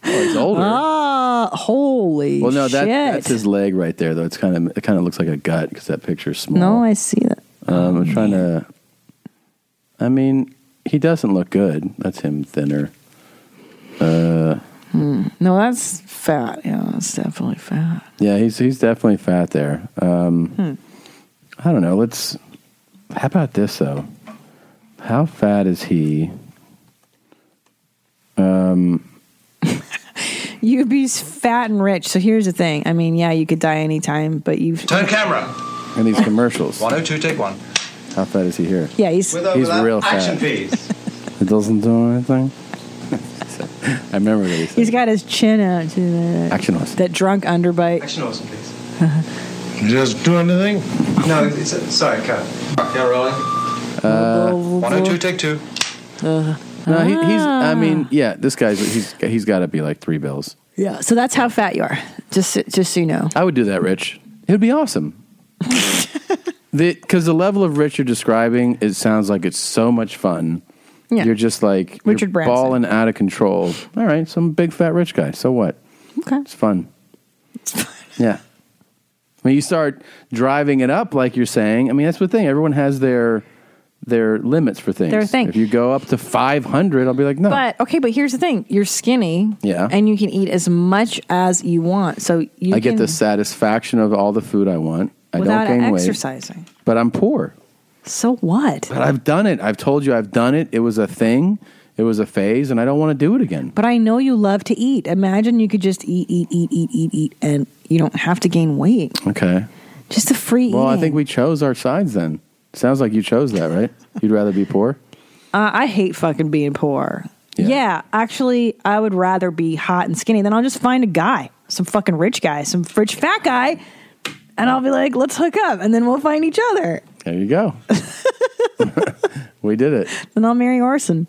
Speaker 3: he's older.
Speaker 5: Ah, holy.
Speaker 3: Well, no, that,
Speaker 5: shit.
Speaker 3: that's his leg right there, though. It's kind of it kind of looks like a gut because that picture's small.
Speaker 5: No, I see that.
Speaker 3: um, I'm trying to. I mean, he doesn't look good. That's him thinner. Uh,
Speaker 5: Hmm. No, that's fat. Yeah, that's definitely fat.
Speaker 3: yeah, he's he's definitely fat there. Um,
Speaker 5: Hmm.
Speaker 3: I don't know. Let's. How about this though? How fat is he? Um,
Speaker 5: You'd be fat and rich. So here's the thing. I mean, yeah, you could die anytime, but you've
Speaker 9: Turn camera.
Speaker 3: in these commercials,
Speaker 9: 102, take (laughs) one.
Speaker 3: how fat is he here?
Speaker 5: Yeah, he's
Speaker 9: With or
Speaker 3: he's
Speaker 9: without
Speaker 3: real fat.
Speaker 9: Action, please.
Speaker 3: It doesn't do anything. (laughs) I remember what he said.
Speaker 5: he's got his chin out. too.
Speaker 3: Action Orson.
Speaker 5: That drunk underbite.
Speaker 9: Action Orson, please.
Speaker 3: Just do anything.
Speaker 9: No, it's a, sorry, cut. Yeah, rolling.
Speaker 3: Uh,
Speaker 9: 102, take two.
Speaker 3: No, he, he's.
Speaker 5: Ah.
Speaker 3: I mean, yeah, this guy's. He's. He's got to be like three bills.
Speaker 5: Yeah. So that's how fat you are. Just so- just so you know.
Speaker 3: I would do that, Rich. It would be awesome. Because the level of Rich you're describing, it sounds like it's so much fun.
Speaker 5: Yeah.
Speaker 3: You're just like
Speaker 5: Richard
Speaker 3: you're
Speaker 5: Branson.
Speaker 3: balling out of control. All right, some big fat rich guy. So what?
Speaker 5: Okay.
Speaker 3: It's fun. yeah. When you start driving it up, like you're saying, I mean, that's the thing. Everyone has their their limits for things.
Speaker 5: Their thing.
Speaker 3: If you go up to 500, I'll be like, no.
Speaker 5: But okay, but here's the thing: you're skinny,
Speaker 3: Yeah.
Speaker 5: and you can eat as much as you want. So you can,
Speaker 3: I get the satisfaction of all the food I want. I
Speaker 5: without
Speaker 3: don't gain
Speaker 5: exercising.
Speaker 3: weight, but I'm poor.
Speaker 5: So what?
Speaker 3: But I've done it. I've told you I've done it. It was a thing. It was a phase, and I don't want to do it again.
Speaker 5: But I know you love to eat. Imagine you could just eat, eat, eat, eat, eat, eat, and you don't have to gain weight.
Speaker 3: Okay.
Speaker 5: Just a free.
Speaker 3: Well, I
Speaker 5: eating.
Speaker 3: think we chose our sides then. Sounds like you chose
Speaker 5: (laughs)
Speaker 3: that, right? You'd rather be poor?
Speaker 5: Uh, I hate fucking being poor. Yeah. actually, I would rather be hot and skinny. Then I'll just find a guy, some fucking rich guy, some rich fat guy, and I'll be like, let's hook up, and then we'll find each other.
Speaker 3: There
Speaker 5: (laughs)
Speaker 3: you go. we did it.
Speaker 5: Then I'll marry Orson.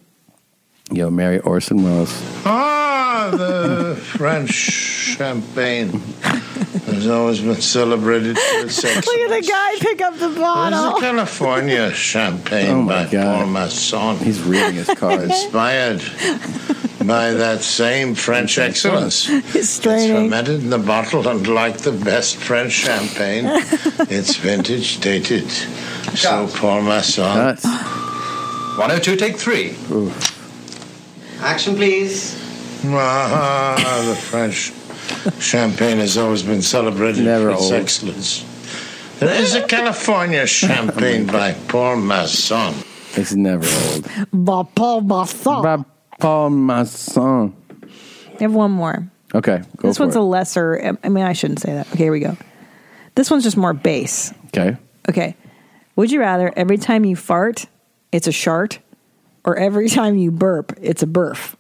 Speaker 3: Yo, Mary Orson Welles.
Speaker 24: Ah, the French champagne has always been celebrated for its
Speaker 3: (laughs)
Speaker 5: Look at
Speaker 24: excellence.
Speaker 5: the guy pick up the
Speaker 24: This is
Speaker 5: (laughs) bottle.
Speaker 24: California champagne by Paul Masson.
Speaker 3: Oh He's reading his
Speaker 24: (laughs)
Speaker 3: cards.
Speaker 24: Inspired by that same French excellence.
Speaker 5: He's
Speaker 24: It's
Speaker 5: straining.
Speaker 24: fermented in the bottle, and like the best French champagne,
Speaker 5: (laughs)
Speaker 24: it's vintage dated. So Paul Masson.
Speaker 9: 102, take three.
Speaker 24: Action, please. Ah, the French champagne has always been celebrated
Speaker 3: Never
Speaker 24: for its
Speaker 3: old.
Speaker 24: excellence. There is a California champagne by Paul Masson.
Speaker 3: It's never old.
Speaker 5: Bah, Paul Masson.
Speaker 3: By Paul Masson.
Speaker 5: I have one more.
Speaker 3: Okay, go
Speaker 5: this
Speaker 3: for
Speaker 5: one's
Speaker 3: it.
Speaker 5: a lesser. I mean, I shouldn't say that. Okay, here we go. This one's just more base.
Speaker 3: okay.
Speaker 5: Okay. Would you rather every time you fart, it's a shart, or every (laughs) time you burp, it's a burf?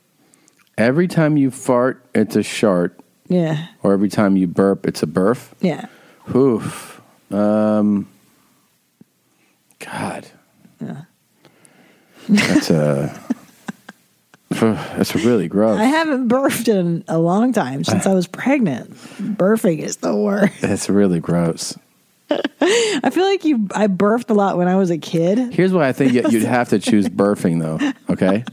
Speaker 3: Every time you fart, it's a shart,
Speaker 5: Yeah.
Speaker 3: or every time you burp, it's a burf.
Speaker 5: Yeah.
Speaker 3: Oof. Um, God.
Speaker 5: Yeah.
Speaker 3: That's a. that's really gross.
Speaker 5: I haven't burped in a long time since I was pregnant. Burping is the worst.
Speaker 3: That's really gross.
Speaker 5: I feel like you. I burped a lot when I was a kid.
Speaker 3: Here's why I think you- you'd have to choose burfing though, okay?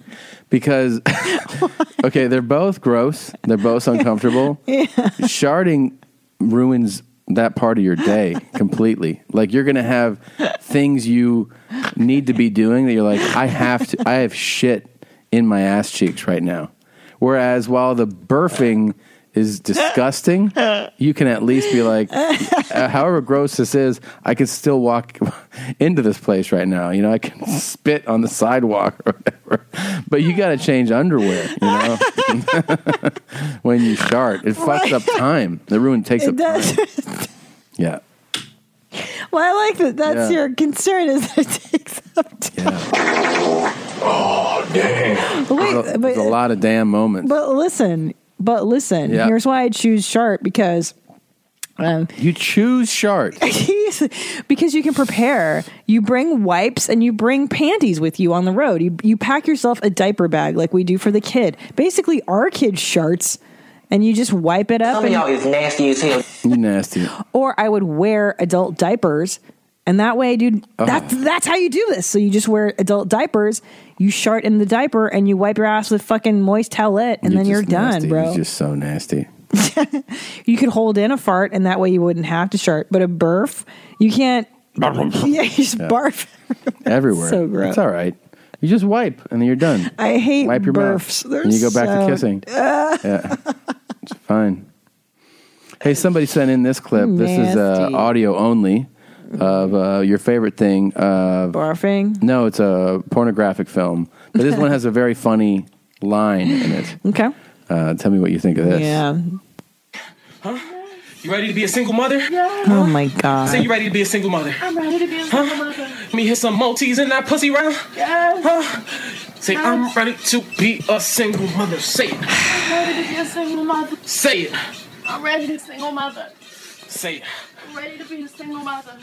Speaker 3: Because (laughs) okay, they're both gross, they're both uncomfortable.
Speaker 5: Yeah.
Speaker 3: (laughs) Sharding ruins that part of your day completely. Like you're going to have things you need to be doing that you're like I have to I have shit in my ass cheeks right now. Whereas while the burfing is disgusting, you can at least be like, uh, however gross this is, I can still walk (laughs) into this place right now. You know, I can spit on the sidewalk or whatever. But you got to change underwear, you know, (laughs) when you start. It
Speaker 5: (laughs)
Speaker 3: fucks up time. The ruin takes
Speaker 5: It
Speaker 3: up
Speaker 5: does.
Speaker 3: time. Yeah.
Speaker 5: (laughs) well, I like that. That's
Speaker 3: Yeah.
Speaker 5: your concern is that it takes up. Time.
Speaker 3: Oh, damn.
Speaker 5: Wait,
Speaker 3: there's, a,
Speaker 5: but-
Speaker 3: there's a lot of damn moments.
Speaker 5: But listen, but listen.
Speaker 3: Yeah.
Speaker 5: Here's why I choose shart because. Um,
Speaker 3: you choose shart
Speaker 5: (laughs) because you can prepare. You bring wipes and you bring panties with you on the road. You you pack yourself a diaper bag like we do for the kid. Basically, our kid sharts, and you just wipe it up.
Speaker 11: Some of
Speaker 5: and-
Speaker 11: y'all is nasty as hell.
Speaker 3: (laughs) You nasty.
Speaker 5: or I would wear adult diapers. And that way, dude,
Speaker 3: Uh-huh.
Speaker 11: Oh.
Speaker 5: that's that's how you do this. So you just wear adult diapers, you shart in the diaper, and you wipe your ass with fucking moist towelette, and then
Speaker 3: just
Speaker 5: you're done,
Speaker 3: nasty.
Speaker 5: bro.
Speaker 3: You're just
Speaker 5: (laughs)
Speaker 3: so nasty.
Speaker 5: you could hold in a fart, and that way you wouldn't have to shart. But a burf, you
Speaker 3: (laughs)
Speaker 5: can't. yeah, you just
Speaker 3: Yeah.
Speaker 5: barf.
Speaker 3: everywhere.
Speaker 5: So gross.
Speaker 3: It's all right. You just wipe and then you're done.
Speaker 5: I hate
Speaker 3: wipe your
Speaker 5: burfs.
Speaker 3: mouth.
Speaker 5: They're
Speaker 3: And you go back
Speaker 5: so-
Speaker 3: to kissing. yeah, it's fine. Hey, somebody sent in this clip. This is uh,
Speaker 5: Nasty.
Speaker 3: audio only of uh, your favorite thing.
Speaker 5: (laughs)
Speaker 3: Of,
Speaker 5: Barfing.
Speaker 3: No, it's a pornographic film, but this one has a very funny line in it.
Speaker 5: (laughs) Okay.
Speaker 3: Uh, tell me what you think of this.
Speaker 5: Yeah.
Speaker 1: You ready to be a single mother?
Speaker 5: Oh my
Speaker 1: Say
Speaker 5: god.
Speaker 1: you ready to be a single mother. I'm ready to be a single mother. Me hit some Maltese in that pussy round. Yes. Say I'm ready to be a single mother. Say it. I'm ready to be a single mother. Say it. I'm ready to be a single mother. Say it. I'm ready to be a single mother.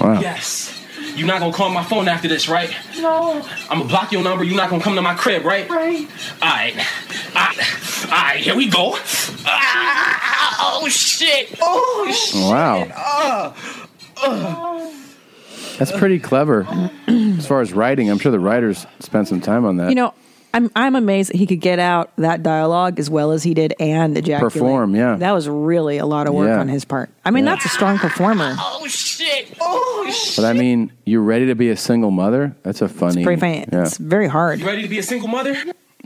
Speaker 3: Wow.
Speaker 1: Yes. You're not gonna call my phone after this, right? No. I'm gonna block your number. You're not gonna come to my crib, right? Right. Alright. Alright. Alright, here we go. Ah, oh shit. Oh shit.
Speaker 3: Wow.
Speaker 1: Ah. Ah.
Speaker 3: That's pretty clever. as far as writing, I'm sure the writers spent some time on that.
Speaker 5: You know, I'm I'm amazed that he could get out that dialogue as well as he did and ejaculate.
Speaker 3: Perform, yeah.
Speaker 5: That was really a lot of work
Speaker 3: Yeah.
Speaker 5: on his part. I mean,
Speaker 3: Yeah.
Speaker 5: that's a strong performer.
Speaker 17: Oh shit! Oh shit!
Speaker 3: But I mean, you're ready to be a single mother? That's a funny.
Speaker 5: Pretty fan.
Speaker 3: Yeah.
Speaker 5: It's very hard.
Speaker 17: You ready to be a single mother?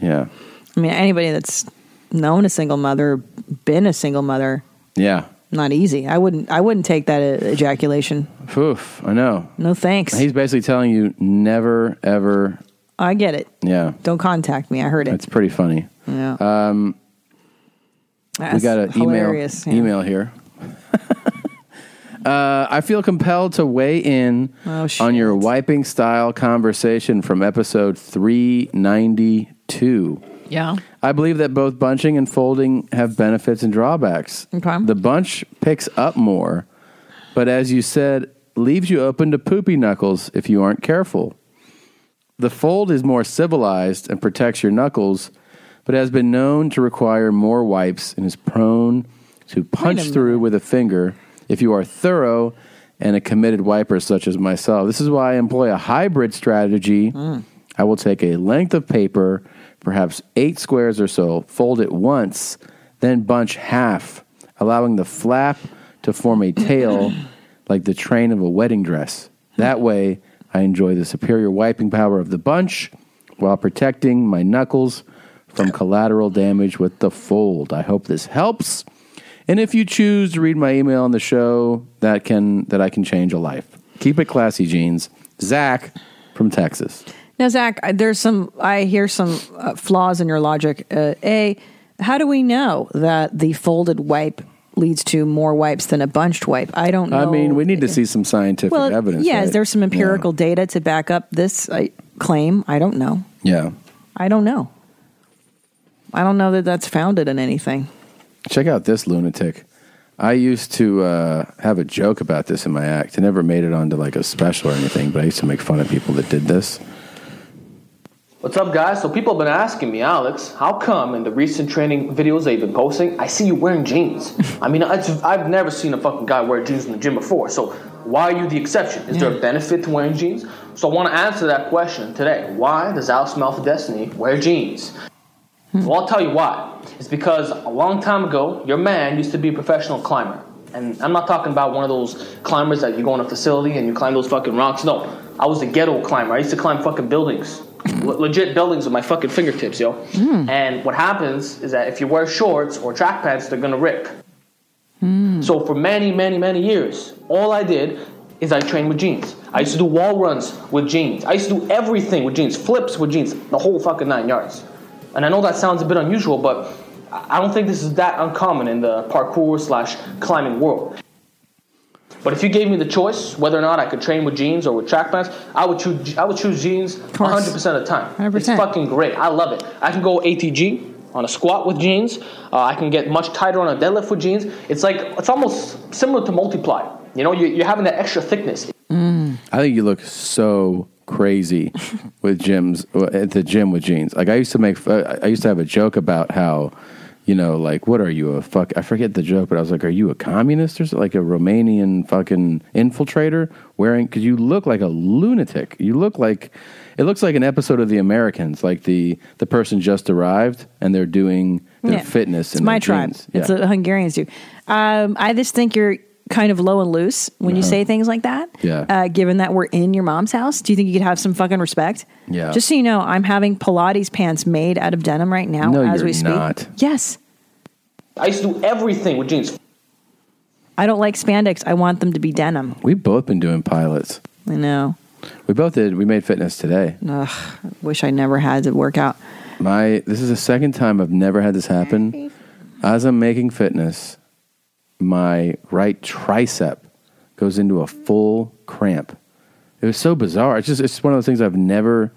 Speaker 3: yeah.
Speaker 5: I mean, anybody that's known a single mother, been a single mother,
Speaker 3: Yeah.
Speaker 5: not easy. I wouldn't I wouldn't take that e- ejaculation.
Speaker 3: Oof, I know.
Speaker 5: No thanks.
Speaker 3: He's basically telling you never, ever.
Speaker 5: I get it.
Speaker 3: Yeah.
Speaker 5: Don't contact me. I heard it.
Speaker 3: It's pretty funny.
Speaker 5: Yeah.
Speaker 3: Um, we
Speaker 5: That's
Speaker 3: got an email,
Speaker 5: hilarious, yeah.
Speaker 3: email here. (laughs) uh, I feel compelled to weigh in
Speaker 5: Oh,
Speaker 3: on your wiping style conversation from episode 392.
Speaker 5: Yeah.
Speaker 3: I believe that both bunching and folding have benefits and drawbacks.
Speaker 5: Okay.
Speaker 3: The bunch picks up more, but as you said, leaves you open to poopy knuckles if you aren't careful. The fold is more civilized and protects your knuckles, but has been known to require more wipes and is prone to punch through with a finger if you are thorough and a committed wiper such as myself. This is why I employ a hybrid strategy. I will take a length of paper, perhaps eight squares or so, fold it once, then bunch half, allowing the flap to form a tail like the train of a wedding dress. That way, I enjoy the superior wiping power of the bunch while protecting my knuckles from collateral damage with the fold. I hope this helps. And if you choose to read my email on the show, that can that I can change a life. Keep it classy, jeans. Zach from Texas.
Speaker 5: Now, Zach, I- there's some. I hear some uh, flaws in your logic. Uh, a, how do we know that the folded wipe leads to more wipes than a bunched wipe? I don't know.
Speaker 3: I mean, we need to see some scientific
Speaker 5: Oh, well,
Speaker 3: evidence.
Speaker 5: yeah,
Speaker 3: right?
Speaker 5: is there some empirical data to back up this uh, claim? I don't know.
Speaker 3: Yeah.
Speaker 5: I don't know. I don't know that that's founded in anything.
Speaker 3: Check out this lunatic. I used to uh, have a joke about this in my act. I never made it onto like a special or anything, but I used to make fun of people that did this.
Speaker 25: What's up, guys? So people have been asking me, Alex, how come in the recent training videos that you've been posting, I see you wearing jeans? I mean, it's, I've never seen a fucking guy wear jeans in the gym before. So why are you the exception? Is there a benefit to wearing jeans? So I want to answer that question today. Why does Alex Mouth of Destiny wear jeans? Well, I'll tell you why. It's because a long time ago, your man used to be a professional climber. And I'm not talking about one of those climbers that you go in a facility and you climb those fucking rocks. No, I was a ghetto climber. I used to climb fucking buildings, Le- legit buildings with my fucking fingertips, yo.
Speaker 1: Hmm.
Speaker 25: And what happens is that if you wear shorts or track pants, they're gonna rip.
Speaker 1: Hmm. Mm.
Speaker 25: So for many, many, many years, all I did is I trained with jeans. I used to do wall runs with jeans. I used to do everything with jeans, flips with jeans, the whole fucking nine yards. And I know that sounds a bit unusual, but I I don't think this is that uncommon in the parkour slash climbing world. But if you gave me the choice whether or not I could train with jeans or with track pants, I would choose I would choose jeans 100% of the time. It's fucking great. I love it. I can go ATG on a squat with jeans. Uh, I can get much tighter on a deadlift with jeans. It's like it's almost similar to multiply. You know, you're, you're having that extra thickness.
Speaker 3: I think you look so
Speaker 5: (laughs)
Speaker 3: crazy with gyms uh, at the gym with jeans. Like I used to make, uh, I used to have a joke about how, you know, like what are you a fuck? I forget the joke, but I was like, are you a communist or something? like a Romanian fucking infiltrator wearing? Because you look like a lunatic. You look like it looks like an episode of The Americans, like the the person just arrived and they're doing their
Speaker 5: Yeah.
Speaker 3: fitness.
Speaker 5: It's
Speaker 3: in
Speaker 5: my
Speaker 3: their
Speaker 5: tribe.
Speaker 3: jeans. Yeah.
Speaker 5: It's what Hungarians do. Um, I just think you're kind of low and loose when you
Speaker 3: Uh-huh.
Speaker 5: say things like that.
Speaker 3: Yeah.
Speaker 5: Uh, given that we're in your mom's house, do you think you could have some fucking respect?
Speaker 3: Yeah.
Speaker 5: Just so you know, I'm having Pilates pants made out of denim right now
Speaker 25: No,
Speaker 5: as
Speaker 25: you're
Speaker 5: we speak.
Speaker 25: not.
Speaker 5: Yes.
Speaker 25: I used to do everything with jeans.
Speaker 5: I don't like spandex. I want them to be denim.
Speaker 3: We've both been doing pilots.
Speaker 5: I know.
Speaker 3: We both did. We made fitness today.
Speaker 5: Ugh, I wish I never had to work out.
Speaker 3: My this is the second time I've never had this happen. As I'm making fitness, my right tricep goes into a full cramp. It was so bizarre. It's just it's one of those things I've never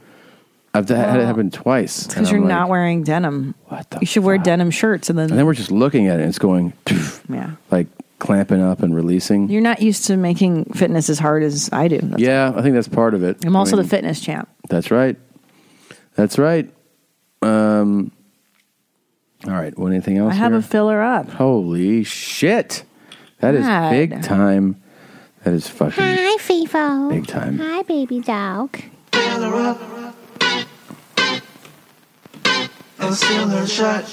Speaker 3: I've had it
Speaker 5: Wow.
Speaker 3: happen twice.
Speaker 5: It's because you're not wearing denim. What the You should wear denim shirts and then,
Speaker 3: And then we're just looking at it and it's going
Speaker 5: yeah.
Speaker 3: like clamping up and releasing.
Speaker 5: You're not used to making fitness as hard as I do.
Speaker 3: yeah, I think that's part of it.
Speaker 5: I'm
Speaker 3: I
Speaker 5: also
Speaker 3: mean-
Speaker 5: the fitness champ.
Speaker 3: That's right. That's right. Um, all right. Well, anything else?
Speaker 5: I have
Speaker 3: here?
Speaker 5: a filler up.
Speaker 3: Holy shit! That is
Speaker 6: God.
Speaker 3: big time. That is fucking.
Speaker 6: Hi, Fifo.
Speaker 3: Big time.
Speaker 6: Hi, baby dog.
Speaker 7: a single shot.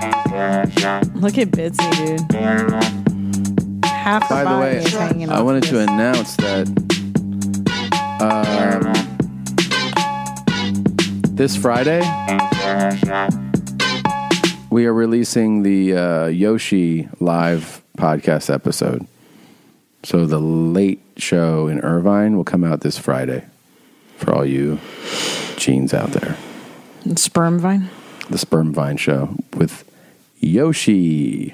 Speaker 5: Look at Bitsy, dude. Half the
Speaker 3: By the
Speaker 5: body
Speaker 3: way,
Speaker 5: is hanging
Speaker 3: I
Speaker 5: off
Speaker 3: wanted
Speaker 5: this.
Speaker 3: to announce that um, this Friday we are releasing the uh, Yoshi live podcast episode. So the late show in Irvine will come out this Friday for all you genes out there.
Speaker 5: Sperm vine.
Speaker 3: The Sperm Vine show with Yoshi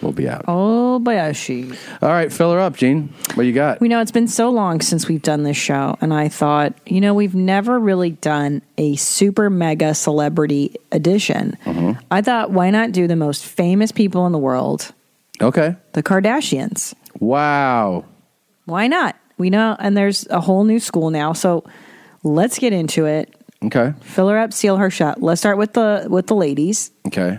Speaker 3: will be out.
Speaker 5: Oh, Bayashi.
Speaker 3: All right, fill her up, Gene. What you got?
Speaker 5: We know it's been so long since we've done this show, and I thought, you know, we've never really done a super mega celebrity edition. I thought, why not do the most famous people in the world?
Speaker 3: Okay.
Speaker 5: The Kardashians.
Speaker 3: Wow.
Speaker 5: Why not? We know, and there's a whole new school now, so let's get into it.
Speaker 3: Okay.
Speaker 5: Fill her up, seal her shut. Let's start with the with the ladies.
Speaker 3: Okay.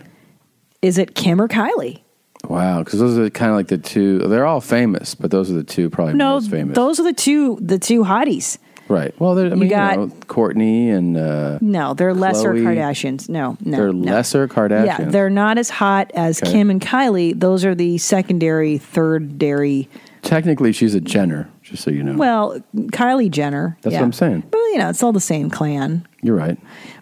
Speaker 5: Is it Kim or Kylie?
Speaker 3: Wow, because those are kind of like the two. They're all famous, but those are the two probably
Speaker 5: no,
Speaker 3: most famous.
Speaker 5: those are the two the two hotties.
Speaker 3: right. Well, they're, I
Speaker 5: You
Speaker 3: mean, you
Speaker 5: got-
Speaker 3: know, Courtney and uh,
Speaker 5: No, they're lesser
Speaker 3: Khloe.
Speaker 5: Kardashians. No, no,
Speaker 3: they're
Speaker 5: no.
Speaker 3: lesser Kardashians.
Speaker 5: Yeah, they're not as hot as
Speaker 3: Okay.
Speaker 5: Kim and Kylie. Those are the secondary, third dairy.
Speaker 3: Technically, she's a Jenner, just so you know.
Speaker 5: Well, Kylie Jenner.
Speaker 3: That's
Speaker 5: yeah.
Speaker 3: what I'm saying.
Speaker 5: But you know, it's all the same clan.
Speaker 3: You're right.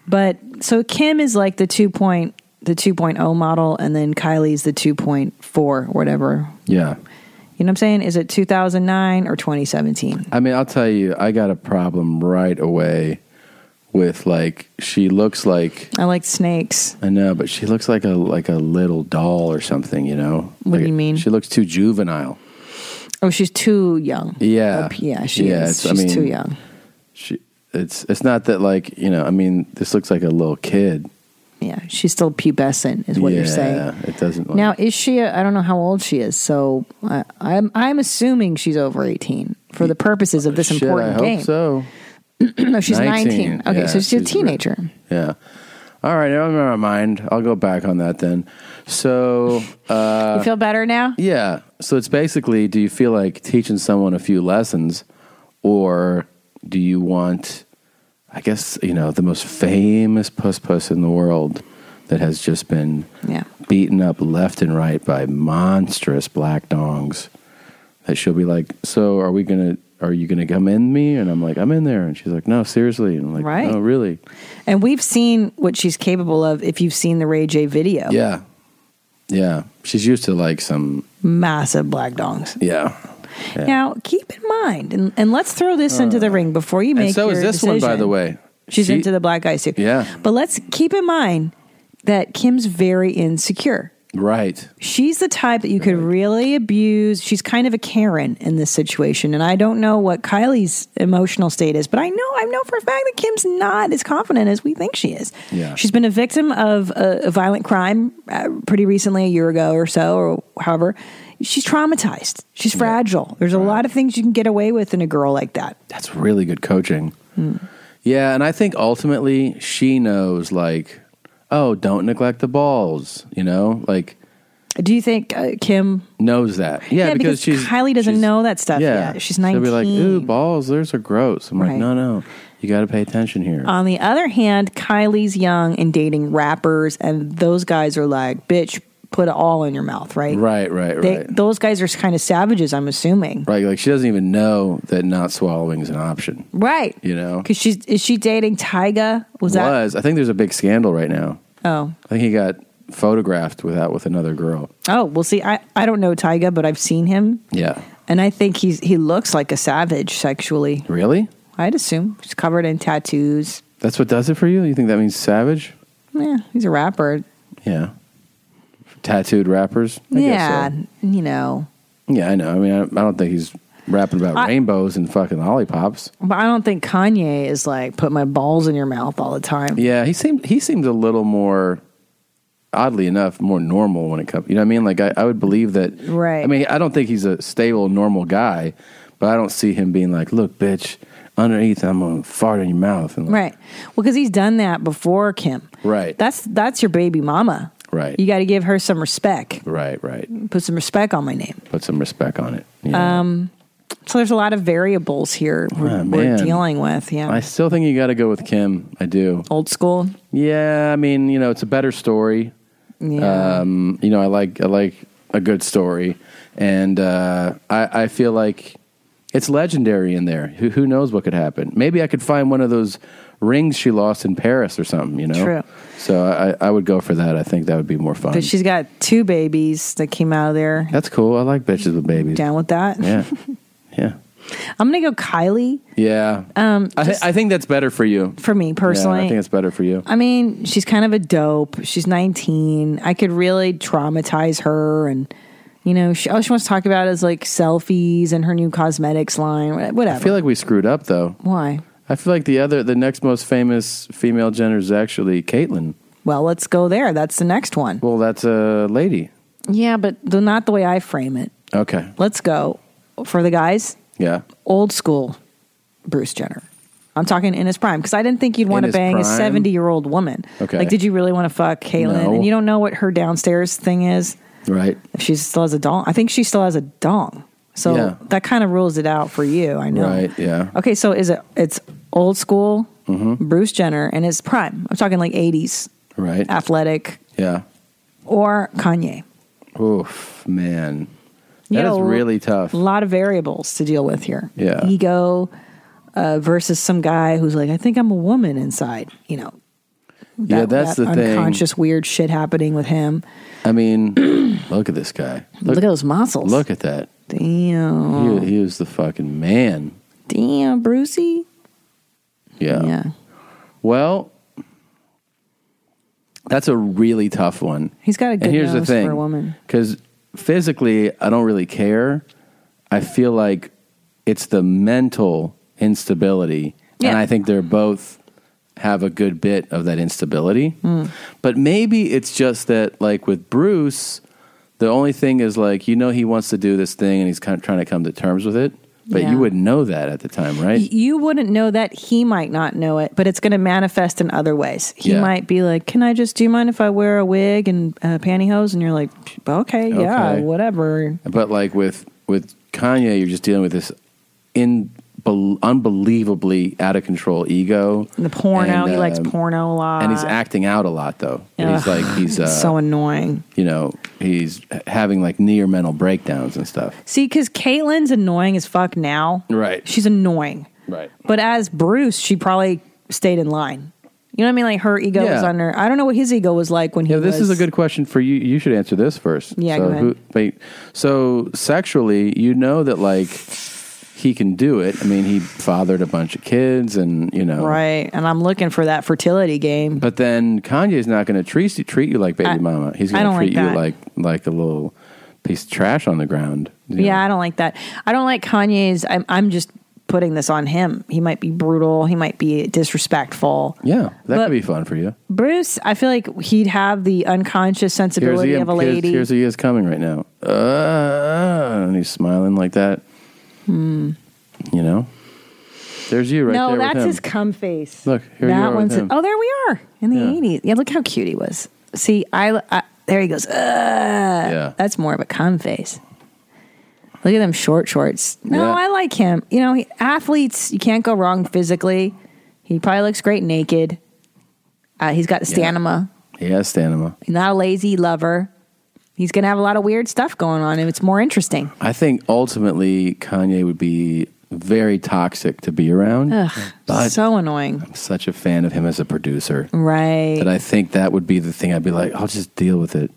Speaker 5: But so Kim is like the two point the 2.0 model, and then Kylie's the 2.4, or whatever. You
Speaker 3: Yeah.
Speaker 5: know what I'm saying? Is it 2009 or 2017?
Speaker 3: I mean, I'll tell you, I got a problem right away with like she looks like
Speaker 5: I like snakes.
Speaker 3: I know, but she looks like a like a little doll or something. You know.
Speaker 5: What do you mean?
Speaker 3: She looks too juvenile.
Speaker 5: Oh, she's too young.
Speaker 3: Yeah.
Speaker 5: Oh, Yeah, she is.
Speaker 3: it's-
Speaker 5: She's too young.
Speaker 3: She, it's it's not that like you know. I mean, this looks like a little kid.
Speaker 5: Yeah, she's still pubescent, is what you're saying.
Speaker 3: Yeah, it doesn't. Like,
Speaker 5: Now, is she? I I don't know how old she is, so I, I'm I'm assuming she's over eighteen for the purposes of this
Speaker 3: Shit,
Speaker 5: important
Speaker 3: I hope
Speaker 5: game.
Speaker 3: so.
Speaker 5: (clears throat) no, she's
Speaker 3: 19.
Speaker 5: nineteen. Okay,
Speaker 3: Yeah,
Speaker 5: so she's,
Speaker 3: she's
Speaker 5: a
Speaker 3: re-
Speaker 5: teenager.
Speaker 3: yeah. All right, never mind. I'll go back on that then. So, uh,
Speaker 5: (laughs) you feel better now?
Speaker 3: yeah. So it's basically, do you feel like teaching someone a few lessons, or do you want, I guess you know, the most famous puss puss in the world that has just been
Speaker 5: Yeah.
Speaker 3: beaten up left and right by monstrous black dongs that she'll be like, "So are we gonna? Are you gonna come in me?" And I'm like, "I'm in there," and she's like, "No, seriously," and I'm like,
Speaker 5: Right.
Speaker 3: "No, really."
Speaker 5: And we've seen what she's capable of. If you've seen the Ray J video,
Speaker 3: Yeah. Yeah. She's used to like some
Speaker 5: massive black dongs.
Speaker 3: Yeah. Yeah.
Speaker 5: Now, keep in mind, and, and let's throw this into the ring before you make.
Speaker 3: Uh, and so is
Speaker 5: your
Speaker 3: this one by
Speaker 5: decision.
Speaker 3: the way.
Speaker 5: She's
Speaker 3: She-
Speaker 5: into the black guys too.
Speaker 3: Yeah.
Speaker 5: But let's keep in mind that Kim's very insecure.
Speaker 3: Right.
Speaker 5: She's the type that you could really abuse. She's kind of a Karen in this situation. And I don't know what Kylie's emotional state is, but I know I know for a fact that Kim's not as confident as we think she is.
Speaker 7: Yeah.
Speaker 5: She's been a victim of a, a violent crime uh, pretty recently, a year ago or so, or however. She's traumatized. She's fragile. There's a lot of things you can get away with in a girl like that.
Speaker 3: That's really good coaching. Yeah, and I think ultimately she knows like, oh, don't neglect the balls, you know? Like
Speaker 5: Do you think uh, Kim?
Speaker 3: knows that. Yeah, because, she's
Speaker 5: Kylie doesn't know that stuff yet. She's 19.
Speaker 3: She'll be like, ooh, balls, those are gross. I'm
Speaker 5: Right. Oh,
Speaker 3: like, no, no. You gotta pay attention here.
Speaker 5: On the other hand, Kylie's young and dating rappers, and those guys are like, bitch, put it all in your mouth, right?
Speaker 3: right, right,
Speaker 5: They,
Speaker 3: right.
Speaker 5: Those guys are kind of savages, I'm assuming.
Speaker 3: Right. Like she doesn't even know that not swallowing is an option.
Speaker 5: Right.
Speaker 3: You know?
Speaker 5: Because she's, is she dating Tyga? Was that?
Speaker 3: was. I think there's a big scandal right now.
Speaker 5: Oh.
Speaker 3: I think he got photographed with that with another girl.
Speaker 5: Oh, well, see, I, I don't know Tyga, but I've seen him,
Speaker 3: Yeah.
Speaker 5: and I think he's he looks like a savage sexually.
Speaker 3: Really?
Speaker 5: I'd assume. He's covered in tattoos.
Speaker 3: That's what does it for you? You think that means savage?
Speaker 5: Yeah, he's a rapper.
Speaker 3: Yeah. Tattooed rappers? I guess
Speaker 5: yeah,
Speaker 3: so.
Speaker 5: you know.
Speaker 3: Yeah, I know. I mean, I, I don't think he's rapping about
Speaker 5: I-
Speaker 3: rainbows and fucking lollipops.
Speaker 5: But I don't think Kanye is like put my balls in your mouth all the time.
Speaker 3: Yeah, he seemed he seems a little more oddly enough, more normal when it comes. You know what I mean? Like I, I would believe that.
Speaker 5: Right.
Speaker 3: I mean, I don't think he's a stable, normal guy, but I don't see him being like, "Look, bitch, underneath, I'm gonna fart in your mouth." And like,
Speaker 5: Right. Well, because he's done that before, Kim.
Speaker 3: right,
Speaker 5: That's that's your baby mama.
Speaker 3: right,
Speaker 5: You got to give her some respect.
Speaker 3: right, right.
Speaker 5: Put some respect on my name.
Speaker 3: Put some respect on it.
Speaker 5: Um, so there's a lot of variables here we're,
Speaker 3: Ah,
Speaker 5: we're
Speaker 3: man.
Speaker 5: dealing with. Yeah.
Speaker 3: I still think you got to go with Kim. I do.
Speaker 5: Old school.
Speaker 3: Yeah, I mean, you know, it's a better story.
Speaker 5: Yeah.
Speaker 3: Um, you know, I like I like a good story, and uh, I I feel like it's legendary in there. Who who knows what could happen? Maybe I could find one of those rings she lost in Paris or something. You know.
Speaker 5: True.
Speaker 3: So I I would go for that. I think that would be more fun.
Speaker 5: but she's got two babies that came out of there.
Speaker 3: That's cool. I like bitches with babies.
Speaker 5: Down with that.
Speaker 3: Yeah.
Speaker 5: (laughs)
Speaker 3: Yeah.
Speaker 5: I'm gonna go Kylie.
Speaker 3: Yeah.
Speaker 5: Um,
Speaker 3: I, th-
Speaker 5: just
Speaker 3: I think that's better for you.
Speaker 5: for me personally.
Speaker 3: Yeah, I think it's better for you.
Speaker 5: I mean, she's kind of a dope. She's 19. I could really traumatize her. And, you know, she, all she wants to talk about is like selfies and her new cosmetics line, wha- whatever.
Speaker 3: I feel like we screwed up though.
Speaker 5: Why?
Speaker 3: I feel like the other, the next most famous female Jenner is actually Caitlyn.
Speaker 5: Well, let's go there. That's the next one.
Speaker 3: Well, that's a lady.
Speaker 5: Yeah, but the, not the way I frame it.
Speaker 3: Okay.
Speaker 5: Let's go for the guys,
Speaker 3: Yeah.
Speaker 5: old school Bruce Jenner. I'm talking in his prime because I didn't think you'd want
Speaker 3: In
Speaker 5: to
Speaker 3: his
Speaker 5: bang a
Speaker 3: prime?
Speaker 5: 70 year old woman.
Speaker 3: Okay.
Speaker 5: Like, did you really want to fuck Caitlyn?
Speaker 3: No.
Speaker 5: And you don't know what her downstairs thing is.
Speaker 3: Right.
Speaker 5: If she still has a dong, I think she still has a dong. So
Speaker 3: Yeah.
Speaker 5: that kind of rules it out for you. I know.
Speaker 3: Right. Yeah.
Speaker 5: Okay, so is it? It's old school
Speaker 3: Mm-hmm.
Speaker 5: Bruce Jenner and his prime. I'm talking like 80s,
Speaker 3: Right.
Speaker 5: athletic,
Speaker 3: Yeah.
Speaker 5: or Kanye.
Speaker 3: Oof, man.
Speaker 5: You
Speaker 3: That is
Speaker 5: know,
Speaker 3: really tough.
Speaker 5: A lot of variables to deal with here.
Speaker 3: Yeah.
Speaker 5: ego uh, versus some guy who's like, I think I'm a woman inside. You know.
Speaker 3: yeah, that's
Speaker 5: that
Speaker 3: the thing.
Speaker 5: Unconscious weird shit happening with him.
Speaker 3: I mean, (clears throat) look at this guy.
Speaker 5: Look, at those muscles. Oh.
Speaker 3: Look at that.
Speaker 5: Damn.
Speaker 3: He, he was the fucking man.
Speaker 5: Damn, Brucey.
Speaker 3: Yeah.
Speaker 5: Yeah.
Speaker 3: Well, that's a really tough one.
Speaker 5: He's got a good
Speaker 3: and here's
Speaker 5: nose
Speaker 3: the thing,
Speaker 5: for a woman.
Speaker 3: Because physically, I don't really care. I feel like it's the mental instability, and
Speaker 5: Yeah.
Speaker 3: I think they're both have a good bit of that instability.
Speaker 5: Mm.
Speaker 3: But maybe it's just that, like with Bruce, the only thing is like you know he wants to do this thing, and he's kind of trying to come to terms with it. But
Speaker 5: Yeah.
Speaker 3: you wouldn't know that at the time, right?
Speaker 5: Y- You wouldn't know that. He might not know it, but it's going to manifest in other ways. He
Speaker 3: Yeah.
Speaker 5: might be like, Can I just, do you mind if I wear a wig and uh, pantyhose? And you're like, Okay, yeah,
Speaker 3: Okay.
Speaker 5: whatever.
Speaker 3: But like with with Kanye, you're just dealing with this in bel- unbelievably out of control ego.
Speaker 5: The porno,
Speaker 3: And,
Speaker 5: he likes
Speaker 3: um,
Speaker 5: porno a lot.
Speaker 3: and he's acting out a lot though. He's
Speaker 5: Ugh,
Speaker 3: like he's uh,
Speaker 5: Uh, (laughs) it's so annoying.
Speaker 3: You know, he's having like near mental breakdowns and stuff.
Speaker 5: See, because Caitlyn's annoying as fuck now.
Speaker 3: Right.
Speaker 5: She's annoying.
Speaker 3: Right.
Speaker 5: But as Bruce, she probably stayed in line. You know what I mean? Like her ego was
Speaker 3: Yeah.
Speaker 5: under. I don't know what his ego was like when he
Speaker 3: Yeah, this
Speaker 5: was.
Speaker 3: is a good question for you. You should answer this first.
Speaker 5: Yeah,
Speaker 3: so
Speaker 5: go ahead.
Speaker 3: wait, so sexually, you know that like he can do it. I mean, he fathered a bunch of kids, and you know,
Speaker 5: Right. And I'm looking for that fertility game.
Speaker 3: But then Kanye's not going to treat you, treat you like baby mama. He's
Speaker 5: I
Speaker 3: going
Speaker 5: don't
Speaker 3: to treat
Speaker 5: like
Speaker 3: you
Speaker 5: that.
Speaker 3: like like a little piece of trash on the ground.
Speaker 5: Yeah. I don't like that. I don't like Kanye's. I'm, I'm just putting this on him. He might be brutal. He might be disrespectful.
Speaker 3: Yeah, that
Speaker 5: But-
Speaker 3: could be fun for you.
Speaker 5: Bruce, I feel like he'd have the unconscious
Speaker 3: Here's
Speaker 5: sensibility
Speaker 3: he,
Speaker 5: of a
Speaker 3: here's-
Speaker 5: lady.
Speaker 3: Here's, he is coming right now. Uh, and he's smiling like that.
Speaker 5: Hmm.
Speaker 3: You know, there's you right
Speaker 5: no,
Speaker 3: there. with
Speaker 5: that's
Speaker 3: him.
Speaker 5: his cum face.
Speaker 3: Look, here you
Speaker 5: that
Speaker 3: are with
Speaker 5: one's
Speaker 3: him.
Speaker 5: oh, there we are in the eighties. Yeah, look how cute he was. See, I, I there he goes. Ugh. that's more of a cum face. Look at them short shorts. No,
Speaker 6: Yeah.
Speaker 5: I like him. You know, he, athletes you can't go wrong physically. He probably looks great naked. Uh, he's got stamina.
Speaker 3: He has stamina.
Speaker 5: He's not a lazy lover. He's gonna have a lot of weird stuff going on, and it's more interesting.
Speaker 3: I think ultimately Kanye would be very toxic to be around.
Speaker 5: Ugh,
Speaker 3: But-
Speaker 5: so annoying.
Speaker 3: I'm such a fan of him as a producer.
Speaker 5: Right.
Speaker 3: that I think that would be the thing I'd be like, I'll just deal with it.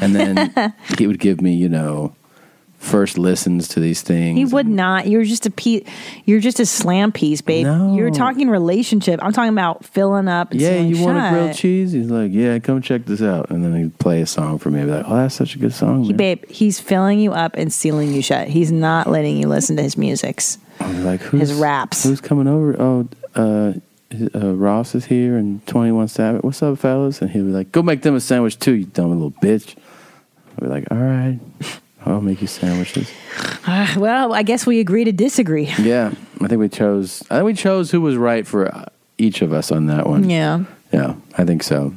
Speaker 3: And
Speaker 5: (laughs)
Speaker 3: then he would give me, you know, first listens to these things.
Speaker 5: He would not. You're just a piece. You're just a slam piece, babe. You're talking relationship. I'm talking about filling up. And
Speaker 3: yeah,
Speaker 5: saying,
Speaker 3: you want a
Speaker 5: "Shut
Speaker 3: grilled
Speaker 5: it."
Speaker 3: cheese? He's like, yeah, come check this out. And then he'd play a song for me. I'd be like, oh, that's such a good song.
Speaker 5: He-
Speaker 3: man."
Speaker 5: babe, he's filling you up and sealing you shut. He's
Speaker 3: (sighs)
Speaker 5: not letting you listen to his musics,
Speaker 3: I'd be like, who's,
Speaker 5: his raps.
Speaker 3: who's coming over? Oh, uh, uh, Ross is here and 21 Savage. What's up, fellas? And he'll be like, go make them a sandwich too, you dumb little bitch. I'll be like, all right, I'll make
Speaker 5: (laughs)
Speaker 3: you sandwiches.
Speaker 5: Ah, well, I guess we agree to disagree.
Speaker 3: Yeah, I think we chose, I think we chose who was right for uh, each of us on that one.
Speaker 5: Yeah.
Speaker 3: Yeah, I think so.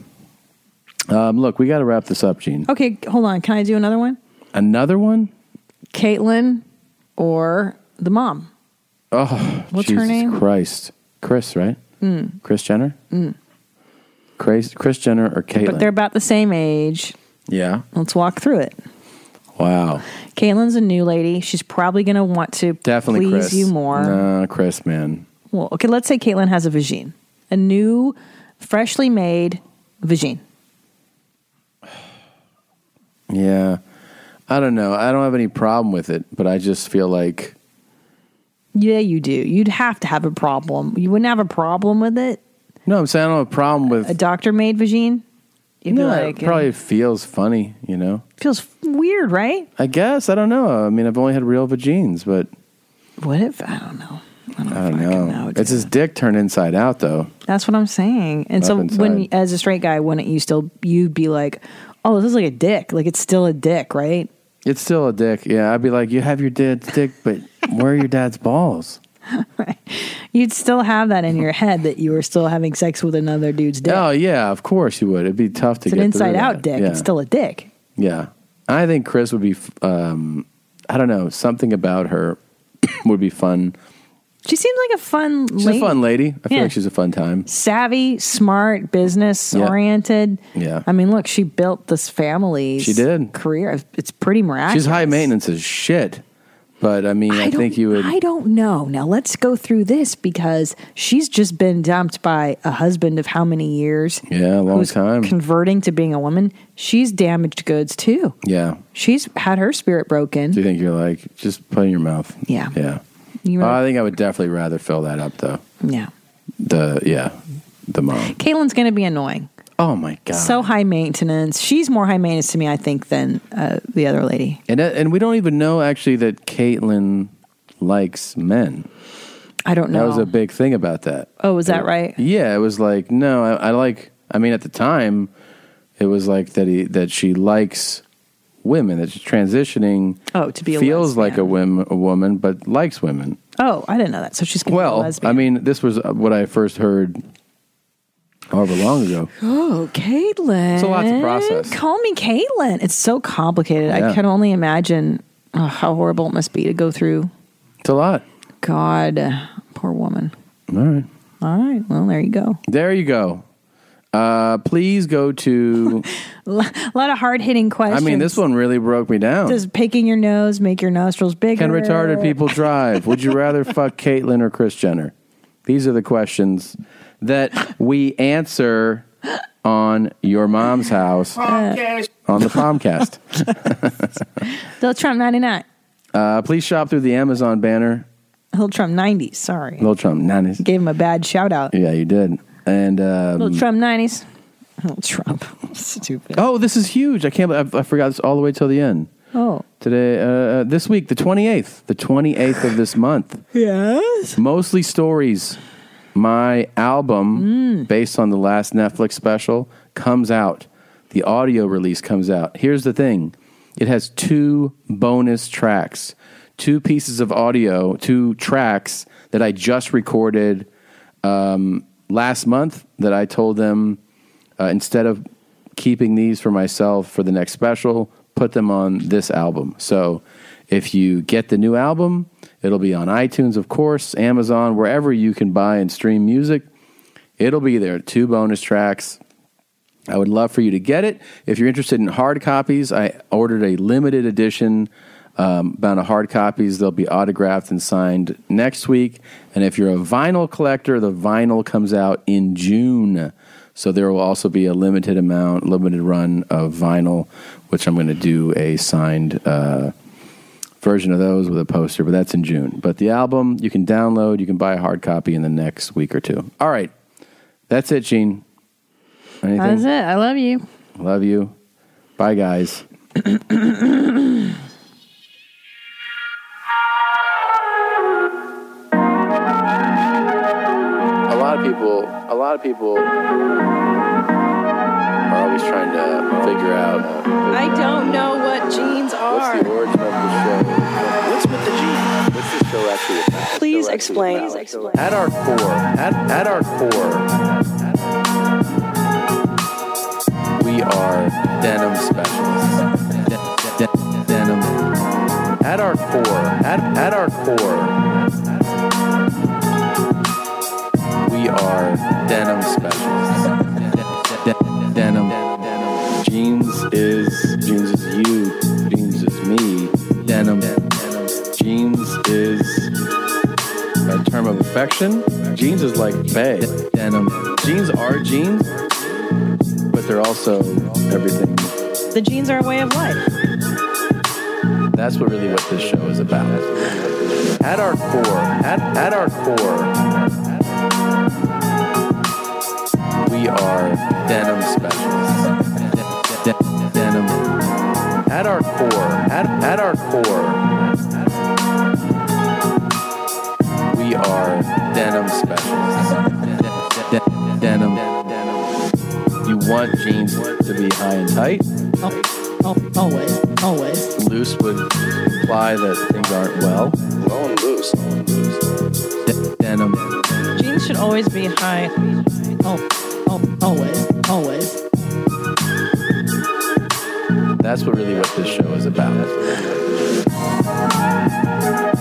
Speaker 3: Um, look, we got to wrap this up, Gene.
Speaker 5: Okay, hold on. Can I do another one?
Speaker 3: Another one?
Speaker 5: Caitlin or the mom?
Speaker 3: Oh,
Speaker 5: What's her
Speaker 3: Jesus
Speaker 5: name?
Speaker 3: Christ. Chris, right?
Speaker 5: Mm.
Speaker 3: Chris Jenner?
Speaker 5: Mm.
Speaker 3: Chris, Chris Jenner or Caitlyn?
Speaker 5: But they're about the same age.
Speaker 3: yeah.
Speaker 5: Let's walk through it.
Speaker 3: Wow.
Speaker 5: Caitlin's a new lady. She's probably going to want to
Speaker 3: Definitely
Speaker 5: please
Speaker 3: Chris.
Speaker 5: you more.
Speaker 3: Nah, Chris, man.
Speaker 5: Well, okay, let's say Caitlin has a vagine, a new, freshly made vagine.
Speaker 3: Yeah. I don't know. I don't have any problem with it, but I just feel like
Speaker 5: Yeah, you do. You'd have to have a problem. You wouldn't have a problem with it.
Speaker 3: No, I'm saying I don't have a problem with
Speaker 5: a doctor made vagine. You'd
Speaker 3: no,
Speaker 5: be like,
Speaker 3: it probably feels funny, you know.
Speaker 5: feels weird, right?
Speaker 3: I guess I don't know. I mean, I've only had real vagines, but
Speaker 5: What if I don't know?
Speaker 3: I don't, know. It's his dick turned inside out, though.
Speaker 5: That's what I'm saying. And so,
Speaker 3: Up inside.
Speaker 5: when as a straight guy, wouldn't you still you'd be like, oh, this is like a dick. Like it's still a dick, right?
Speaker 3: It's still a dick. Yeah, I'd be like, you have your dad's dick, but where are your dad's balls?
Speaker 5: You'd still have that in your head that you were still having sex with another dude's dick.
Speaker 3: Oh yeah, of course you would. It'd be tough to
Speaker 5: it's an
Speaker 3: get through
Speaker 5: inside out
Speaker 3: that.
Speaker 5: dick.
Speaker 3: Yeah.
Speaker 5: It's still a dick.
Speaker 3: Yeah. I think Chris would be, f- um, I don't know, something about her (coughs) would be fun.
Speaker 5: She seems like a fun
Speaker 3: She's
Speaker 5: lady.
Speaker 3: a fun lady. I feel
Speaker 5: Yeah.
Speaker 3: like she's a fun time.
Speaker 5: Savvy, smart, business
Speaker 3: Yeah.
Speaker 5: oriented.
Speaker 3: Yeah.
Speaker 5: I mean, look, she built this family's
Speaker 3: She did.
Speaker 5: career. It's pretty miraculous.
Speaker 3: She's high maintenance as shit. But I mean, I,
Speaker 5: don't-
Speaker 3: think you would.
Speaker 5: I don't know. Now let's go through this because she's just been dumped by a husband of how many years?
Speaker 3: yeah, a long
Speaker 5: who's
Speaker 3: time.
Speaker 5: Converting to being a woman. She's damaged goods too.
Speaker 3: yeah.
Speaker 5: She's had her spirit broken.
Speaker 3: Do you think you're like, just put it in your mouth?
Speaker 5: Yeah.
Speaker 3: Yeah.
Speaker 5: You
Speaker 3: Oh,
Speaker 5: were-
Speaker 3: I think I would definitely rather fill that up, though.
Speaker 5: Yeah.
Speaker 3: The, yeah, the mom.
Speaker 5: Caitlin's going to be annoying.
Speaker 3: Oh, my God.
Speaker 5: So high maintenance. She's more high maintenance to me, I think, than uh, the other lady.
Speaker 3: And, that- and we don't even know actually that Caitlyn likes men.
Speaker 5: I don't
Speaker 3: That
Speaker 5: know.
Speaker 3: was a big thing about that. Uh,
Speaker 5: Oh, was that right?
Speaker 3: Yeah, it was like no, I, I like. I mean, at the time, it was like that he that she likes women that she's transitioning.
Speaker 5: Oh, to be a
Speaker 3: feels like a woman, a woman, but likes women.
Speaker 5: Oh, I didn't know that. So she's gonna be a
Speaker 3: Well,
Speaker 5: lesbian.
Speaker 3: I mean, this was uh, what I first heard, however long ago.
Speaker 5: Oh, Caitlin.
Speaker 3: It's a lot to process.
Speaker 5: Call me Caitlin. It's so complicated.
Speaker 3: Yeah.
Speaker 5: I can only imagine oh, how horrible it must be to go through.
Speaker 3: It's a lot.
Speaker 5: God, poor woman.
Speaker 3: All right.
Speaker 5: All right. Well, there you go. (laughs)
Speaker 3: There you go. Uh, please go to.
Speaker 5: (laughs) A lot of hard hitting
Speaker 3: I
Speaker 5: questions.
Speaker 3: mean, this one really broke me down.
Speaker 5: Does picking your nose make your nostrils bigger?
Speaker 3: Can retarded people drive? Would
Speaker 5: (laughs)
Speaker 3: you rather fuck Caitlyn or Chris Jenner? These are the questions that we answer on your mom's house
Speaker 5: Podcast.
Speaker 3: on
Speaker 5: (laughs)
Speaker 3: the Pomcast.
Speaker 5: Little Trump 99.
Speaker 3: uh, please shop through the Amazon banner.
Speaker 5: Little Trump 90s. Sorry.
Speaker 3: Little Trump nineties.
Speaker 5: Gave him a bad shout out.
Speaker 3: Yeah, you did. And um,
Speaker 5: Little Trump 90s. Little Trump. (laughs) Stupid.
Speaker 3: Oh, this is huge! I can't. I, I forgot this all the way till the end.
Speaker 5: Oh.
Speaker 3: Today, uh, uh, this week, the twenty eighth, the twenty eighth of this month.
Speaker 5: Yes.
Speaker 3: Mostly stories. My album, based on the last Netflix special, comes out. The audio release comes out. Here's the thing it has two bonus tracks, two pieces of audio, two tracks that I just recorded um, last month that I told them uh, instead of keeping these for myself for the next special, put them on this album. So if you get the new album, it'll be on iTunes, of course, Amazon, wherever you can buy and stream music. It'll be there. Two bonus tracks. I would love for you to get it. If you're interested in hard copies, I ordered a limited edition um, amount of hard copies. They'll be autographed and signed next week. And if you're a vinyl collector, the vinyl comes out in June. So there will also be a limited amount, limited run of vinyl, which I'm going to do a signed uh, version of those with a poster, but that's in June. But the album you can download, you can buy a hard copy in the next week or two. All right. That's it, Gene. Anything?
Speaker 5: That's it. I love you.
Speaker 3: Love you. Bye, guys. A lot of people lot of people are always trying to figure out uh,
Speaker 20: I don't know what jeans
Speaker 3: what's
Speaker 20: are.
Speaker 3: the origin of the show. What's with the G? uh, What's the show actually about?
Speaker 20: Please explain.
Speaker 3: At our core, at, at our core, we are denim specialists. De- de- denim. At our core, at, at our core, we are denim specialists. De- de- denim. Jeans is jeans is you. Jeans is me. Denim. Jeans is a term of affection. Jeans is like bae, denim. Jeans are jeans, but they're also everything.
Speaker 5: The jeans are a way of life.
Speaker 3: That's what really what this show is about. At our core, at, at our core, we are denim specialists. De- de- denim. At our core, at, at our core, we are denim specialists. De- de- denim. You want jeans to be high and tight.
Speaker 5: always, always.
Speaker 3: Loose would imply that things aren't well. Low and loose. De- denim.
Speaker 5: Jeans should always be high. Oh, oh, always, always.
Speaker 3: That's what really what this show is about.